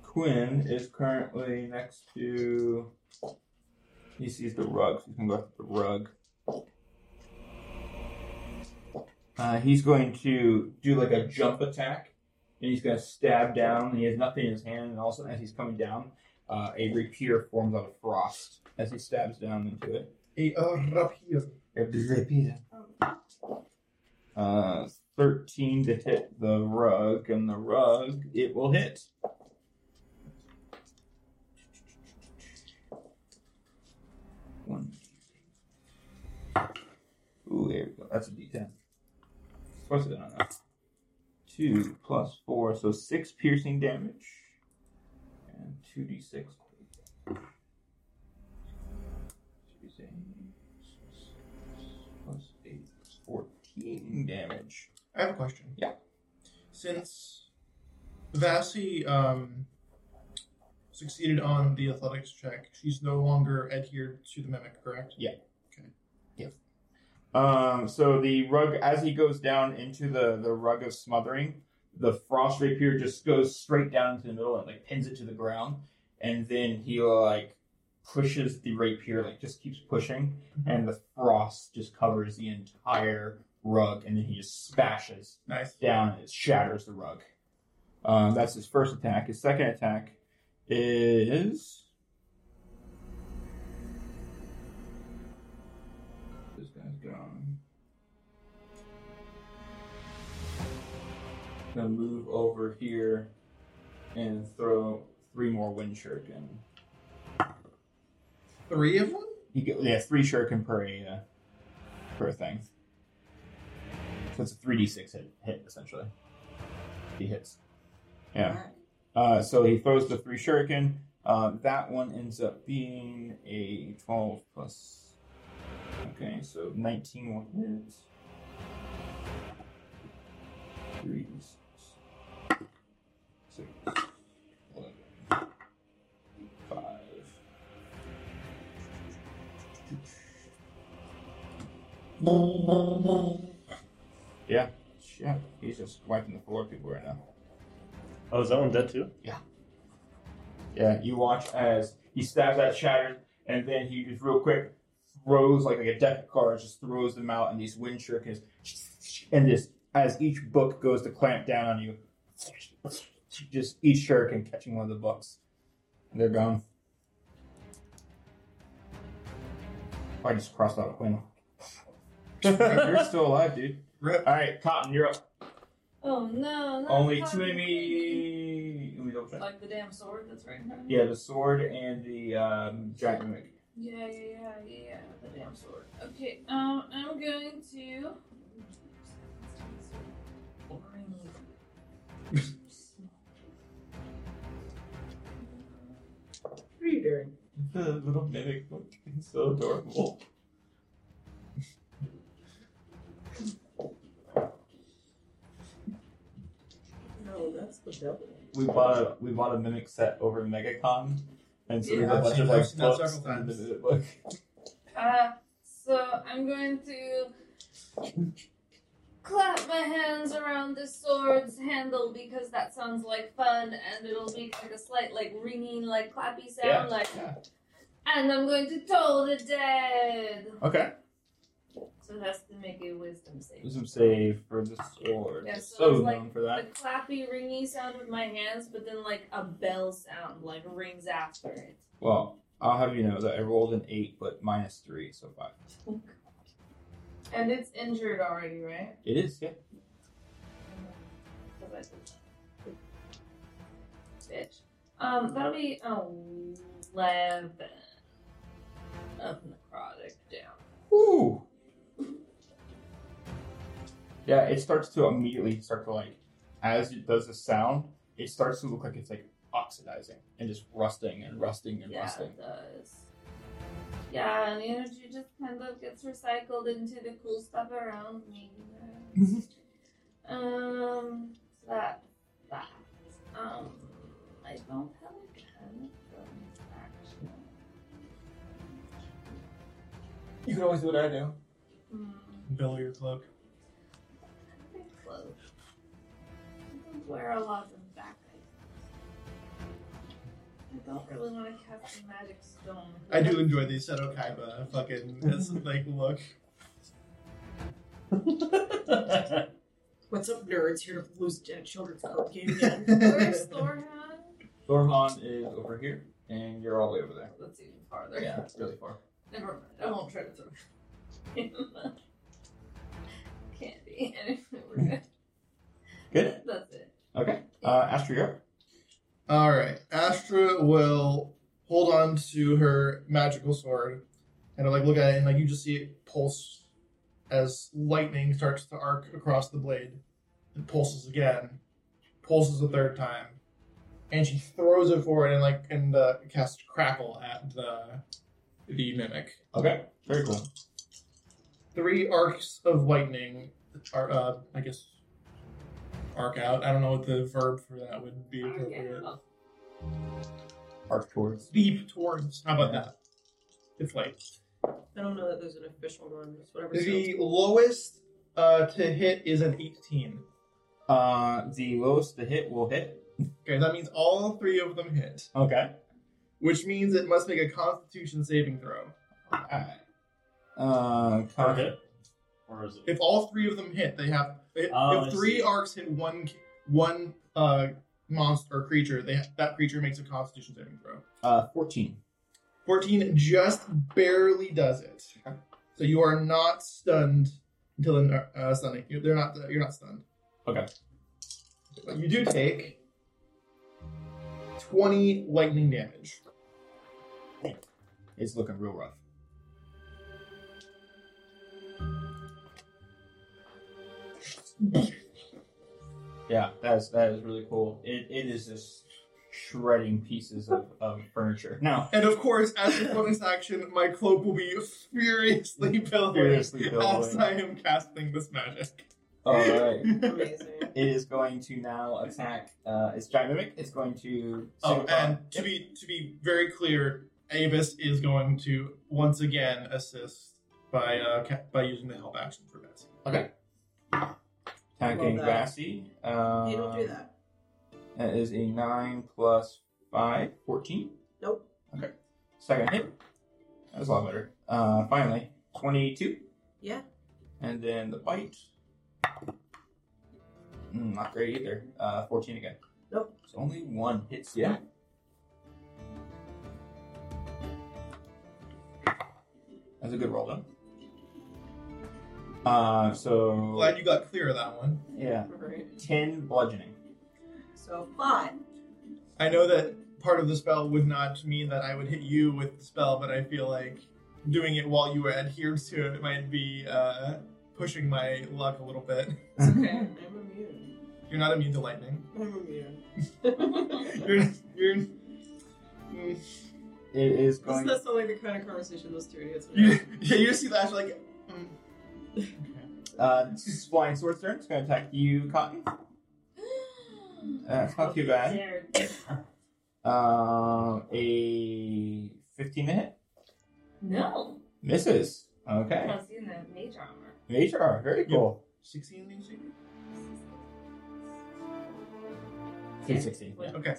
Speaker 3: Quinn is currently next to. He sees the rug, so he's gonna go after the rug. Uh, he's going to do like a jump attack, and he's gonna stab down. And he has nothing in his hand, and all of a sudden, as he's coming down, uh, a rapier forms out of frost as he stabs down into it.
Speaker 5: A uh, rapier.
Speaker 3: A rapier. Uh, 13 to hit the rug, and the rug, it will hit. One. Ooh, there we go. That's a d10. What's it on that? Two plus four, so six piercing damage. And 2d6. Two d plus eight, that's 14 damage.
Speaker 5: I have a question.
Speaker 3: Yeah.
Speaker 5: Since Vasi um, succeeded on the athletics check, she's no longer adhered to the mimic, correct?
Speaker 3: Um, so the rug, as he goes down into the, the rug of smothering, the frost rapier just goes straight down into the middle and like pins it to the ground. And then he like pushes the rapier, like just keeps pushing, and the frost just covers the entire rug. And then he just smashes
Speaker 5: Nice.
Speaker 3: down and it shatters the rug. Um, that's his first attack. His second attack is. This guy's gone. Gonna move over here and throw three more wind shuriken.
Speaker 5: Three of them?
Speaker 3: He get, yeah, three shuriken per a uh, per thing. So it's a three d six hit, hit essentially. He hits. Yeah.
Speaker 2: Alright.
Speaker 3: Uh, so he throws the three shuriken. Uh, that one ends up being a 12 plus. Okay, so 19 will hit. Three, six, six, 11, five. Yeah, yeah, he's just wiping the floor with people right now.
Speaker 6: Oh, is that one dead too?
Speaker 3: Yeah, you watch as he stabs that shatter, and then he just real quick throws like, like a deck of cards, just throws them out, and these wind shurikens, and just as each book goes to clamp down on you, just each shuriken catching one of the books. And they're gone. I just crossed out Quinn. you're still alive, dude.
Speaker 5: Rip.
Speaker 3: All right, Cotton, you're up.
Speaker 1: Oh no! not
Speaker 3: Only
Speaker 1: Cotton.
Speaker 3: two enemy. Let me double check.
Speaker 1: Like the damn sword that's right in front of me.
Speaker 3: Yeah, the sword and the um, giant mimic.
Speaker 1: Yeah, yeah, yeah, yeah, yeah. The damn sword. Okay, um, I'm going to.
Speaker 2: What are you doing?
Speaker 3: The little mimic look is so adorable.
Speaker 2: No, that's the devil.
Speaker 3: We bought a we bought a mimic set over at MegaCon, and so there's
Speaker 1: Yeah,
Speaker 3: a bunch of
Speaker 5: I've
Speaker 3: like
Speaker 5: seen that
Speaker 3: books
Speaker 5: several
Speaker 3: and the
Speaker 5: times.
Speaker 3: mimic book.
Speaker 1: Uh, so I'm going to clap my hands around the sword's handle because that sounds like fun, and it'll make like a slight like ringing, like clappy sound,
Speaker 3: Yeah,
Speaker 1: like.
Speaker 3: yeah.
Speaker 1: And I'm going to toll the dead.
Speaker 3: Okay.
Speaker 1: So it has to make a wisdom save.
Speaker 3: Wisdom save for the sword.
Speaker 1: Yeah,
Speaker 3: It's
Speaker 1: so
Speaker 3: so
Speaker 1: it's like-
Speaker 3: known for
Speaker 1: The
Speaker 3: that.
Speaker 1: clappy, ringy sound with my hands, but then like a bell sound like rings after it.
Speaker 3: Well, I'll have you know that I rolled an eight, but minus three, so five.
Speaker 1: And it's injured already, right?
Speaker 3: It is, yeah.
Speaker 1: Bitch. Um, that'll be eleven of necrotic down.
Speaker 3: Woo! Yeah, it starts to immediately start to like, as it does the sound, it starts to look like it's like oxidizing and just rusting and rusting and
Speaker 1: Yeah,
Speaker 3: rusting.
Speaker 1: it does. Yeah, and the energy just kind of gets recycled into the cool stuff around me. um, that that. Um, I don't have a pen for this action.
Speaker 3: You can always do what I do.
Speaker 1: Hmm.
Speaker 5: Bellow your cloak.
Speaker 1: Pretty close. I don't wear a lot of back items. I don't really want to cast a magic stone.
Speaker 5: I do enjoy the Seto Kaiba fucking this, like look.
Speaker 10: What's up, nerds? Here to lose dead children's card game.
Speaker 1: Where's Thorhan?
Speaker 3: Thormon is over here, and you're all the way over there.
Speaker 1: That's even farther.
Speaker 3: Yeah, it's really far.
Speaker 1: Never mind. I won't try to throw him. Can't be. We're good.
Speaker 3: Good.
Speaker 1: That's it.
Speaker 3: Okay. Uh, Astro, you're up.
Speaker 5: All right, Astra will hold on to her magical sword, and like look at it, and like you just see it pulse as lightning starts to arc across the blade. It pulses again, pulses a third time, and she throws it forward and like and uh, casts crackle at the the mimic.
Speaker 3: Okay. Very cool.
Speaker 5: Three arcs of lightning are, uh, I guess, arc out. I don't know what the verb for that would be appropriate.
Speaker 1: Okay. Oh.
Speaker 3: Arc towards.
Speaker 5: Leap towards. How about that? It's like
Speaker 10: I don't know that there's an official one. It's whatever.
Speaker 5: The lowest uh, to hit is an 18.
Speaker 3: Uh, the lowest the hit will hit.
Speaker 5: Okay, that means all three of them hit,
Speaker 3: Okay.
Speaker 5: which means it must make a Constitution saving throw.
Speaker 3: Alright. Uh,
Speaker 6: Per
Speaker 3: con-
Speaker 6: hit? Or is it?
Speaker 5: If all three of them hit, they have. They,
Speaker 6: Oh, I
Speaker 5: if three
Speaker 6: see.
Speaker 5: arcs hit one one uh, monster or creature, they that creature makes a Constitution saving throw.
Speaker 3: uh, 14.
Speaker 5: 14 just barely does it.
Speaker 3: Okay.
Speaker 5: So you are not stunned until the uh, stunning. You- They're not. You're not stunned.
Speaker 3: Okay.
Speaker 5: But you do take 20 lightning damage.
Speaker 3: It's looking real rough. Yeah, that's that is really cool. It, it is just shredding pieces of, of furniture. Now,
Speaker 5: And of course, as a bonus action, my cloak will be furiously billowing
Speaker 3: seriously,
Speaker 5: as
Speaker 3: Bill.
Speaker 5: I am casting this magic.
Speaker 3: All right,
Speaker 2: Amazing.
Speaker 3: it is going to now attack. Uh, it's giant mimic. It's going to.
Speaker 5: Oh, and to
Speaker 3: Yep.
Speaker 5: be to be very clear, Avis is going to once again assist by uh, ca- by using the help action for Betsy.
Speaker 3: attacking
Speaker 2: Love that.
Speaker 3: Grassy. Um,
Speaker 2: You don't do that.
Speaker 3: That is a 9 plus 5, 14.
Speaker 2: Nope.
Speaker 3: Okay. Second hit. That was a lot better. Uh, finally, 22.
Speaker 2: Yeah.
Speaker 3: And then the bite. Mm, not great either. Uh, 14 again.
Speaker 2: Nope.
Speaker 3: It's only one hits Yeah. That's a good roll, though. Uh, so.
Speaker 5: Glad you got clear of that one.
Speaker 3: yeah.
Speaker 2: Right.
Speaker 3: 10 bludgeoning.
Speaker 2: So five.
Speaker 5: I know that part of the spell would not mean that I would hit you with the spell, but I feel like doing it while you were adhered to it might be uh, pushing my luck a little bit.
Speaker 2: It's okay. I'm immune.
Speaker 5: You're not immune to lightning.
Speaker 2: I'm immune.
Speaker 5: You're you're. Mm.
Speaker 3: It is
Speaker 2: Doesn't
Speaker 3: going.
Speaker 2: that sound like the kind of conversation those two idiots would
Speaker 5: You,
Speaker 2: have?
Speaker 5: yeah, you just see that like. mm.
Speaker 3: Uh, flying sword turn. It's going to attack you, Cotton. That's Uh, not too bad. Um, a 15 minute
Speaker 1: No,
Speaker 3: misses. Okay.
Speaker 1: I've seen the mage armor.
Speaker 3: HR, very cool.
Speaker 5: 16 did you say?
Speaker 1: Yeah.
Speaker 3: 360.
Speaker 1: Wait.
Speaker 5: Okay.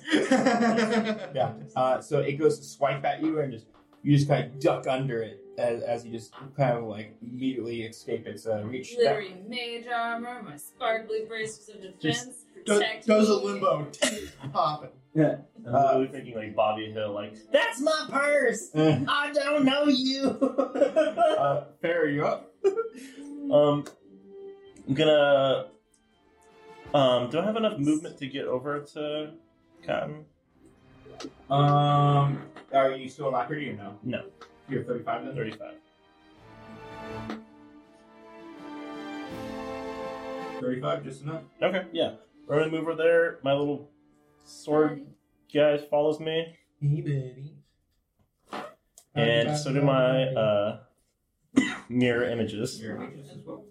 Speaker 3: Yeah. Uh, so it goes to swipe at you and just you just kind of duck under it as, as you just kind of like immediately escape its uh, reach. That-
Speaker 1: Glittery mage armor, my sparkly bracers of defense.
Speaker 5: Does,
Speaker 1: protect
Speaker 5: does a
Speaker 1: me.
Speaker 5: limbo pop it?
Speaker 6: I'm really thinking like Bobby Hill, like that's my purse.
Speaker 3: Uh,
Speaker 6: I don't know you.
Speaker 3: uh, Fair, you up?
Speaker 6: Um, I'm gonna. Um, do I have enough movement to get over to Cotton?
Speaker 3: Um, are you still in Lockerty or no?
Speaker 6: No.
Speaker 3: You're 35 then?
Speaker 6: Thirty-five.
Speaker 3: 35, just enough?
Speaker 6: Okay, yeah. We're gonna move over there. My little sword guy follows me,
Speaker 3: Hey, buddy.
Speaker 6: and so do my uh, mirror images.
Speaker 4: Your images as well.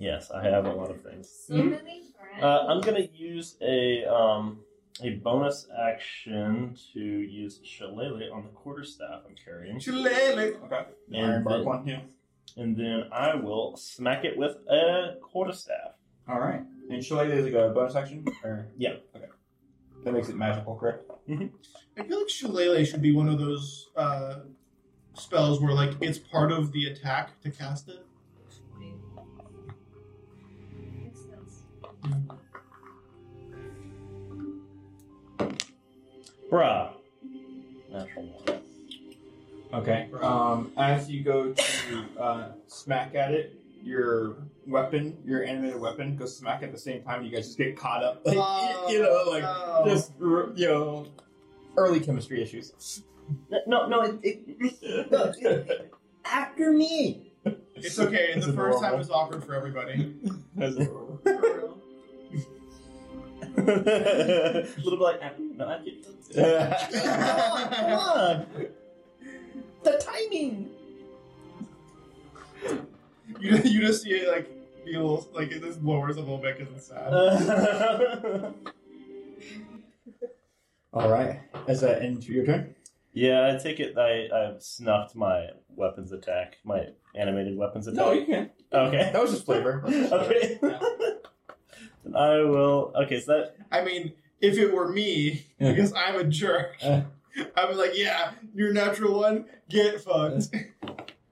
Speaker 6: Yes, I have a lot of things.
Speaker 1: So
Speaker 5: Mm-hmm.
Speaker 1: many friends.
Speaker 6: Uh, I'm gonna use a um, a bonus action to use Shillelagh on the quarterstaff I'm carrying,
Speaker 5: Shillelagh.
Speaker 3: Okay.
Speaker 6: and
Speaker 3: Ironbark
Speaker 6: then,
Speaker 3: one, yeah.
Speaker 6: and then I will smack it with a quarterstaff.
Speaker 3: All right. And Shillelagh is like a bonus action? Or...
Speaker 6: Yeah.
Speaker 3: Okay. That makes it magical, correct?
Speaker 5: I feel like Shillelagh should be one of those uh, spells where like it's part of the attack to cast it.
Speaker 1: Makes sense.
Speaker 6: Bruh. Natural one.
Speaker 3: Okay. Um, as you go to uh, smack at it, your weapon, your animated weapon, goes smack at the same time. You guys just get caught up, like
Speaker 5: Oh,
Speaker 3: you, you know, like
Speaker 5: no.
Speaker 3: just r- you know, early chemistry issues.
Speaker 6: No, no, it, it, no, it-
Speaker 3: After me.
Speaker 5: It's okay. And
Speaker 3: It's
Speaker 5: the first time
Speaker 3: adorable.
Speaker 5: is awkward for everybody.
Speaker 3: That's adorable.
Speaker 6: a little bit like, ah, no, I get
Speaker 3: the timing.
Speaker 5: you, you just see it like be a little like it just lowers a little bit because it's sad.
Speaker 3: Uh. All right. As that end to your turn.
Speaker 6: Yeah, I take it I, I've snuffed my weapons attack, my animated weapons attack.
Speaker 3: can.
Speaker 6: okay.
Speaker 3: That was just flavor.
Speaker 6: Okay. Then I will. Okay, so that.
Speaker 5: I mean, if it were me,
Speaker 3: Yeah.
Speaker 5: because I'm a jerk,
Speaker 3: Uh.
Speaker 5: I was like, yeah, you're a natural one, get fucked.
Speaker 3: Uh.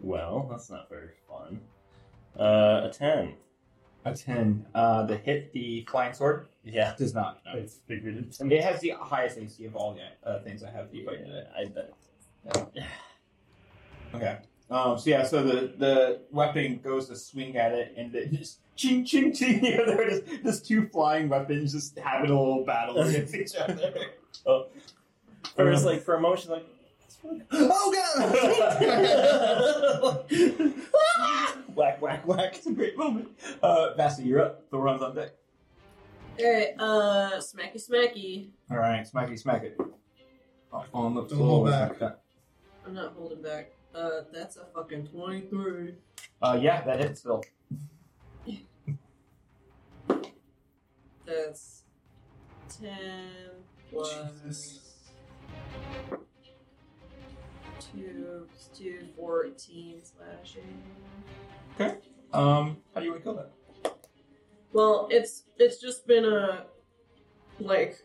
Speaker 6: Well, that's not very fun. Uh, a 10.
Speaker 3: A ten. Uh, the hit the flying sword
Speaker 6: Yeah.
Speaker 3: does not. no.
Speaker 6: It's figured
Speaker 3: I mean, it has the highest AC of all the uh, things I have to fight today.
Speaker 6: I bet.
Speaker 3: Okay. Um, so yeah, so the, the weapon goes to swing at it, and it just ching ching ching. You know, there are just, just two flying weapons just having a little battle against each other.
Speaker 6: First, like, for emotion, like,
Speaker 3: oh god! whack whack whack! It's a great moment. Uh, Vasa, you're up. The run's on deck.
Speaker 10: Alright, uh, smacky smacky.
Speaker 3: All right, smack it, smack it. Up on the
Speaker 5: Don't hold
Speaker 3: floor.
Speaker 5: back.
Speaker 10: I'm not holding back. Uh, that's a fucking 23.
Speaker 3: Uh, yeah, that hits still.
Speaker 10: That's 10 plus 2, plus 2, 14 slashing.
Speaker 3: Um, how do you want to kill that?
Speaker 10: Well, it's it's just been a like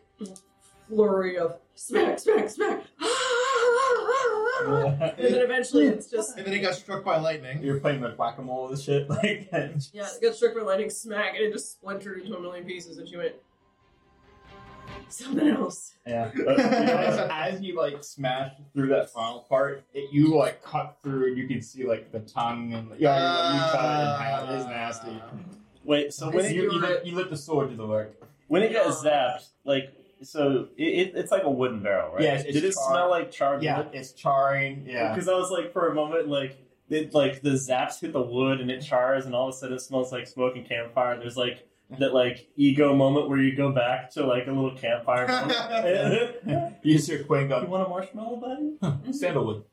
Speaker 10: flurry of smack, smack, smack, and then eventually it's just
Speaker 5: And then it got struck by lightning.
Speaker 3: You're playing like whack a mole and shit. Like,
Speaker 10: yeah, it got struck by lightning, smack, and it just splintered into a million pieces, and she went something else.
Speaker 3: yeah. as, as you like smash through that final part, it, you like cut through, and you can see like the tongue and like, yeah, you, you cut it in half. It is nasty.
Speaker 6: wait, so when
Speaker 10: Is
Speaker 6: it,
Speaker 3: you, you,
Speaker 10: your-
Speaker 3: let, you let the sword do the work.
Speaker 6: when it got zapped, like, so it, it, it's like a wooden barrel, right?
Speaker 3: Yeah, it's-
Speaker 6: Did it
Speaker 3: it's charred.
Speaker 6: smell like charred
Speaker 3: Yeah,
Speaker 6: wood?
Speaker 3: it's charring. Yeah,
Speaker 6: Because I was like, for a moment, like, it, like the zaps hit the wood and it chars, and all of a sudden it smells like smoke and campfire. There's like that like ego moment where you go back to like a little campfire.
Speaker 3: you just hear Quinn
Speaker 6: you
Speaker 3: go
Speaker 6: want a marshmallow, buddy?
Speaker 3: sandalwood.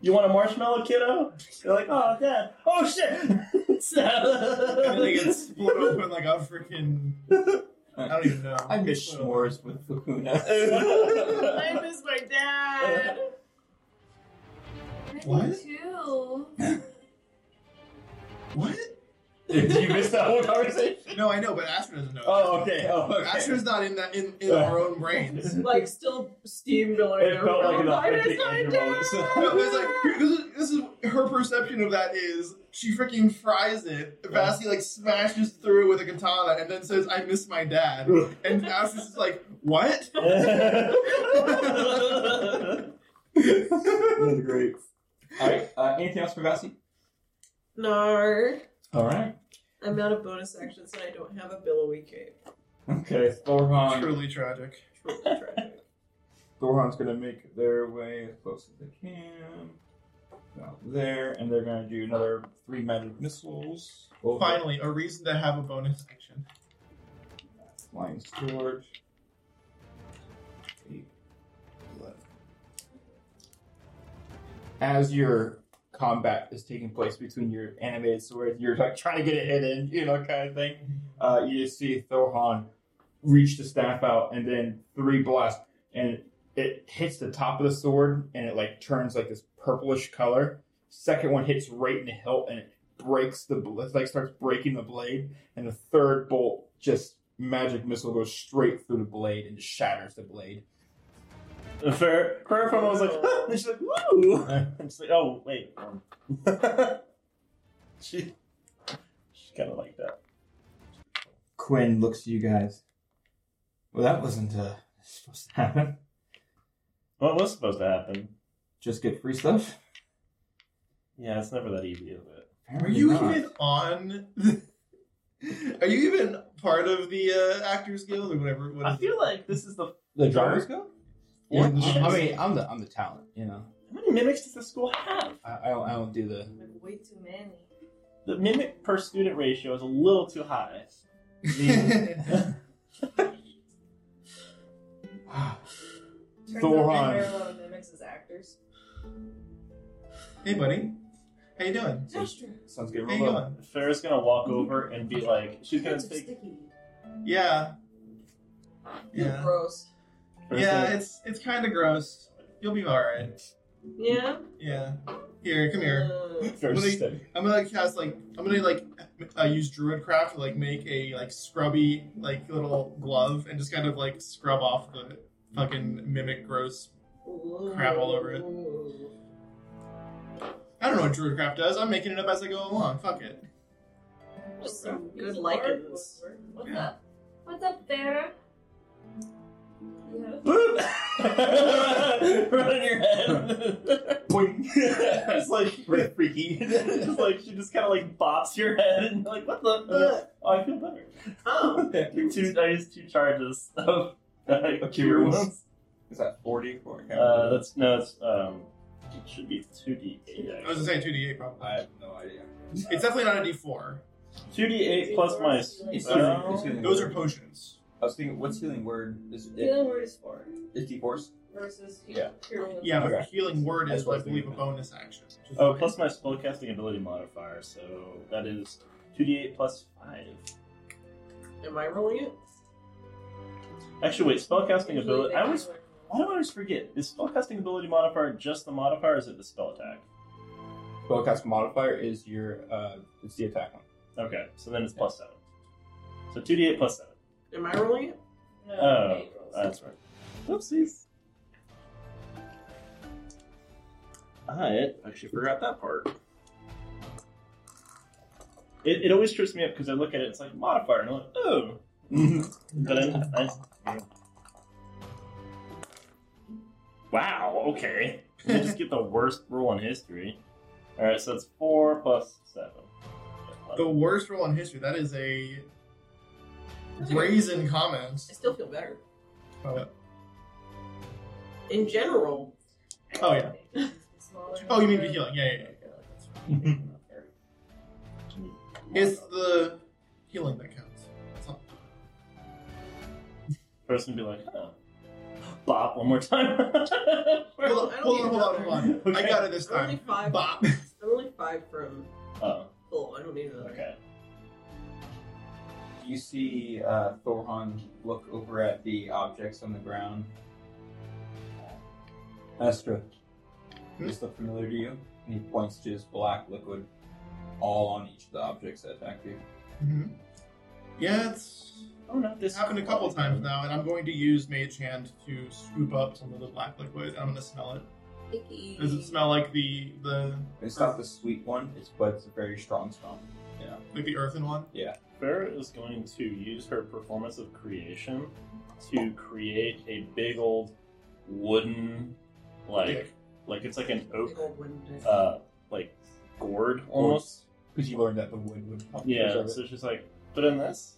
Speaker 6: you want a marshmallow, kiddo? You're like, oh, dad. Oh shit!
Speaker 5: And then it gets split open like a freaking. I don't even know.
Speaker 3: I miss s'mores with Fukuna.
Speaker 10: I miss my dad.
Speaker 1: I do
Speaker 5: What?
Speaker 1: too.
Speaker 5: What?
Speaker 6: Did you miss that whole conversation?
Speaker 5: No, I know, but Astra doesn't know.
Speaker 6: Oh, okay. Oh,
Speaker 5: that.
Speaker 6: okay.
Speaker 5: Astra's not in that in, in our own brains.
Speaker 10: like still steambilling.
Speaker 6: It felt like
Speaker 10: everyone.
Speaker 6: an
Speaker 10: Mine is
Speaker 6: authentic
Speaker 10: not
Speaker 6: Andrew
Speaker 10: dead.
Speaker 6: Rollins.
Speaker 5: No, it's like this is, this is her perception of that is she freaking fries it. Vasi like smashes through it with a katana and then says, "I miss my dad." And Astra's just like, "What?"
Speaker 4: That's great. All right. Uh, anything else for Vasi?
Speaker 2: No,
Speaker 4: All right.
Speaker 2: I'm out of bonus actions and I don't have a billowy cape.
Speaker 4: Okay. Thorhan.
Speaker 5: Truly tragic.
Speaker 2: Truly tragic.
Speaker 4: Thorhan's gonna make their way as close as they can. About there, and they're gonna do another three magic missiles. over
Speaker 5: Finally, a reason to have a bonus action.
Speaker 4: Flying sword. Eight. Eleven.
Speaker 3: as your combat is taking place between your animated swords, you're like trying to get it hidden, you know, kind of thing. Uh, you just see Thorhan reach the staff out and then three blasts, and it hits the top of the sword and it like turns like this purplish color. Second one hits right in the hilt and it breaks the bl- it, like starts breaking the blade, and the third bolt just magic missile goes straight through the blade and just shatters the blade.
Speaker 6: Fair, fair from I was like, huh, and she's like, woo! I'm just like, oh, wait. um. she, she's kind of like that.
Speaker 3: Quinn looks to you guys. Well, that wasn't uh, supposed to happen.
Speaker 6: What was supposed to happen?
Speaker 3: Just get free stuff.
Speaker 6: Yeah, it's never that easy, is it?
Speaker 5: Are
Speaker 3: Apparently
Speaker 5: you
Speaker 3: not.
Speaker 5: even on? Are you even part of the uh, Actors Guild or whatever? What
Speaker 3: I
Speaker 5: is it?
Speaker 3: feel like this is the the drivers go.
Speaker 5: Yeah,
Speaker 3: I
Speaker 5: the shit.
Speaker 3: mean, I'm the I'm the talent. You know,
Speaker 6: How many mimics does the school have?
Speaker 3: I, I don't I don't do the
Speaker 1: Like, way too many.
Speaker 6: The mimic per student ratio is a little too high.
Speaker 1: Turns out
Speaker 3: Go
Speaker 1: they
Speaker 3: on.
Speaker 1: hire a lot of mimics as actors.
Speaker 5: hey, buddy. How you doing?
Speaker 3: sounds good.
Speaker 5: How you going?
Speaker 6: Farrah's gonna walk over and be like, she's gonna
Speaker 10: It's
Speaker 6: take.
Speaker 10: sticky.
Speaker 5: Yeah. Yeah.
Speaker 10: Gross.
Speaker 6: Farrah's
Speaker 5: Yeah,
Speaker 6: gonna-
Speaker 5: it's it's kind of gross. You'll be all right.
Speaker 10: Yeah.
Speaker 5: Yeah. Here, come here.
Speaker 10: Uh,
Speaker 6: Farrah's
Speaker 5: Really?
Speaker 6: steady.
Speaker 5: I'm gonna cast like I'm gonna like uh, use druidcraft to like make a like scrubby like little glove and just kind of like scrub off the fucking mimic gross. Crap all over it. I don't know what druidcraft does. I'm making it up as I go along. Fuck it.
Speaker 10: Just some
Speaker 1: Use
Speaker 10: good
Speaker 1: the
Speaker 10: lichens.
Speaker 1: hard wood. What's
Speaker 5: Yeah.
Speaker 1: up? What's up, Farah? You have
Speaker 6: Boop! right on your head. Boing. it's like pretty freaky. It's like she just kind of like bops your head and you're like what the?
Speaker 2: Uh.
Speaker 6: fuck? Oh, I feel better.
Speaker 10: Oh.
Speaker 6: two, I used two charges of uh,
Speaker 4: cure
Speaker 6: cure
Speaker 4: wounds.
Speaker 6: wounds.
Speaker 4: Is that forty? Or
Speaker 6: Uh, that's no, it's um, it should be two d
Speaker 5: I was gonna say two d8 probably.
Speaker 4: I have no idea.
Speaker 5: It's definitely not a d4.
Speaker 6: two d eight plus my
Speaker 4: It's
Speaker 3: Uh,
Speaker 6: spell.
Speaker 4: healing- it's healing
Speaker 5: Those are
Speaker 4: word.
Speaker 5: potions.
Speaker 4: I was thinking, what's healing word? Is it
Speaker 1: Healing word is four
Speaker 4: fifty force?
Speaker 1: versus
Speaker 4: Yeah.
Speaker 1: cure wounds.
Speaker 5: Yeah, but
Speaker 4: Okay.
Speaker 5: healing word
Speaker 4: That's
Speaker 5: is
Speaker 4: what I
Speaker 5: I
Speaker 4: was
Speaker 5: believe a
Speaker 4: thinking.
Speaker 5: bonus action. which is
Speaker 6: Oh,
Speaker 5: fine.
Speaker 6: plus my spellcasting ability modifier, so that is two d eight plus five.
Speaker 2: Am I rolling it?
Speaker 6: Actually, wait, spellcasting
Speaker 1: Usually
Speaker 6: ability.
Speaker 1: they
Speaker 6: I always
Speaker 1: have, like,
Speaker 6: Why do I always forget? Is spellcasting ability modifier just the modifier, or is it the spell attack?
Speaker 4: Spellcast modifier is your uh, it's the attack one.
Speaker 6: Okay, so then it's plus seven. So two d eight plus seven.
Speaker 2: Am I rolling it?
Speaker 1: no,
Speaker 6: Oh,
Speaker 1: eight
Speaker 5: uh,
Speaker 1: rolls.
Speaker 6: That's right. Oopsies. I actually forgot that part. It, it always trips me up because I look at it, it's like modifier, and I'm like, oh. but then I, Wow, okay. You just get the worst roll in history. Alright, so it's 4 plus 7.
Speaker 5: the worst roll in history. That is a brazen comment.
Speaker 2: I still feel better.
Speaker 5: Oh,
Speaker 2: In general,
Speaker 5: Oh, yeah.
Speaker 1: Smaller
Speaker 5: Oh, you mean the
Speaker 1: number.
Speaker 5: healing? Yeah, yeah, yeah.
Speaker 1: Okay, that's right.
Speaker 5: It's the healing that counts. It's not-
Speaker 6: Person be like, huh. Bop one more time.
Speaker 5: Hold on,
Speaker 2: I
Speaker 5: hold
Speaker 2: don't
Speaker 5: on,
Speaker 2: need
Speaker 5: hold on,
Speaker 2: another.
Speaker 5: hold on. I
Speaker 6: Okay.
Speaker 5: got it this
Speaker 2: I'm only
Speaker 5: time.
Speaker 2: five.
Speaker 5: Bop.
Speaker 2: I'm only five from
Speaker 6: oh,
Speaker 2: full. I don't need another.
Speaker 6: okay.
Speaker 4: You see uh, Thorhan look over at the objects on the ground. Astra,
Speaker 5: Hmm?
Speaker 4: does this look familiar to you? And he points to this black liquid
Speaker 3: all on each of the objects that attack you.
Speaker 5: Mhm. Yeah, it's
Speaker 6: Oh, not this.
Speaker 5: happened a couple times now, and I'm going to use Mage Hand to scoop up some of the black liquid. and I'm going to smell it.
Speaker 1: Icky.
Speaker 5: Does it smell like the the
Speaker 3: It's not the sweet one, it's but it's a very strong smell.
Speaker 5: like the earthen one?
Speaker 6: Farrah is going to use her performance of creation to create a big old wooden, like,
Speaker 5: Dick.
Speaker 6: like it's like an
Speaker 11: Big
Speaker 6: oak,
Speaker 11: old wooden dick.
Speaker 6: uh, like gourd almost.
Speaker 12: Because you learned that the wood would help
Speaker 6: Yeah.
Speaker 12: preserve
Speaker 6: So she's like, but in this,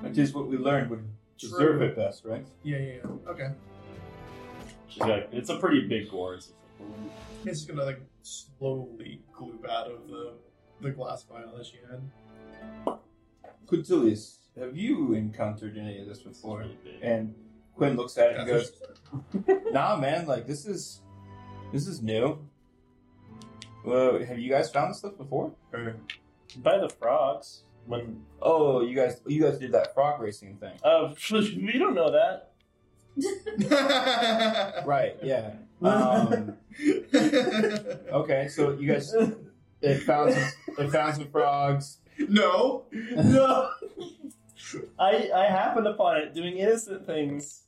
Speaker 3: Which is what we learned would deserve it best, right?
Speaker 5: Yeah, yeah, yeah. Okay.
Speaker 6: she's like, it's a pretty big gourd. So it's like, "Ooh."
Speaker 5: It's just gonna like slowly gloop out of the the glass vial that she had.
Speaker 3: Quintilius, have you encountered any of this
Speaker 6: It's
Speaker 3: before?
Speaker 6: really big.
Speaker 3: And Quinn looks at it and goes,
Speaker 5: That's-
Speaker 3: Nah, man, like this is this is new. Well, have you guys found this stuff before? Or
Speaker 6: By the frogs, when
Speaker 3: oh, you guys you guys did that frog racing thing,
Speaker 6: uh, we don't know that.
Speaker 3: right? Yeah. Um, okay, so you guys it found some, it found some frogs.
Speaker 5: no.
Speaker 6: no, I I happened upon it doing innocent things.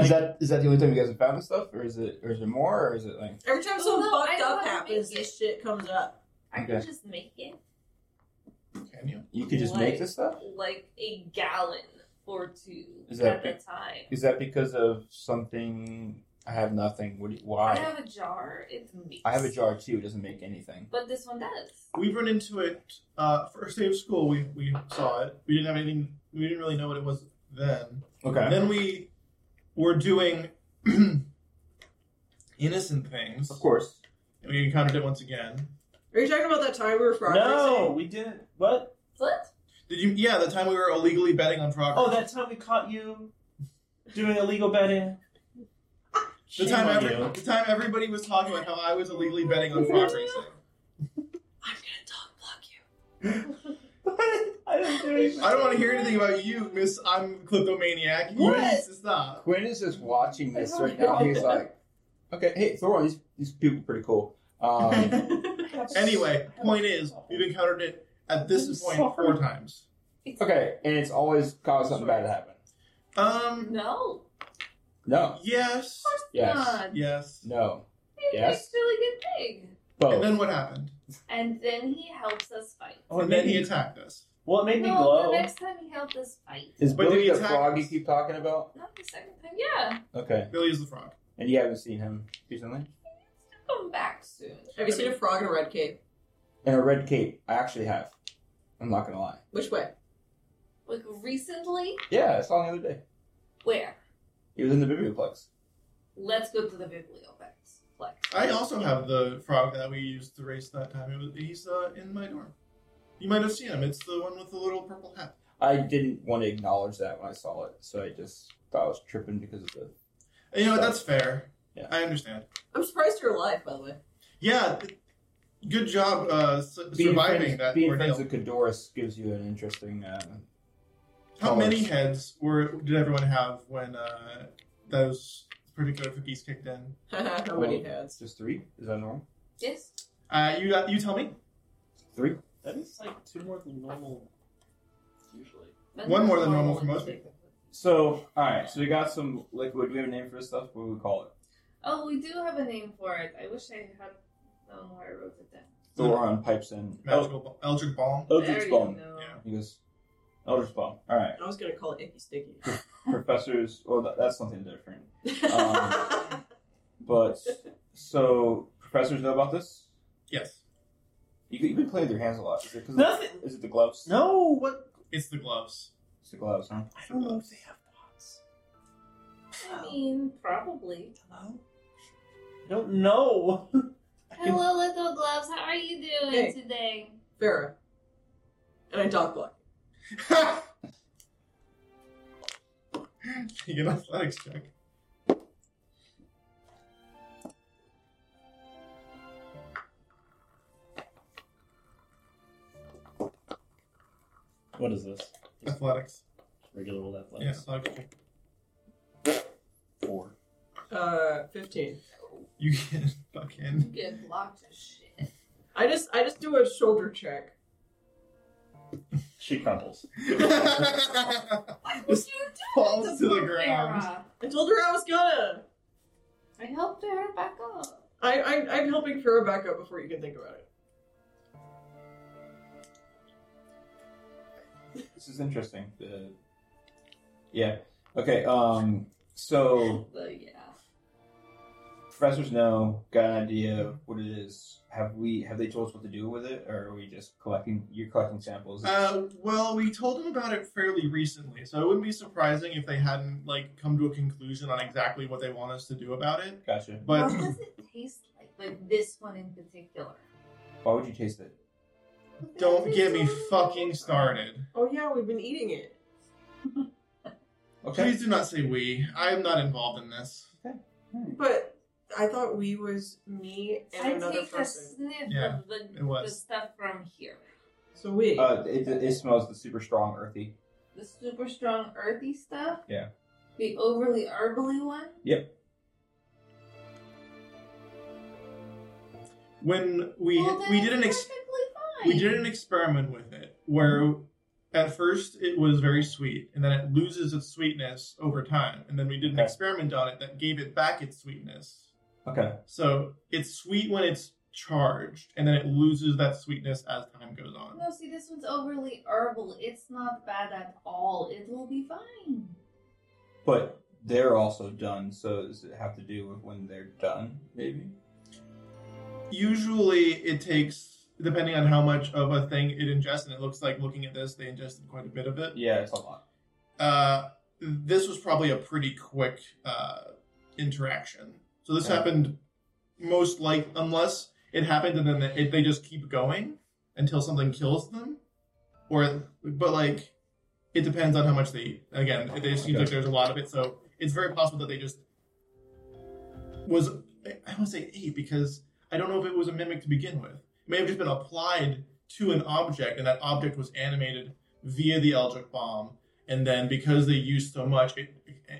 Speaker 3: Is that is that the only time you guys have found this stuff, or is it or is there more, or is it like
Speaker 2: Every time
Speaker 1: Oh,
Speaker 2: something
Speaker 1: no, I
Speaker 2: fucked
Speaker 1: know how
Speaker 2: up
Speaker 1: to
Speaker 2: happens,
Speaker 1: make it.
Speaker 2: this shit comes up.
Speaker 1: I
Speaker 3: Okay.
Speaker 1: can just make it
Speaker 5: Can you?
Speaker 3: you could just make this stuff?
Speaker 1: like a gallon or two
Speaker 3: Is
Speaker 1: at
Speaker 3: that
Speaker 1: a time.
Speaker 3: Is that because of something? I have nothing. What? Do you, why?
Speaker 1: I have a jar. It's mixed.
Speaker 3: I have a jar too. It doesn't make anything.
Speaker 1: But this one does.
Speaker 5: We've run into it. Uh, first day of school, we we saw it. We didn't have anything. We didn't really know what it was then.
Speaker 3: Okay.
Speaker 5: Then we were doing innocent things.
Speaker 3: Of course.
Speaker 5: And we encountered it once again.
Speaker 2: Are you talking about that time we were frog
Speaker 6: No, we didn't. What?
Speaker 1: What?
Speaker 5: Did you? Yeah, the time we were illegally betting on progress.
Speaker 6: Oh, that time we caught you doing illegal betting.
Speaker 5: the
Speaker 6: Shame
Speaker 5: time
Speaker 6: on
Speaker 5: every,
Speaker 6: you.
Speaker 5: the time everybody was talking about how I was illegally betting on frog racing.
Speaker 2: I'm gonna dog block you.
Speaker 6: I didn't do anything.
Speaker 5: I don't want to hear anything about you, Miss. I'm kleptomaniac. You
Speaker 3: What?
Speaker 5: need to stop.
Speaker 3: Quinn is just watching this right now. He's like, okay, hey, Thoron, these these people are pretty cool. Um,
Speaker 5: Anyway, point is, we've encountered it at this
Speaker 6: I'm
Speaker 5: point
Speaker 6: sorry.
Speaker 5: four times.
Speaker 1: It's-
Speaker 3: okay, and it's always caused something bad to happen.
Speaker 5: Um.
Speaker 1: No.
Speaker 3: No.
Speaker 5: Yes.
Speaker 3: Yes.
Speaker 1: God.
Speaker 5: Yes.
Speaker 3: No.
Speaker 1: He
Speaker 3: Yes.
Speaker 1: makes really good pig.
Speaker 5: And
Speaker 3: Both.
Speaker 5: then what happened?
Speaker 1: And then he helps us fight.
Speaker 6: Oh, it
Speaker 5: and then
Speaker 6: made
Speaker 5: he
Speaker 6: me,
Speaker 5: attacked us.
Speaker 6: well, it made me
Speaker 1: no,
Speaker 6: glow.
Speaker 1: the next time he helped us fight.
Speaker 3: Is
Speaker 5: But did
Speaker 3: Billy
Speaker 5: he
Speaker 3: the
Speaker 5: attack
Speaker 3: frog you
Speaker 5: us?
Speaker 3: keep talking about?
Speaker 1: Not the second time. Yeah.
Speaker 3: Okay.
Speaker 5: Billy is the frog.
Speaker 3: And you haven't seen him recently?
Speaker 1: He'll come back soon.
Speaker 2: Have you seen a frog in a red cape?
Speaker 3: In a red cape. I actually have. I'm not gonna lie.
Speaker 2: Which way?
Speaker 1: Like recently?
Speaker 3: Yeah, I saw him the other day.
Speaker 1: Where?
Speaker 3: He was in the biblioplex.
Speaker 1: Let's go to the biblioplex. Like,
Speaker 5: I also have the frog that we used to race that time. It was, he's uh, in my dorm. You might have seen him. It's the one with the little purple hat.
Speaker 3: I didn't want to acknowledge that when I saw it, so I just thought I was tripping because of the.
Speaker 5: And you know what? That's fair.
Speaker 3: Yeah.
Speaker 5: I understand.
Speaker 2: I'm surprised you're alive, by the way.
Speaker 5: Yeah. th- Good job uh, su-
Speaker 3: Being
Speaker 5: surviving
Speaker 3: friends,
Speaker 5: that
Speaker 3: being
Speaker 5: ordeal.
Speaker 3: friends with Cadorus gives you an interesting. Uh,
Speaker 5: How many
Speaker 3: colors.
Speaker 5: heads were did everyone have when uh, those particular cookies kicked in?
Speaker 2: How many heads?
Speaker 3: Just three? Is that normal?
Speaker 1: yes.
Speaker 5: Uh, you got, you tell me.
Speaker 3: Oh. Three?
Speaker 6: That is like two more than normal. Usually.
Speaker 1: That's
Speaker 5: One more than normal for
Speaker 1: one.
Speaker 5: most people.
Speaker 3: So, all right. So we got some liquid. Do we have a name for this stuff? What do we call it?
Speaker 1: Oh, we do have a name for it. I wish I had known where I wrote it down.
Speaker 3: Thoron pipes in. El-
Speaker 5: Magical ba- Eldritch Balm.
Speaker 1: There
Speaker 3: Eldritch
Speaker 1: you
Speaker 3: bomb.
Speaker 1: go.
Speaker 5: Yeah.
Speaker 3: He goes, Eldritch bomb. All right.
Speaker 2: I was gonna call it icky sticky.
Speaker 3: Professors. Well, that, that's something different. Um, But so professors know about this.
Speaker 5: Yes.
Speaker 3: You, you've been playing with your hands a lot. Is it 'cause of-
Speaker 6: Nothing.
Speaker 3: Is it the gloves?
Speaker 6: No, what?
Speaker 5: It's the gloves.
Speaker 3: It's the gloves, huh?
Speaker 6: I don't know if they have dots.
Speaker 1: I mean, probably.
Speaker 6: Hello? I don't know.
Speaker 1: Hello, little gloves. How are you doing
Speaker 2: Hey.
Speaker 1: today?
Speaker 2: Farrah. And I dog block.
Speaker 5: you get an athletics check.
Speaker 6: What is this?
Speaker 5: Athletics.
Speaker 6: Regular old
Speaker 5: Yeah,
Speaker 6: athletics.
Speaker 5: athletics check.
Speaker 6: Four.
Speaker 2: Uh, 15.
Speaker 5: You get fucking.
Speaker 1: You get blocked as shit.
Speaker 2: I just I just do a shoulder check.
Speaker 6: She crumples.
Speaker 1: Why would
Speaker 5: Just
Speaker 1: you do
Speaker 5: falls
Speaker 1: that
Speaker 5: to the
Speaker 1: poor
Speaker 5: ground.
Speaker 1: Farrah?
Speaker 2: I told her I was gonna.
Speaker 1: I helped her back up.
Speaker 2: I, I I'm helping Farrah back up before you can think about it.
Speaker 3: This is interesting. The... Yeah. Okay. Um. So
Speaker 1: But yeah.
Speaker 3: professors know, got an idea of what it is. Have we? Have they told us what to do with it, or are we just collecting? You're collecting samples.
Speaker 5: Uh, well, we told them about it fairly recently, so it wouldn't be surprising if they hadn't like come to a conclusion on exactly what they want us to do about it.
Speaker 3: gotcha.
Speaker 5: But
Speaker 1: what does it taste like? Like this one in particular.
Speaker 3: Why would you taste it?
Speaker 5: don't get me fucking started.
Speaker 2: Oh yeah, we've been eating it.
Speaker 3: Okay.
Speaker 5: Please do not say we. I am not involved in this.
Speaker 2: But I thought we was me and
Speaker 1: I
Speaker 2: another
Speaker 1: take a
Speaker 2: person.
Speaker 1: sniff
Speaker 5: Yeah,
Speaker 1: of the,
Speaker 5: it was.
Speaker 1: the stuff from here.
Speaker 2: So we.
Speaker 3: Uh, it, it smells the super strong, earthy.
Speaker 1: The super strong earthy stuff?
Speaker 3: Yeah.
Speaker 1: The overly herbally one?
Speaker 5: When we
Speaker 1: Well, then
Speaker 5: we
Speaker 1: it's
Speaker 5: did an ex-
Speaker 1: perfectly fine.
Speaker 5: we did an experiment with it where at first it was very sweet and then it loses its sweetness over time and then we did an
Speaker 3: Okay.
Speaker 5: experiment on it that gave it back its sweetness
Speaker 3: Okay.
Speaker 5: so it's sweet when it's charged and then it loses that sweetness as time goes on
Speaker 1: No, see, this one's overly herbal. It's not bad at all. It will be fine.
Speaker 3: But they're also done, so does it have to do with when they're done, maybe?
Speaker 5: usually it takes depending on how much of a thing it ingests and it looks like looking at this they ingested quite a bit of it
Speaker 3: Yeah, it's a lot.
Speaker 5: uh, this was probably a pretty quick uh, interaction. So this
Speaker 3: Yeah.
Speaker 5: happened most like unless it happened and then it, they just keep going until something kills them, or but like it depends on how much they eat. Again, it, it seems like there's a lot of it, so it's very possible that they just was I want to say ate because I don't know if it was a mimic to begin with. It may have just been applied to an object, and that object was animated via the Eldritch Bomb and then because they use so much, it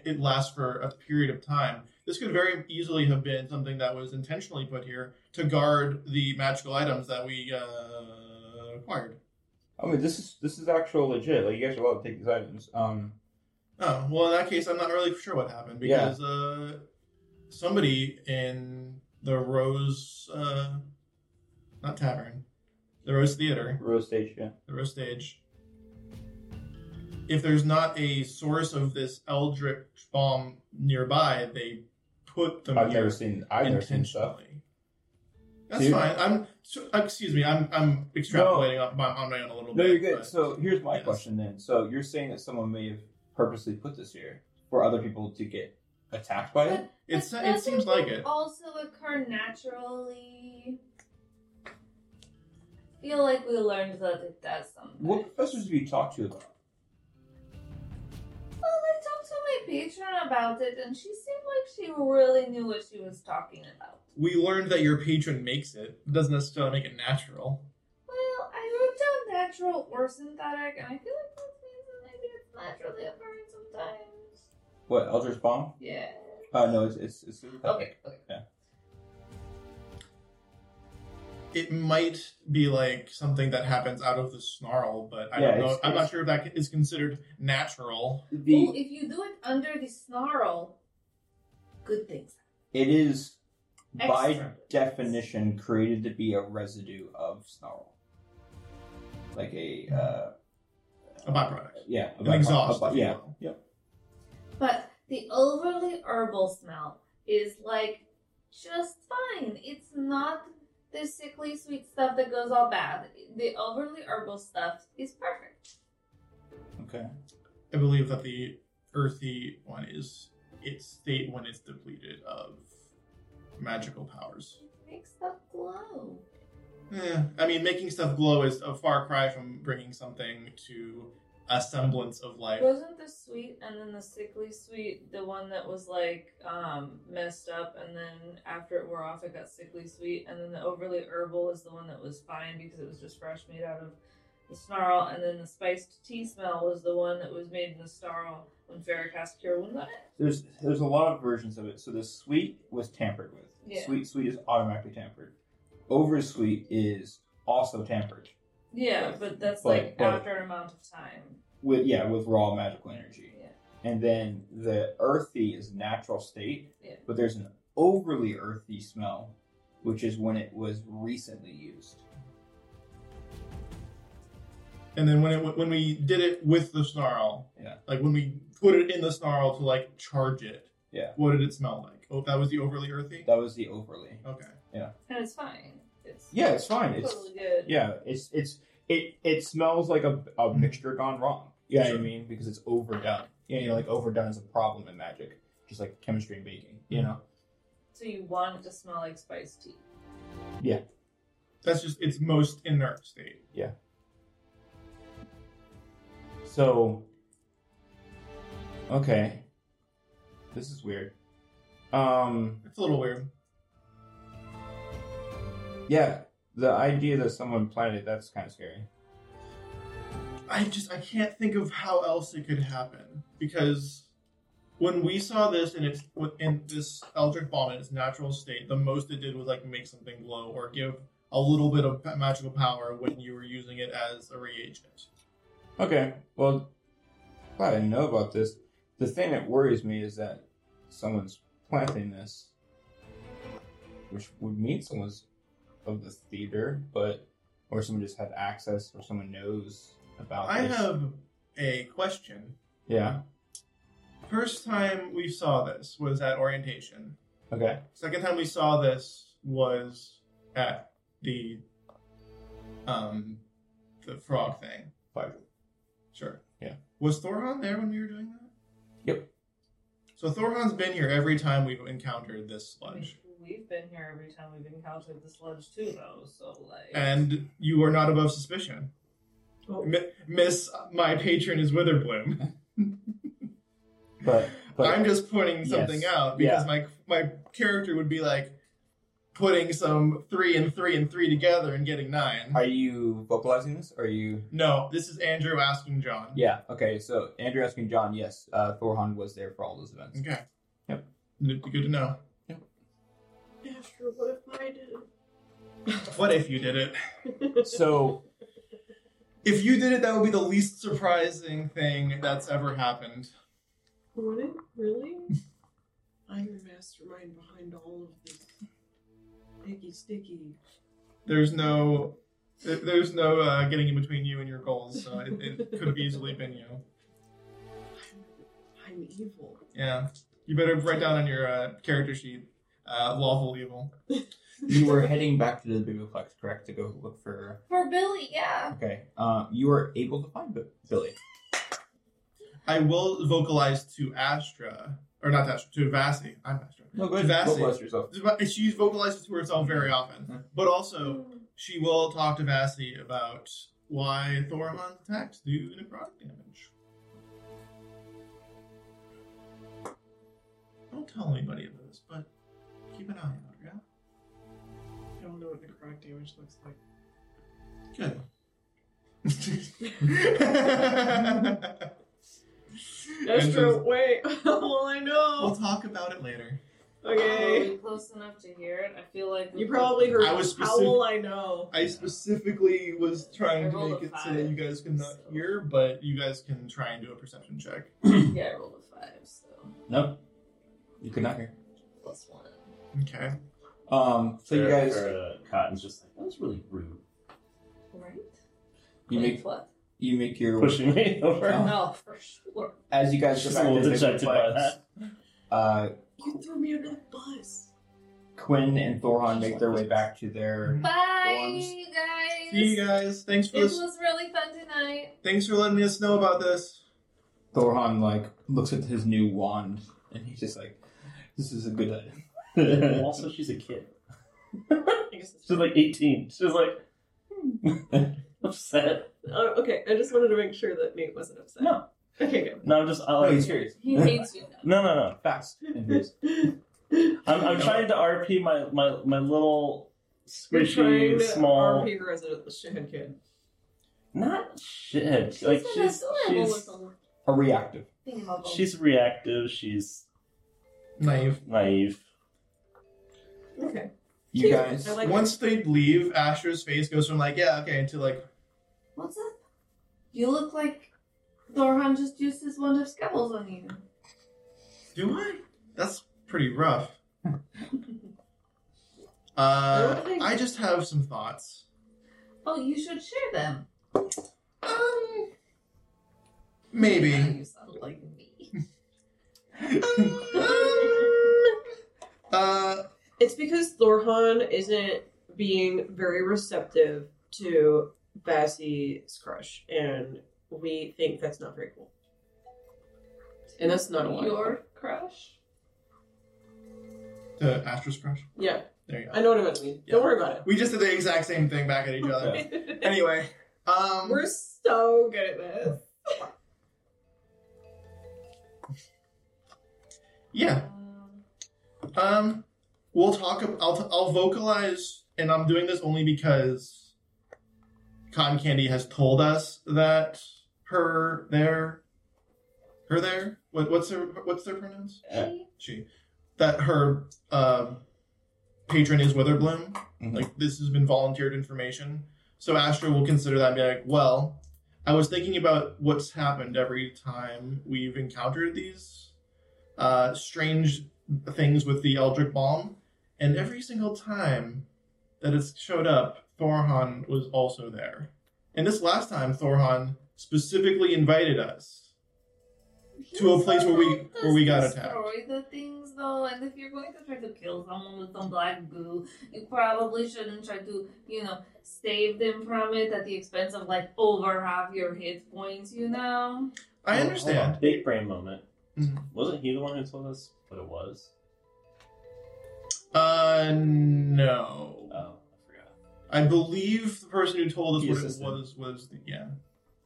Speaker 5: it lasts for a period of time. This could very easily have been something that was intentionally put here to guard the magical items that we uh, acquired.
Speaker 3: I mean, this is this is actual legit. Like, you guys are allowed to take these items. Um,
Speaker 5: Oh well, in that case, I'm not really sure what happened because uh, somebody in the Rose, uh, not tavern, the Rose Theater,
Speaker 3: Rose stage, yeah.
Speaker 5: the Rose Stage. If there's not a source of this Eldritch bomb nearby, they put them
Speaker 3: I've
Speaker 5: here.
Speaker 3: never seen. I've never seen stuff.
Speaker 5: intentionally. That's
Speaker 3: Dude.
Speaker 5: fine. I'm so- uh, excuse me. I'm I'm extrapolating on, my, on my own a little
Speaker 3: No,
Speaker 5: bit.
Speaker 3: you're good.
Speaker 5: but-
Speaker 3: So here's my
Speaker 5: Yes.
Speaker 3: question then. So you're saying that someone may have purposely put this here for other people to get attacked by it?
Speaker 5: it's uh,
Speaker 1: But
Speaker 5: it seems
Speaker 1: doesn't
Speaker 5: like it.
Speaker 1: Also occur naturally. I feel like we learned that it does something.
Speaker 3: What professors have you talked to about? it?
Speaker 1: Well, I talked to my patron about it, and she seemed like she really knew what she was talking about.
Speaker 5: We learned that your patron makes it. It doesn't necessarily make it natural.
Speaker 1: Well, I wrote down natural or synthetic, and I feel like that means that maybe it's naturally occurring sometimes.
Speaker 3: What Eldritch bomb?
Speaker 1: Yeah.
Speaker 3: Uh, no, it's it's, it's
Speaker 1: Okay. Okay.
Speaker 5: It might be like something that happens out of the snarl, but I
Speaker 3: Yeah,
Speaker 5: don't know.
Speaker 3: it's-
Speaker 5: I'm not
Speaker 3: it's-
Speaker 5: sure if that is considered natural.
Speaker 1: Well,
Speaker 3: The
Speaker 1: if you do it under the snarl, good things.
Speaker 3: it is by
Speaker 1: Extra.
Speaker 3: definition created to be a residue of snarl, like a uh,
Speaker 5: A byproduct.
Speaker 3: yeah, a
Speaker 5: An
Speaker 3: byproduct-
Speaker 5: exhaust,
Speaker 3: a by-
Speaker 5: if you
Speaker 3: yeah,
Speaker 5: will.
Speaker 3: yep.
Speaker 1: But the overly herbal smell is like just fine. It's not the sickly sweet stuff that goes all bad. The overly herbal stuff is perfect.
Speaker 3: Okay.
Speaker 5: I believe that the earthy one is its state when it's depleted of magical powers.
Speaker 1: It makes stuff glow.
Speaker 5: Eh, I mean, making stuff glow is a far cry from bringing something to a semblance of life.
Speaker 1: Wasn't the sweet and then the sickly sweet the one that was like um, messed up and then after it wore off it got sickly sweet and then the overly herbal is the one that was fine because it was just fresh made out of the snarl and then the spiced tea smell was the one that was made in the snarl when Farrah cast cure wounds on it.
Speaker 3: There's there's a lot of versions of it. So the sweet was tampered with.
Speaker 1: Yeah.
Speaker 3: Sweet sweet is automatically tampered.
Speaker 4: Oversleep is also tampered
Speaker 1: Yeah, but that's
Speaker 4: But-
Speaker 1: like
Speaker 4: but-
Speaker 1: after an amount of time.
Speaker 4: with yeah with raw magical energy.
Speaker 1: Yeah.
Speaker 4: And then the earthy is natural state,
Speaker 1: Yeah.
Speaker 4: but there's an overly earthy smell, which is when it was recently used.
Speaker 5: And then when it when we did it with the snarl,
Speaker 4: Yeah.
Speaker 5: like when we put it in the snarl to like charge it,
Speaker 4: Yeah.
Speaker 5: What did it smell like? Oh, that was the overly earthy.
Speaker 4: That was the overly.
Speaker 5: Okay.
Speaker 1: And it's fine. It's
Speaker 3: Yeah, it's fine. It's
Speaker 1: totally good.
Speaker 3: yeah, it's it's it it smells like a, a mixture gone wrong. You know
Speaker 5: Sure.
Speaker 3: what I mean? Because it's overdone. You know, like overdone is a problem in magic, just like chemistry and baking. You
Speaker 1: Mm-hmm.
Speaker 3: know,
Speaker 1: So you want it to smell like spiced tea.
Speaker 5: That's just its most inert state.
Speaker 3: so okay, this is weird. Um,
Speaker 5: It's a little weird.
Speaker 3: yeah, the idea that someone planted it, that's kind of scary.
Speaker 5: I just I can't think of how else it could happen because when we saw this in its in this eldritch bomb in its natural state, the most it did was like make something glow or give a little bit of magical power when you were using it as a reagent.
Speaker 3: Okay, well, glad I know about this. The thing that worries me is that someone's planting this, which would mean someone's of the theater, but or someone just had access, or someone knows about.
Speaker 5: I
Speaker 3: this.
Speaker 5: have a question.
Speaker 3: Yeah.
Speaker 5: First time we saw this was at orientation.
Speaker 3: Okay.
Speaker 5: Second time we saw this was at the um the frog thing.
Speaker 3: Fire.
Speaker 5: Sure.
Speaker 3: Yeah.
Speaker 5: Was Thorhan there when we were doing that?
Speaker 3: Yep.
Speaker 5: So Thorhan's been here every time we've encountered this sludge.
Speaker 1: We've been here every time we've encountered the sludge too, though. So like,
Speaker 5: And you are not above suspicion.
Speaker 2: Oh.
Speaker 5: Mi- miss, my patron is Witherbloom.
Speaker 3: But but
Speaker 5: I'm just pointing something
Speaker 3: Yes.
Speaker 5: out because my my character would be like putting some three and three and three together and getting nine.
Speaker 4: Are you vocalizing this? Are you?
Speaker 5: no, this is Andrew asking John.
Speaker 4: Yeah. Okay. So Andrew asking John. Yes, uh, Thorhan was there for all those events.
Speaker 5: Okay.
Speaker 4: Yep.
Speaker 5: It'd be good to know.
Speaker 10: Astro, what if I did it?
Speaker 5: What if you did it?
Speaker 3: so
Speaker 5: If you did it, that would be the least surprising thing that's ever happened.
Speaker 2: Would it really?
Speaker 10: I'm the mastermind behind all of this.
Speaker 2: Icky sticky.
Speaker 5: There's no, th- there's no uh, getting in between you and your goals. So it, it could have easily been you.
Speaker 2: I'm evil.
Speaker 5: Yeah. You better write down on your uh, character sheet, uh, lawful evil.
Speaker 4: You were heading back to the biblioplex, correct, to go look for.
Speaker 1: for Billy, yeah.
Speaker 4: Okay. Uh, you were able to find Bi- Billy.
Speaker 5: I will vocalize to Astra, or not to Astra, to Vasi. I'm Astra.
Speaker 4: No,
Speaker 5: ahead.
Speaker 4: Vocalize yourself.
Speaker 5: She vocalizes to herself very
Speaker 4: Mm-hmm.
Speaker 5: often, but also she will talk to Vasi about why Thorhan's attacks do necrotic damage. Don't tell anybody of this, but keep an eye out, yeah?
Speaker 2: I don't know what necrotic damage looks like.
Speaker 5: Good.
Speaker 10: Astro, wait. well, I
Speaker 5: We'll
Speaker 10: know.
Speaker 5: talk about it later.
Speaker 2: Oh,
Speaker 1: Are
Speaker 10: Okay.
Speaker 1: we um, close enough to hear it? I feel like we-
Speaker 10: You probably heard.
Speaker 5: I was
Speaker 10: How will I know?
Speaker 5: I specifically was trying
Speaker 1: I
Speaker 5: to
Speaker 1: rolled
Speaker 5: make
Speaker 1: a
Speaker 5: it so that
Speaker 1: five,
Speaker 5: you guys could not
Speaker 1: so-
Speaker 5: hear, but you guys can try and do a perception check.
Speaker 1: Yeah, I rolled a five, so
Speaker 4: No. You could not hear.
Speaker 1: plus one.
Speaker 5: Okay.
Speaker 4: Um. So you
Speaker 6: Or-
Speaker 4: guys.
Speaker 6: or, uh, Cotton's just like that was really rude,
Speaker 1: Right?
Speaker 4: You
Speaker 1: Like
Speaker 4: make
Speaker 1: what?
Speaker 4: you make your
Speaker 6: pushing me over.
Speaker 4: Oh.
Speaker 1: No, for sure.
Speaker 4: as you guys go
Speaker 6: She's
Speaker 4: back
Speaker 6: a
Speaker 4: to
Speaker 6: little dejected by
Speaker 4: Biblioplex.
Speaker 6: that.
Speaker 4: Uh,
Speaker 10: You threw me under the bus.
Speaker 4: Quinn and Thorhan make their way back to their.
Speaker 1: Bye,
Speaker 4: Forms.
Speaker 1: you guys.
Speaker 5: See you guys. Thanks for
Speaker 1: It
Speaker 5: this,
Speaker 1: was really fun tonight.
Speaker 5: thanks for letting us know about this.
Speaker 4: Thorhan like looks at his new wand and he's just like, "This is a good idea."
Speaker 6: also, she's a kid.
Speaker 10: I guess it's
Speaker 6: She's like 18. She's like hmm. upset.
Speaker 10: Oh, okay, I just wanted to make sure that Nate wasn't upset.
Speaker 6: No.
Speaker 10: Okay, good.
Speaker 6: No, I'm just I
Speaker 4: No,
Speaker 6: like
Speaker 4: Oh, he's serious.
Speaker 1: He hates you now.
Speaker 6: no, no, no.
Speaker 4: Fast and furious.
Speaker 6: I'm, I'm
Speaker 5: No.
Speaker 6: trying to RP my my my little
Speaker 10: We're
Speaker 6: squishy
Speaker 10: to
Speaker 6: small,
Speaker 10: RP resident the shithead kid.
Speaker 6: not shit. like
Speaker 1: an
Speaker 6: she's
Speaker 1: adorable
Speaker 6: she's,
Speaker 1: little
Speaker 4: A reactive.
Speaker 1: thingamabobble.
Speaker 6: she's reactive. She's
Speaker 5: Naive.
Speaker 6: naive.
Speaker 10: Okay.
Speaker 13: You guys.
Speaker 2: I like
Speaker 5: Once they leave, Asher's face goes from like, yeah, okay, to like,
Speaker 1: What's up? You look like Thorhan just used his wand of scabbles on you.
Speaker 5: do I? That's pretty rough.
Speaker 2: I
Speaker 5: uh,
Speaker 2: don't think-
Speaker 5: I just have some thoughts.
Speaker 1: Oh, you should share them.
Speaker 5: Um,
Speaker 1: Now
Speaker 5: maybe.
Speaker 1: You sound like me.
Speaker 5: Uh,
Speaker 2: It's because Thorhan isn't being very receptive to Bassie's crush, and we think that's not very cool. And that's not a lot.
Speaker 1: Your crush?
Speaker 5: to Asher's crush.
Speaker 2: Yeah,
Speaker 5: There you go.
Speaker 2: I know what I meant to mean. Don't worry about
Speaker 5: We just did the exact same thing back at each other.
Speaker 2: it.
Speaker 5: anyway, um,
Speaker 2: We're so good at this.
Speaker 5: yeah.
Speaker 1: Um,
Speaker 5: Um, we'll talk. ab- I'll t- I'll vocalize, and I'm doing this only because Cotton Candy has told us that her there, her there. What what's her what's their pronouns?
Speaker 13: Yeah.
Speaker 1: she?
Speaker 5: She, that her um, patron is Witherbloom.
Speaker 6: Mm-hmm.
Speaker 13: Mhm.
Speaker 5: Like this has been volunteered information, so Astra will consider that and be like, well, I was thinking about what's happened every time we've encountered these uh, strange things with the Eldritch Bomb, and every single time that it's showed up, Thorhan was also there. And this last time, Thorhan specifically invited us. To a place where we- where we got attacked.
Speaker 1: "Oh, Destroy the things though, and if you're going to try to kill someone with some black goo, you probably shouldn't try to, you know, save them from it at the expense of like over half your hit points. You know.
Speaker 5: I
Speaker 6: Hold on,
Speaker 5: understand.
Speaker 6: hold on. Big brain moment.
Speaker 5: Mhm.
Speaker 6: Wasn't he the one who told us what it was?
Speaker 5: Uh, no.
Speaker 6: Oh, I forgot.
Speaker 5: I believe the person who told us
Speaker 13: The
Speaker 5: what
Speaker 13: assistant.
Speaker 5: it was was yeah.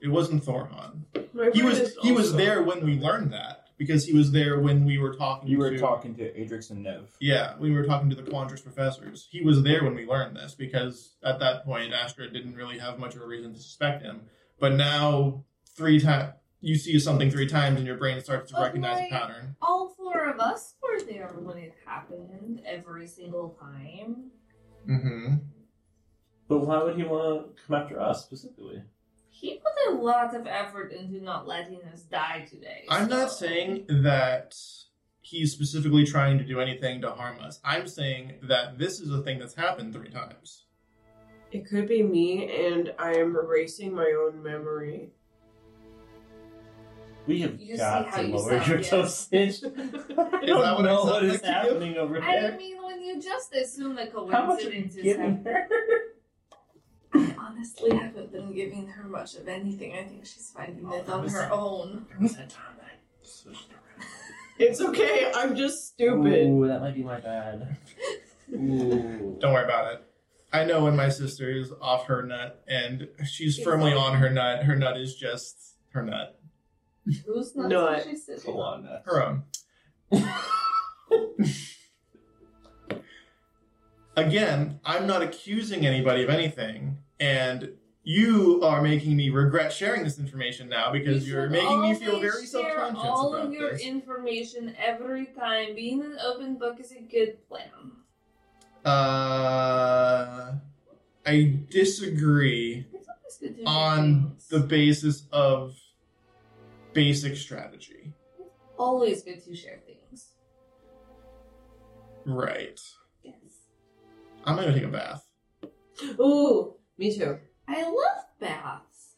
Speaker 5: It wasn't Thorhan.
Speaker 2: My
Speaker 5: He
Speaker 2: brain
Speaker 5: was
Speaker 2: is
Speaker 5: he was
Speaker 2: also-
Speaker 5: there when we learned that because he was there when we were talking.
Speaker 3: You were
Speaker 5: to-
Speaker 3: talking to Adrix and Nev.
Speaker 5: Yeah, we were talking to the Quandrix professors. He was there when we learned this because at that point Astra didn't really have much of a reason to suspect him. But now three times you see something three times and your brain starts to
Speaker 1: But
Speaker 5: recognize
Speaker 1: like-
Speaker 5: a pattern.
Speaker 1: All four of us were there when it happened every single time.
Speaker 5: Mm-hmm.
Speaker 6: But why would he want to come after us specifically?
Speaker 1: He put a lot of effort into not letting us die today.
Speaker 5: I'm not
Speaker 1: so-
Speaker 5: saying that he's specifically trying to do anything to harm us. I'm saying that this is a thing that's happened three times.
Speaker 2: It could be me, and I am erasing my own memory.
Speaker 6: We have
Speaker 1: You see
Speaker 6: got
Speaker 1: how
Speaker 6: to
Speaker 1: you
Speaker 6: lower
Speaker 1: sound,
Speaker 6: your
Speaker 1: yes.
Speaker 6: dosage. I
Speaker 5: Is that
Speaker 6: don't
Speaker 5: what I
Speaker 6: know
Speaker 5: sound
Speaker 6: what is
Speaker 5: like to you?
Speaker 6: happening over
Speaker 1: I
Speaker 6: there.
Speaker 1: mean, when you just assume the
Speaker 6: How much are you
Speaker 1: coincidence is
Speaker 6: giving her?
Speaker 1: I honestly haven't been giving her much of anything. I think she's finding it
Speaker 6: Oh,
Speaker 1: on her own.
Speaker 6: There was that time I switched
Speaker 2: It's okay, I'm just
Speaker 6: around.
Speaker 2: stupid.
Speaker 6: Ooh, that might be my bad. Ooh.
Speaker 5: Don't worry about it. I know when my sister is off her nut and she's
Speaker 1: She's
Speaker 5: firmly
Speaker 1: off.
Speaker 5: on her nut, her nut is just her nut.
Speaker 1: Who's not?
Speaker 2: not- No, I-
Speaker 1: she's sitting
Speaker 3: Come on, Nev.
Speaker 5: Her own. Again, I'm not accusing anybody of anything, and you are making me regret sharing this information now because
Speaker 1: You
Speaker 5: you are
Speaker 1: should
Speaker 5: making me feel
Speaker 1: always
Speaker 5: very
Speaker 1: share
Speaker 5: self-conscious
Speaker 1: All
Speaker 5: about
Speaker 1: of your
Speaker 5: this.
Speaker 1: information every time. Being an open book is a good plan.
Speaker 5: Uh, I disagree
Speaker 1: It's always good to share
Speaker 5: on
Speaker 1: things.
Speaker 5: the basis of basic strategy.
Speaker 1: always good to share things.
Speaker 5: Right.
Speaker 1: Yes,
Speaker 5: I'm gonna take a bath.
Speaker 2: Ooh, me too.
Speaker 1: I love baths.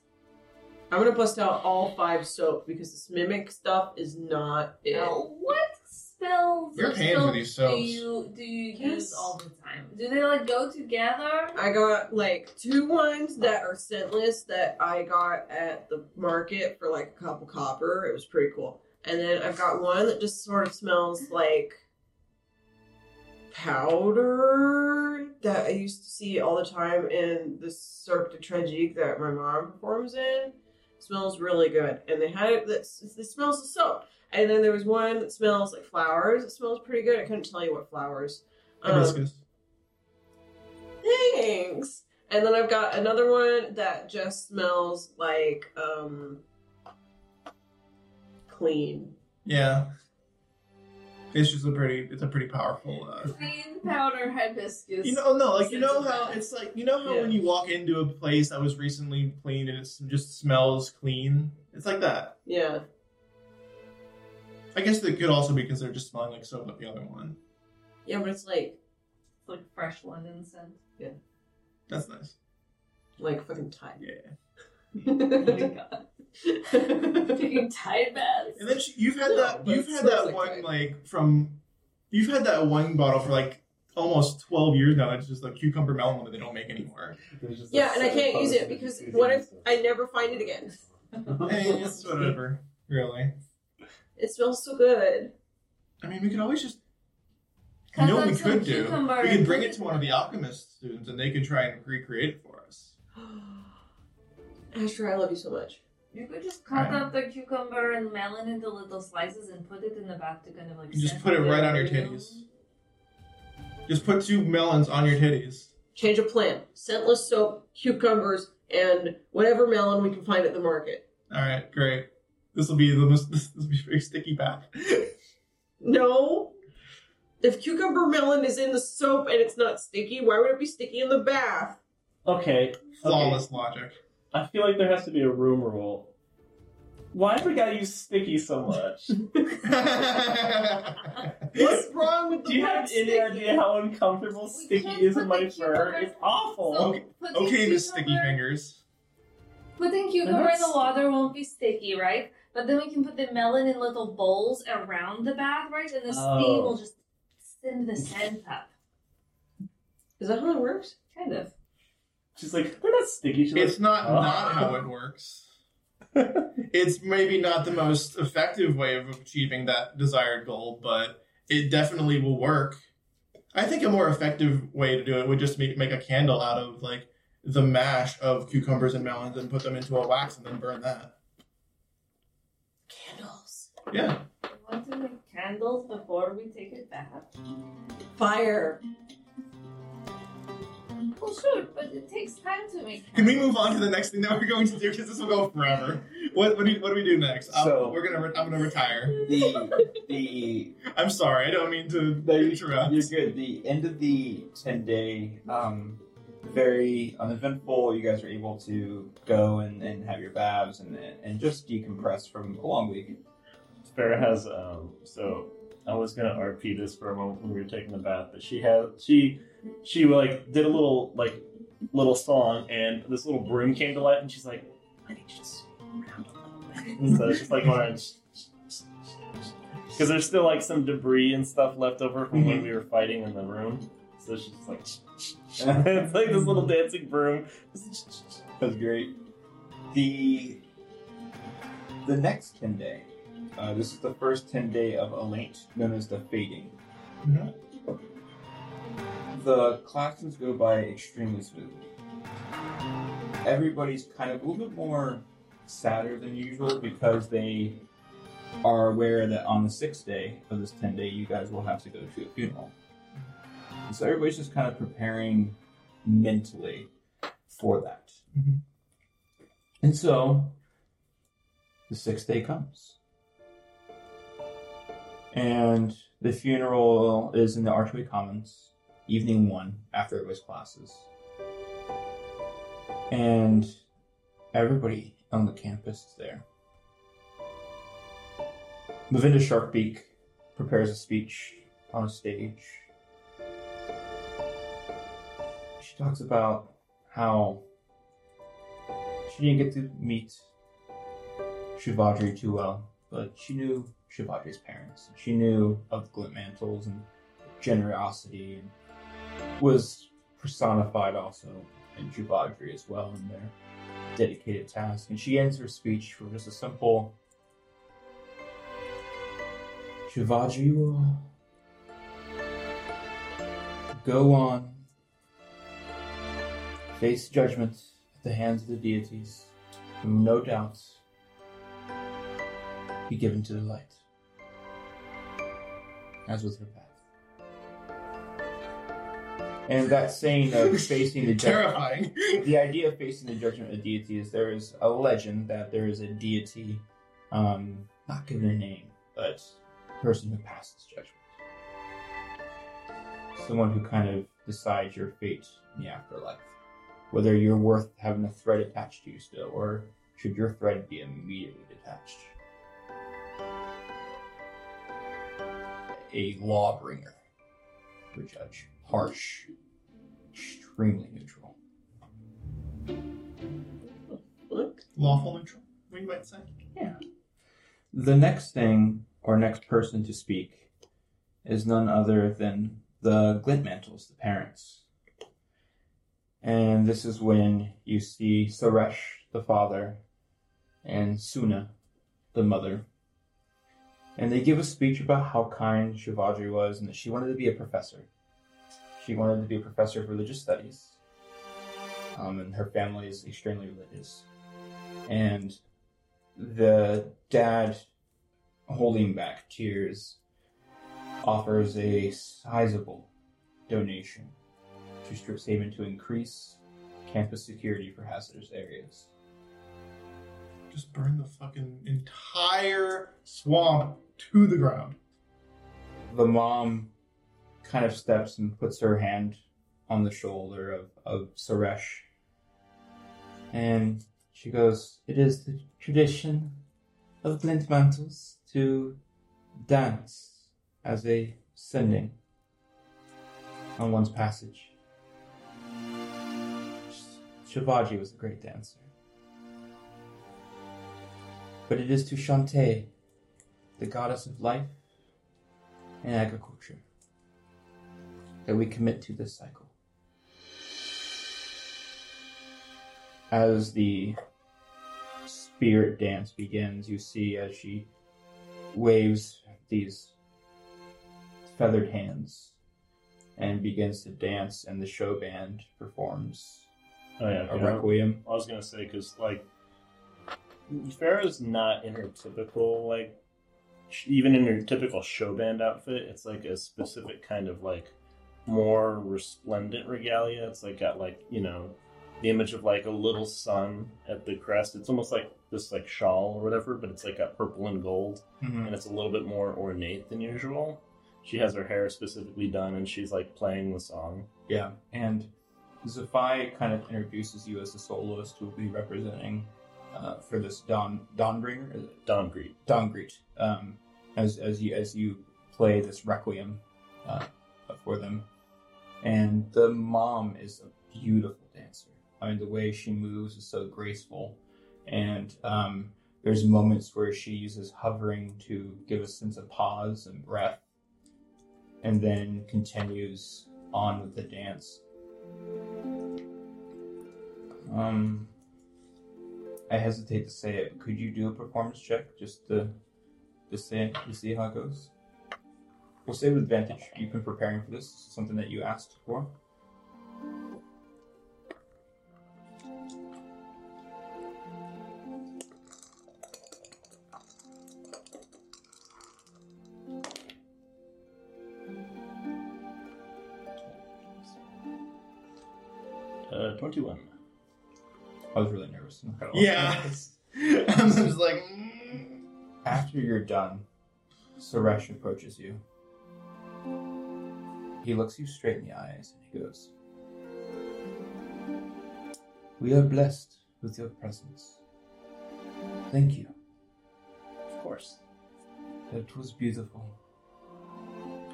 Speaker 2: I'm gonna bust out all five soap because this mimic stuff is not it.
Speaker 1: Now, what spells?
Speaker 5: You're
Speaker 1: or
Speaker 5: paying
Speaker 1: soaps
Speaker 5: for these soaps.
Speaker 1: Do you do you use
Speaker 2: Yes.
Speaker 1: all the time? Do they like go together?
Speaker 2: I got like two ones that are scentless that I got at the market for like a couple copper. It was pretty cool. And then I've got one that just sort of smells like powder that I used to see all the time in the Cirque de Tragique that my mom performs in. smells really good. And they had it that s- it smells of soap. And then there was one that smells like flowers. It smells pretty good. I couldn't tell you what flowers. Um,
Speaker 5: Hibiscus.
Speaker 2: Thanks. And then I've got another one that just smells like um clean.
Speaker 5: Yeah. It's just a pretty. It's a pretty powerful. Uh,
Speaker 1: Green powder hibiscus.
Speaker 5: you know, no, like you know how it's like you know how
Speaker 2: Yeah.
Speaker 5: when you walk into a place that was recently cleaned and it just smells clean. It's like that.
Speaker 2: Yeah.
Speaker 5: I guess they could also be considered just smelling like soap, like the other one.
Speaker 2: Yeah, but it's like
Speaker 1: It's like fresh linen scent.
Speaker 5: That's nice.
Speaker 2: like fucking tight.
Speaker 5: Yeah.
Speaker 1: Oh my god. Taking tide baths.
Speaker 5: And then she, you've had
Speaker 2: No,
Speaker 5: that.
Speaker 2: but
Speaker 5: You've
Speaker 2: it
Speaker 5: had
Speaker 2: smells
Speaker 5: that
Speaker 2: like
Speaker 5: one
Speaker 2: that.
Speaker 5: like from. You've had that one bottle for like almost twelve years now. It's just like cucumber melon that they don't make anymore.
Speaker 2: yeah, and I can't use it because what if I never find it again?
Speaker 5: And it's whatever. Really.
Speaker 2: It smells so good.
Speaker 5: I mean, we could always just. You
Speaker 1: Cut
Speaker 5: know what
Speaker 1: up
Speaker 5: we
Speaker 1: some
Speaker 5: could do?
Speaker 1: cucumber
Speaker 5: We
Speaker 1: and
Speaker 5: could bring
Speaker 1: put
Speaker 5: it to one of the alchemist students, and they could try and recreate it for us.
Speaker 2: Asher, I love you so much.
Speaker 1: You could just cut
Speaker 5: Right.
Speaker 1: up the cucumber and melon into little slices and put it in the bath to kind of like.
Speaker 5: You just
Speaker 1: set
Speaker 5: put it right on your
Speaker 1: room.
Speaker 5: titties. Just put two melons on your titties.
Speaker 2: Change of plan. Scentless soap, cucumbers, and whatever melon we can find at the market.
Speaker 5: All right, great. This will be the most. This will be a very sticky bath.
Speaker 2: No. If cucumber melon is in the soap and it's not sticky, why would it be sticky in the bath?
Speaker 6: Okay,
Speaker 5: Flawless logic.
Speaker 6: I feel like there has to be a room rule. Why do we gotta use sticky so much?
Speaker 2: What's wrong with the
Speaker 6: Do you
Speaker 2: word
Speaker 6: have any
Speaker 2: sticky?
Speaker 6: idea how uncomfortable
Speaker 1: We can't
Speaker 6: sticky is
Speaker 1: put
Speaker 6: in my
Speaker 1: the
Speaker 6: fur?
Speaker 1: cucumbers-
Speaker 6: It's awful.
Speaker 1: So,
Speaker 5: Okay-
Speaker 1: putting
Speaker 5: okay, Miss Sticky
Speaker 1: cucumber-
Speaker 5: Fingers.
Speaker 1: Putting
Speaker 6: And
Speaker 1: cucumber in
Speaker 6: that's-
Speaker 1: the water won't be sticky, right? But then we can put the melon in little bowls around the bath, right? And the
Speaker 6: Oh.
Speaker 1: steam will just send the scent up.
Speaker 2: Is that how it works?
Speaker 1: Kind of.
Speaker 6: She's like, they're not sticky. She's
Speaker 5: It's
Speaker 6: like,
Speaker 5: not
Speaker 6: Oh.
Speaker 5: not how it works. it's maybe not the most effective way of achieving that desired goal, but it definitely will work. I think a more effective way to do it would just be to make a candle out of like the mash of cucumbers and melons and put them into a wax and then burn that.
Speaker 2: Candles.
Speaker 5: Yeah.
Speaker 1: We want to make candles before we take a bath.
Speaker 2: Fire.
Speaker 1: Well, sure, but it takes time to make.
Speaker 5: Can we move on to the next thing that we're going to do? Because this will go forever. What what do, what do we do next? I'm-
Speaker 3: So-
Speaker 5: we're gonna re- I'm gonna retire.
Speaker 3: The the
Speaker 5: I'm sorry. I don't mean to
Speaker 3: No, you-
Speaker 5: interrupt.
Speaker 3: You're good. The end of the 10 day, um, very uneventful. You guys are able to go and, and have your baths and, and just decompress from a long week.
Speaker 6: Farrah has um so I was gonna RP this for a moment when we were taking the bath, but she had she she like did a little like little song and this little broom came to life and she's like, I need you to swing around a little bit. And so it's just like orange. Because there's still like some debris and stuff left over from when we were fighting in the room. So she's just like it's like this little dancing broom.
Speaker 3: That's great. The the next 10 day, uh, this is the first 10 day of Elate, known as the Fading.
Speaker 5: Mhm.
Speaker 3: The classes go by extremely smoothly. Everybody's kind of a little bit more sadder than usual because they are aware that on the sixth day of this 10 day, you guys will have to go to a funeral. And so everybody's just kind of preparing mentally for that.
Speaker 5: Mhm.
Speaker 3: And so the sixth day comes. And the funeral is in the Archway Commons, evening one, after it was classes. And everybody on the campus is there. Mavinda Sharkbeak prepares a speech on a stage. She talks about how she didn't get to meet Shivadri too well, but she knew Shivadri's parents. She knew of the glint mantles and generosity and was personified also in Shivadri as well in their dedicated task. And she ends her speech with just a simple Shivadri will go on, face judgment at the hands of the deities, whom no doubt be given to the light, as with her path. And that saying of facing the judgment
Speaker 5: Terrifying.
Speaker 3: the idea of facing the judgment of deity is there is a legend that there is a deity, um, not given a name, but a person who passes judgment. someone who kind of decides your fate in the afterlife. Whether you're worth having a thread attached to you still, or should your thread be immediately detached. A lawbringer, your judge. Harsh, extremely neutral.
Speaker 5: Lawful neutral, what you might say.
Speaker 3: The next thing, or next person to speak, is none other than the Glintmantles, the parents. And this is when you see Suresh, the father, and Suna, the mother. And they give a speech about how kind Shivaji was and that she wanted to be a professor. She wanted to be a professor of religious studies. Um, and her family is extremely religious. And the dad, holding back tears, offers a sizable donation to Strip Saban to increase campus security for hazardous areas.
Speaker 5: Just burn the fucking entire swamp to the ground.
Speaker 3: The mom kind of steps and puts her hand on the shoulder of, of Suresh. And she goes, It is the tradition of Glintmantles to dance as a sending on one's passage. Shivaji was a great dancer. But it is to Shantae, the goddess of life and agriculture, that we commit to this cycle. As the spirit dance begins, you see as she waves these feathered hands and begins to dance, and the show band performs
Speaker 6: Oh yeah,
Speaker 3: a
Speaker 6: you know,
Speaker 3: requiem.
Speaker 6: I was gonna say because like Farrah's not in her typical like sh- even in her typical show band outfit. It's like a specific kind of like more resplendent regalia. It's like got like you know the image of like a little sun at the crest. It's almost like this like shawl or whatever, but it's like got purple and gold
Speaker 3: Mhm.
Speaker 6: and it's a little bit more ornate than usual. She has her hair specifically done and she's like playing the song.
Speaker 3: Yeah, and Zafai kind of introduces you as the soloist who will be representing uh, for this Don Donbringer, is it?
Speaker 6: Don Greed.
Speaker 3: Dongreet, um, as as you as you play this requiem uh, for them, and the mom is a beautiful dancer. I mean, the way she moves is so graceful, and um, there's moments where she uses hovering to give a sense of pause and breath, and then continues on with the dance. Um, I hesitate to say it, but could you do a performance check just to to say to see how it goes? We'll say with advantage. You've been preparing for this. This is something that you asked for.
Speaker 6: Uh, 21.
Speaker 3: I was really nervous. I'm not gonna lie.
Speaker 5: Yeah. I'm just like, mm.
Speaker 3: After you're done, Suresh approaches you. He looks you straight in the eyes and he goes, We are blessed with your presence. Thank you.
Speaker 6: Of course.
Speaker 3: That was beautiful.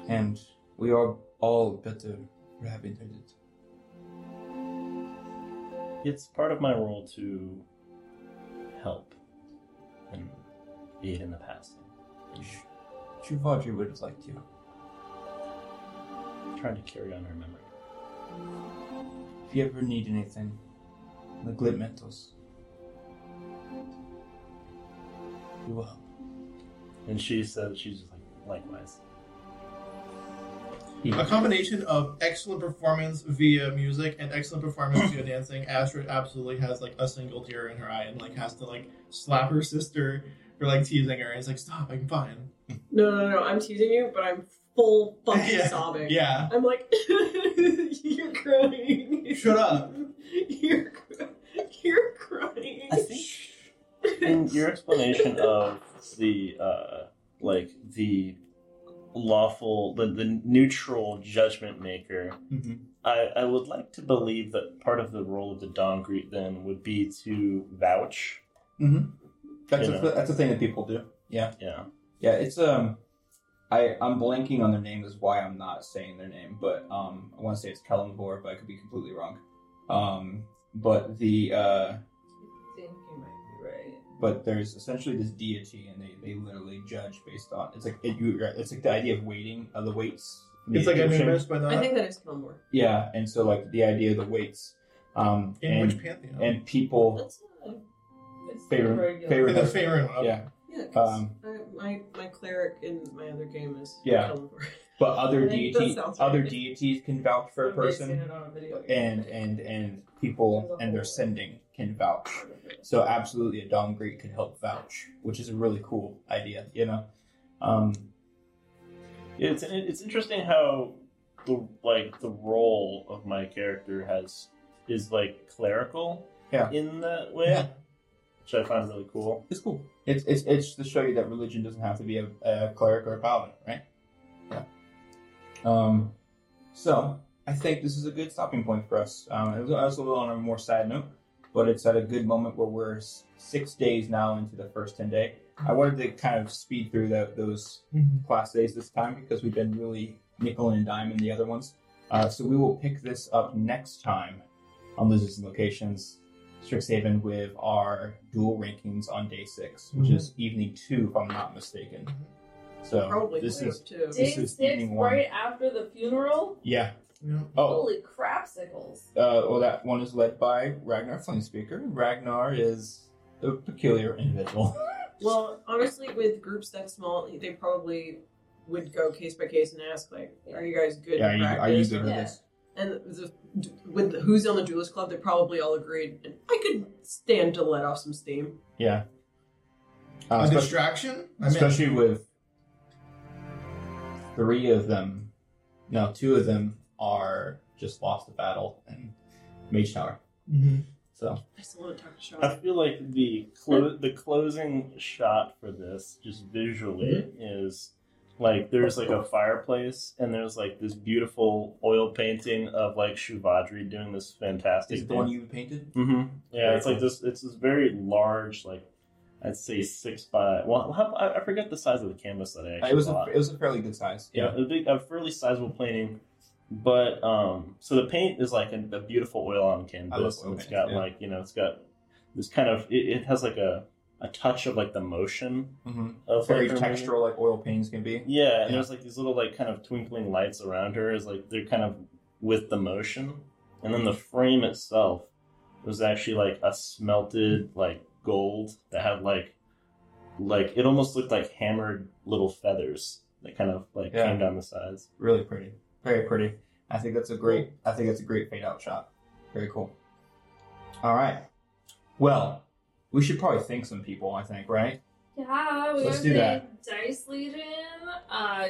Speaker 3: And we are all better for having heard it.
Speaker 6: It's part of my role to help and aid in the passing.
Speaker 3: Sh- Shivaji would have liked you.
Speaker 6: trying to carry on her memory.
Speaker 3: If you ever need anything, the Glint Mentors. We will help.
Speaker 6: And she said, she's just like, likewise.
Speaker 3: He-
Speaker 5: a combination of excellent performance via music and excellent performance via dancing. Astrid absolutely has like a single tear in her eye and like has to like slap her sister for like teasing her. And it's like, stop, I'm fine.
Speaker 10: No, no, no. I'm teasing you, but I'm full fucking
Speaker 5: Yeah.
Speaker 10: sobbing.
Speaker 5: Yeah.
Speaker 10: I'm like, you're crying.
Speaker 5: Shut up.
Speaker 10: You're, cr- you're crying.
Speaker 6: I think in your explanation of the uh, like the lawful, the, the neutral judgment maker,
Speaker 3: Mhm.
Speaker 6: I, I would like to believe that part of the role of the Dongreet then would be to vouch.
Speaker 3: That's
Speaker 6: You
Speaker 3: a, that's a thing that people do.
Speaker 6: Yeah.
Speaker 3: Yeah, it's um, I I'm blanking on their name is why I'm not saying their name, but um, I want to say it's Kalimvor, but I could be completely wrong. Um, but the uh,
Speaker 1: I think you might be right.
Speaker 3: but there's essentially this deity, and they they literally judge based on it's like it, you it's like the idea of weighting of the weights. from the
Speaker 5: It's like I
Speaker 3: Egyptian-
Speaker 5: missed by
Speaker 10: I
Speaker 5: that.
Speaker 10: think that is Kilmore.
Speaker 3: yeah, and so like the idea of the weights, um,
Speaker 5: In
Speaker 3: and
Speaker 5: which pantheon?
Speaker 3: and people
Speaker 10: That's not.
Speaker 1: It's the
Speaker 3: Favorite-
Speaker 1: regular.
Speaker 3: favorite-
Speaker 5: in the Faerun one.
Speaker 3: yeah,
Speaker 10: Yeah, 'cause
Speaker 3: um,
Speaker 10: I- my my cleric in my other game is
Speaker 3: Yeah.
Speaker 10: Kilmore.
Speaker 3: but other
Speaker 10: I think that
Speaker 3: deities
Speaker 10: sounds right.
Speaker 3: other deities can vouch for a
Speaker 1: I've never seen
Speaker 3: person.
Speaker 1: it on a video game.
Speaker 3: and and and people and their sending can vouch. So absolutely, a Dom Greek could help vouch, which is a really cool idea, you know. Um,
Speaker 6: It's, it's interesting how the like the role of my character has is like clerical
Speaker 3: Yeah.
Speaker 6: in that way,
Speaker 3: Yeah.
Speaker 6: which I find really cool.
Speaker 3: it's cool. It's it's it's to show you that religion doesn't have to be a, a cleric or a paladin, right? Yeah. Um, so I think this is a good stopping point for us. Um, it was, I was a little on a more sad note, but it's at a good moment where we're s- six days now into the first ten day. I wanted to kind of speed through that those class days this time because we've been really nickel and dime in the other ones. Uh, so we will pick this up next time on Lizards and Locations, Strixhaven, with our dual rankings on day six, which is evening two, if I'm not mistaken.
Speaker 5: Mm-hmm.
Speaker 3: So
Speaker 10: Mm-hmm. Probably
Speaker 3: this
Speaker 10: two,
Speaker 3: is
Speaker 10: too.
Speaker 1: Day
Speaker 3: This is
Speaker 1: six,
Speaker 3: evening one.
Speaker 1: right after the funeral.
Speaker 3: yeah.
Speaker 5: Yeah.
Speaker 3: Oh,
Speaker 1: Holy crapsicles!
Speaker 3: uh, well, that one is led by Ragnar Flamespeaker. Ragnar is a peculiar individual.
Speaker 10: Well, honestly, with groups that small, they probably would go case by case and ask, like, "Are you guys good?"
Speaker 3: yeah, are
Speaker 10: in
Speaker 3: you, are you
Speaker 10: practice?"
Speaker 3: good with
Speaker 1: Yeah.
Speaker 3: this?
Speaker 10: And the, with the, who's on the duelist club, they probably all agreed. And I could stand to let off some steam.
Speaker 3: Yeah. Uh,
Speaker 5: A
Speaker 3: especially-
Speaker 5: distraction? I mean,
Speaker 3: especially with three of them. No, two of them are just lost the battle and Mage Tower.
Speaker 5: Mhm.
Speaker 3: So
Speaker 10: I still want to talk to Sean.
Speaker 6: I feel like the clo- the closing shot for this, just visually,
Speaker 3: Mm-hmm.
Speaker 6: is like there's like a fireplace and there's like this beautiful oil painting of like Shivadri doing this fantastic.
Speaker 3: is it the one you painted?
Speaker 6: hmm Yeah, it's like this. It's this very large, like I'd say six by. Well, how, I, I forget the size of the canvas that I actually
Speaker 3: Uh, It was a
Speaker 6: bought.
Speaker 3: it was a fairly good size.
Speaker 6: yeah, a big, a fairly sizable painting. But um, so the paint is like a, a beautiful oil on canvas,
Speaker 3: oil
Speaker 6: and it's
Speaker 3: paintings,
Speaker 6: got
Speaker 3: yeah.
Speaker 6: like you know, it's got this kind of. It, it has like a a touch of like the motion
Speaker 3: hmm
Speaker 6: of
Speaker 3: very
Speaker 6: like, her moving.
Speaker 3: textural, like oil paintings can be.
Speaker 6: Yeah,
Speaker 3: Yeah.
Speaker 6: and there's like these little like kind of twinkling lights around her as like they're kind of with the motion. And then the frame itself was actually like a smelted like gold that had like like it almost looked like hammered little feathers that kind of like
Speaker 3: Yeah.
Speaker 6: came down the sides.
Speaker 3: Really pretty, very pretty. I think that's a great. I think that's a great fade out shot. Very cool. All right. Well, we should probably thank some people. I think right.
Speaker 1: Yeah, we
Speaker 3: Let's
Speaker 1: gotta
Speaker 3: do that.
Speaker 1: thank Dice Legion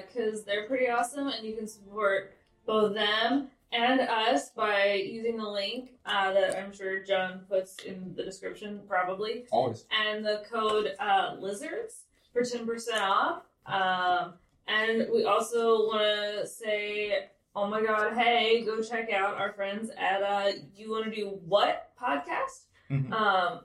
Speaker 1: because they're pretty awesome, and you can support both them and us by using the link uh, that I'm sure John puts in the description, probably,
Speaker 3: Always.
Speaker 1: and the code uh, Lizards for ten percent off. Um, and we also want to say, oh my God, hey, go check out our friends at uh, You Want to Do What podcast.
Speaker 3: Mhm.
Speaker 1: Um,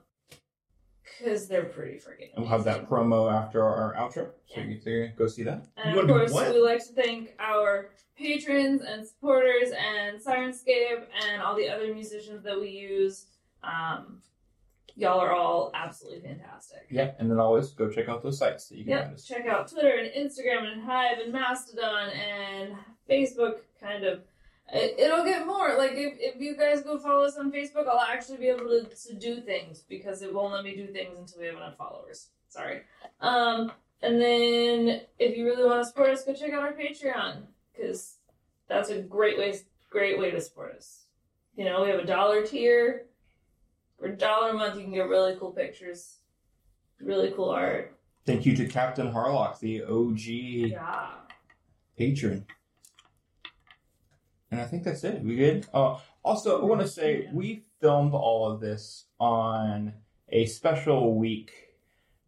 Speaker 1: because they're pretty freaking.
Speaker 3: And we'll have
Speaker 1: amazing.
Speaker 3: that promo after our, our outro. So you can go see that.
Speaker 1: And
Speaker 5: You
Speaker 1: of
Speaker 5: wanna do
Speaker 1: course,
Speaker 5: what?
Speaker 1: we like to thank our patrons and supporters and Sirenscape and all the other musicians that we use. Um, y'all are all absolutely fantastic.
Speaker 3: Yeah. And then always go check out those sites that you can
Speaker 1: Yep,
Speaker 3: find us.
Speaker 1: check out Twitter and Instagram and Hive and Mastodon and Facebook, kind of. It- It'll get more. Like, if, if you guys go follow us on Facebook, I'll actually be able to, to do things because it won't let me do things until we have enough followers. Sorry. Um, and then if you really want to support us, go check out our Patreon because that's a great way, great way to support us. You know, we have a dollar tier. For a dollar a month, you can get really cool pictures, really cool art.
Speaker 3: Thank you to Captain Harlock, the OG
Speaker 1: Yeah.
Speaker 3: patron. And I think that's it. We good? Oh, also, I want to say we filmed all of this on a special week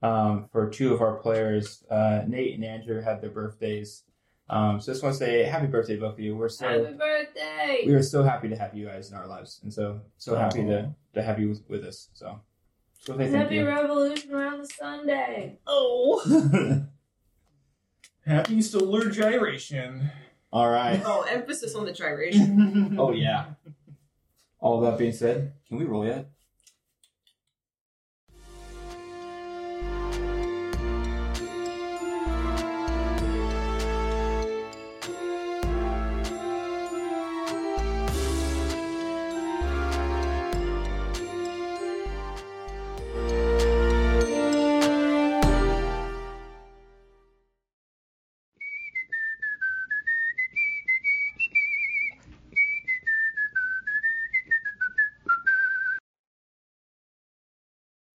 Speaker 3: um, for two of our players. Uh, Nate and Andrew had their birthdays Um, so I just want to say happy birthday, both of you. We're so
Speaker 1: Happy birthday!
Speaker 3: we are so happy to have you guys in our lives, and so so happy to, to have you with, with us. So, so say thank
Speaker 1: Happy
Speaker 3: you.
Speaker 1: Revolution around the Sunday.
Speaker 10: Oh,
Speaker 5: Happy solar gyration.
Speaker 3: All right.
Speaker 10: Oh, emphasis on the gyration.
Speaker 5: oh
Speaker 3: Oh yeah. All that being said, can we roll yet?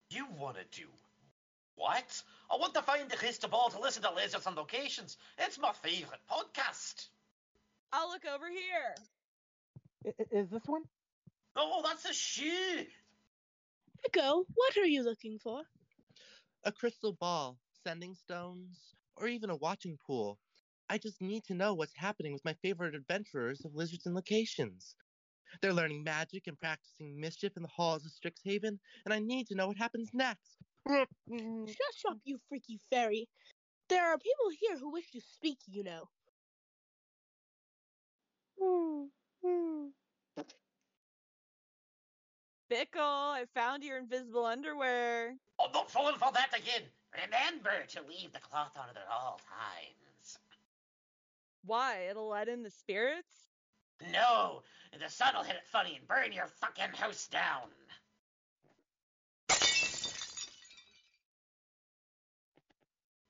Speaker 14: You want to do what? I want to find the crystal ball to listen to Lizards on Locations. It's my favorite podcast.
Speaker 15: I'll look over here.
Speaker 16: I- i- Is this one?
Speaker 14: No, that's a shoe.
Speaker 15: Echo, what are you looking for?
Speaker 16: A crystal ball, sending stones, or even a watching pool. I just need to know what's happening with my favorite adventurers of Lizards and Locations. They're learning magic and practicing mischief in the halls of Strixhaven, and I need to know what happens next.
Speaker 15: Shut up, you freaky fairy. There are people here who wish to speak, you know.
Speaker 17: Hmm,
Speaker 15: Bickle, I found your invisible underwear.
Speaker 14: I'm not falling for that again. Remember to leave the cloth on at all times.
Speaker 15: Why? It'll let in the spirits?
Speaker 14: No, the sun will hit it funny and burn your fucking house down.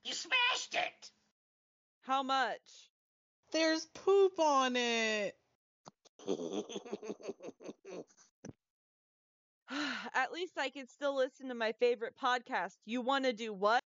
Speaker 14: You smashed it!
Speaker 15: How much?
Speaker 17: There's poop on it.
Speaker 15: At least I can still listen to my favorite podcast. You want to do what?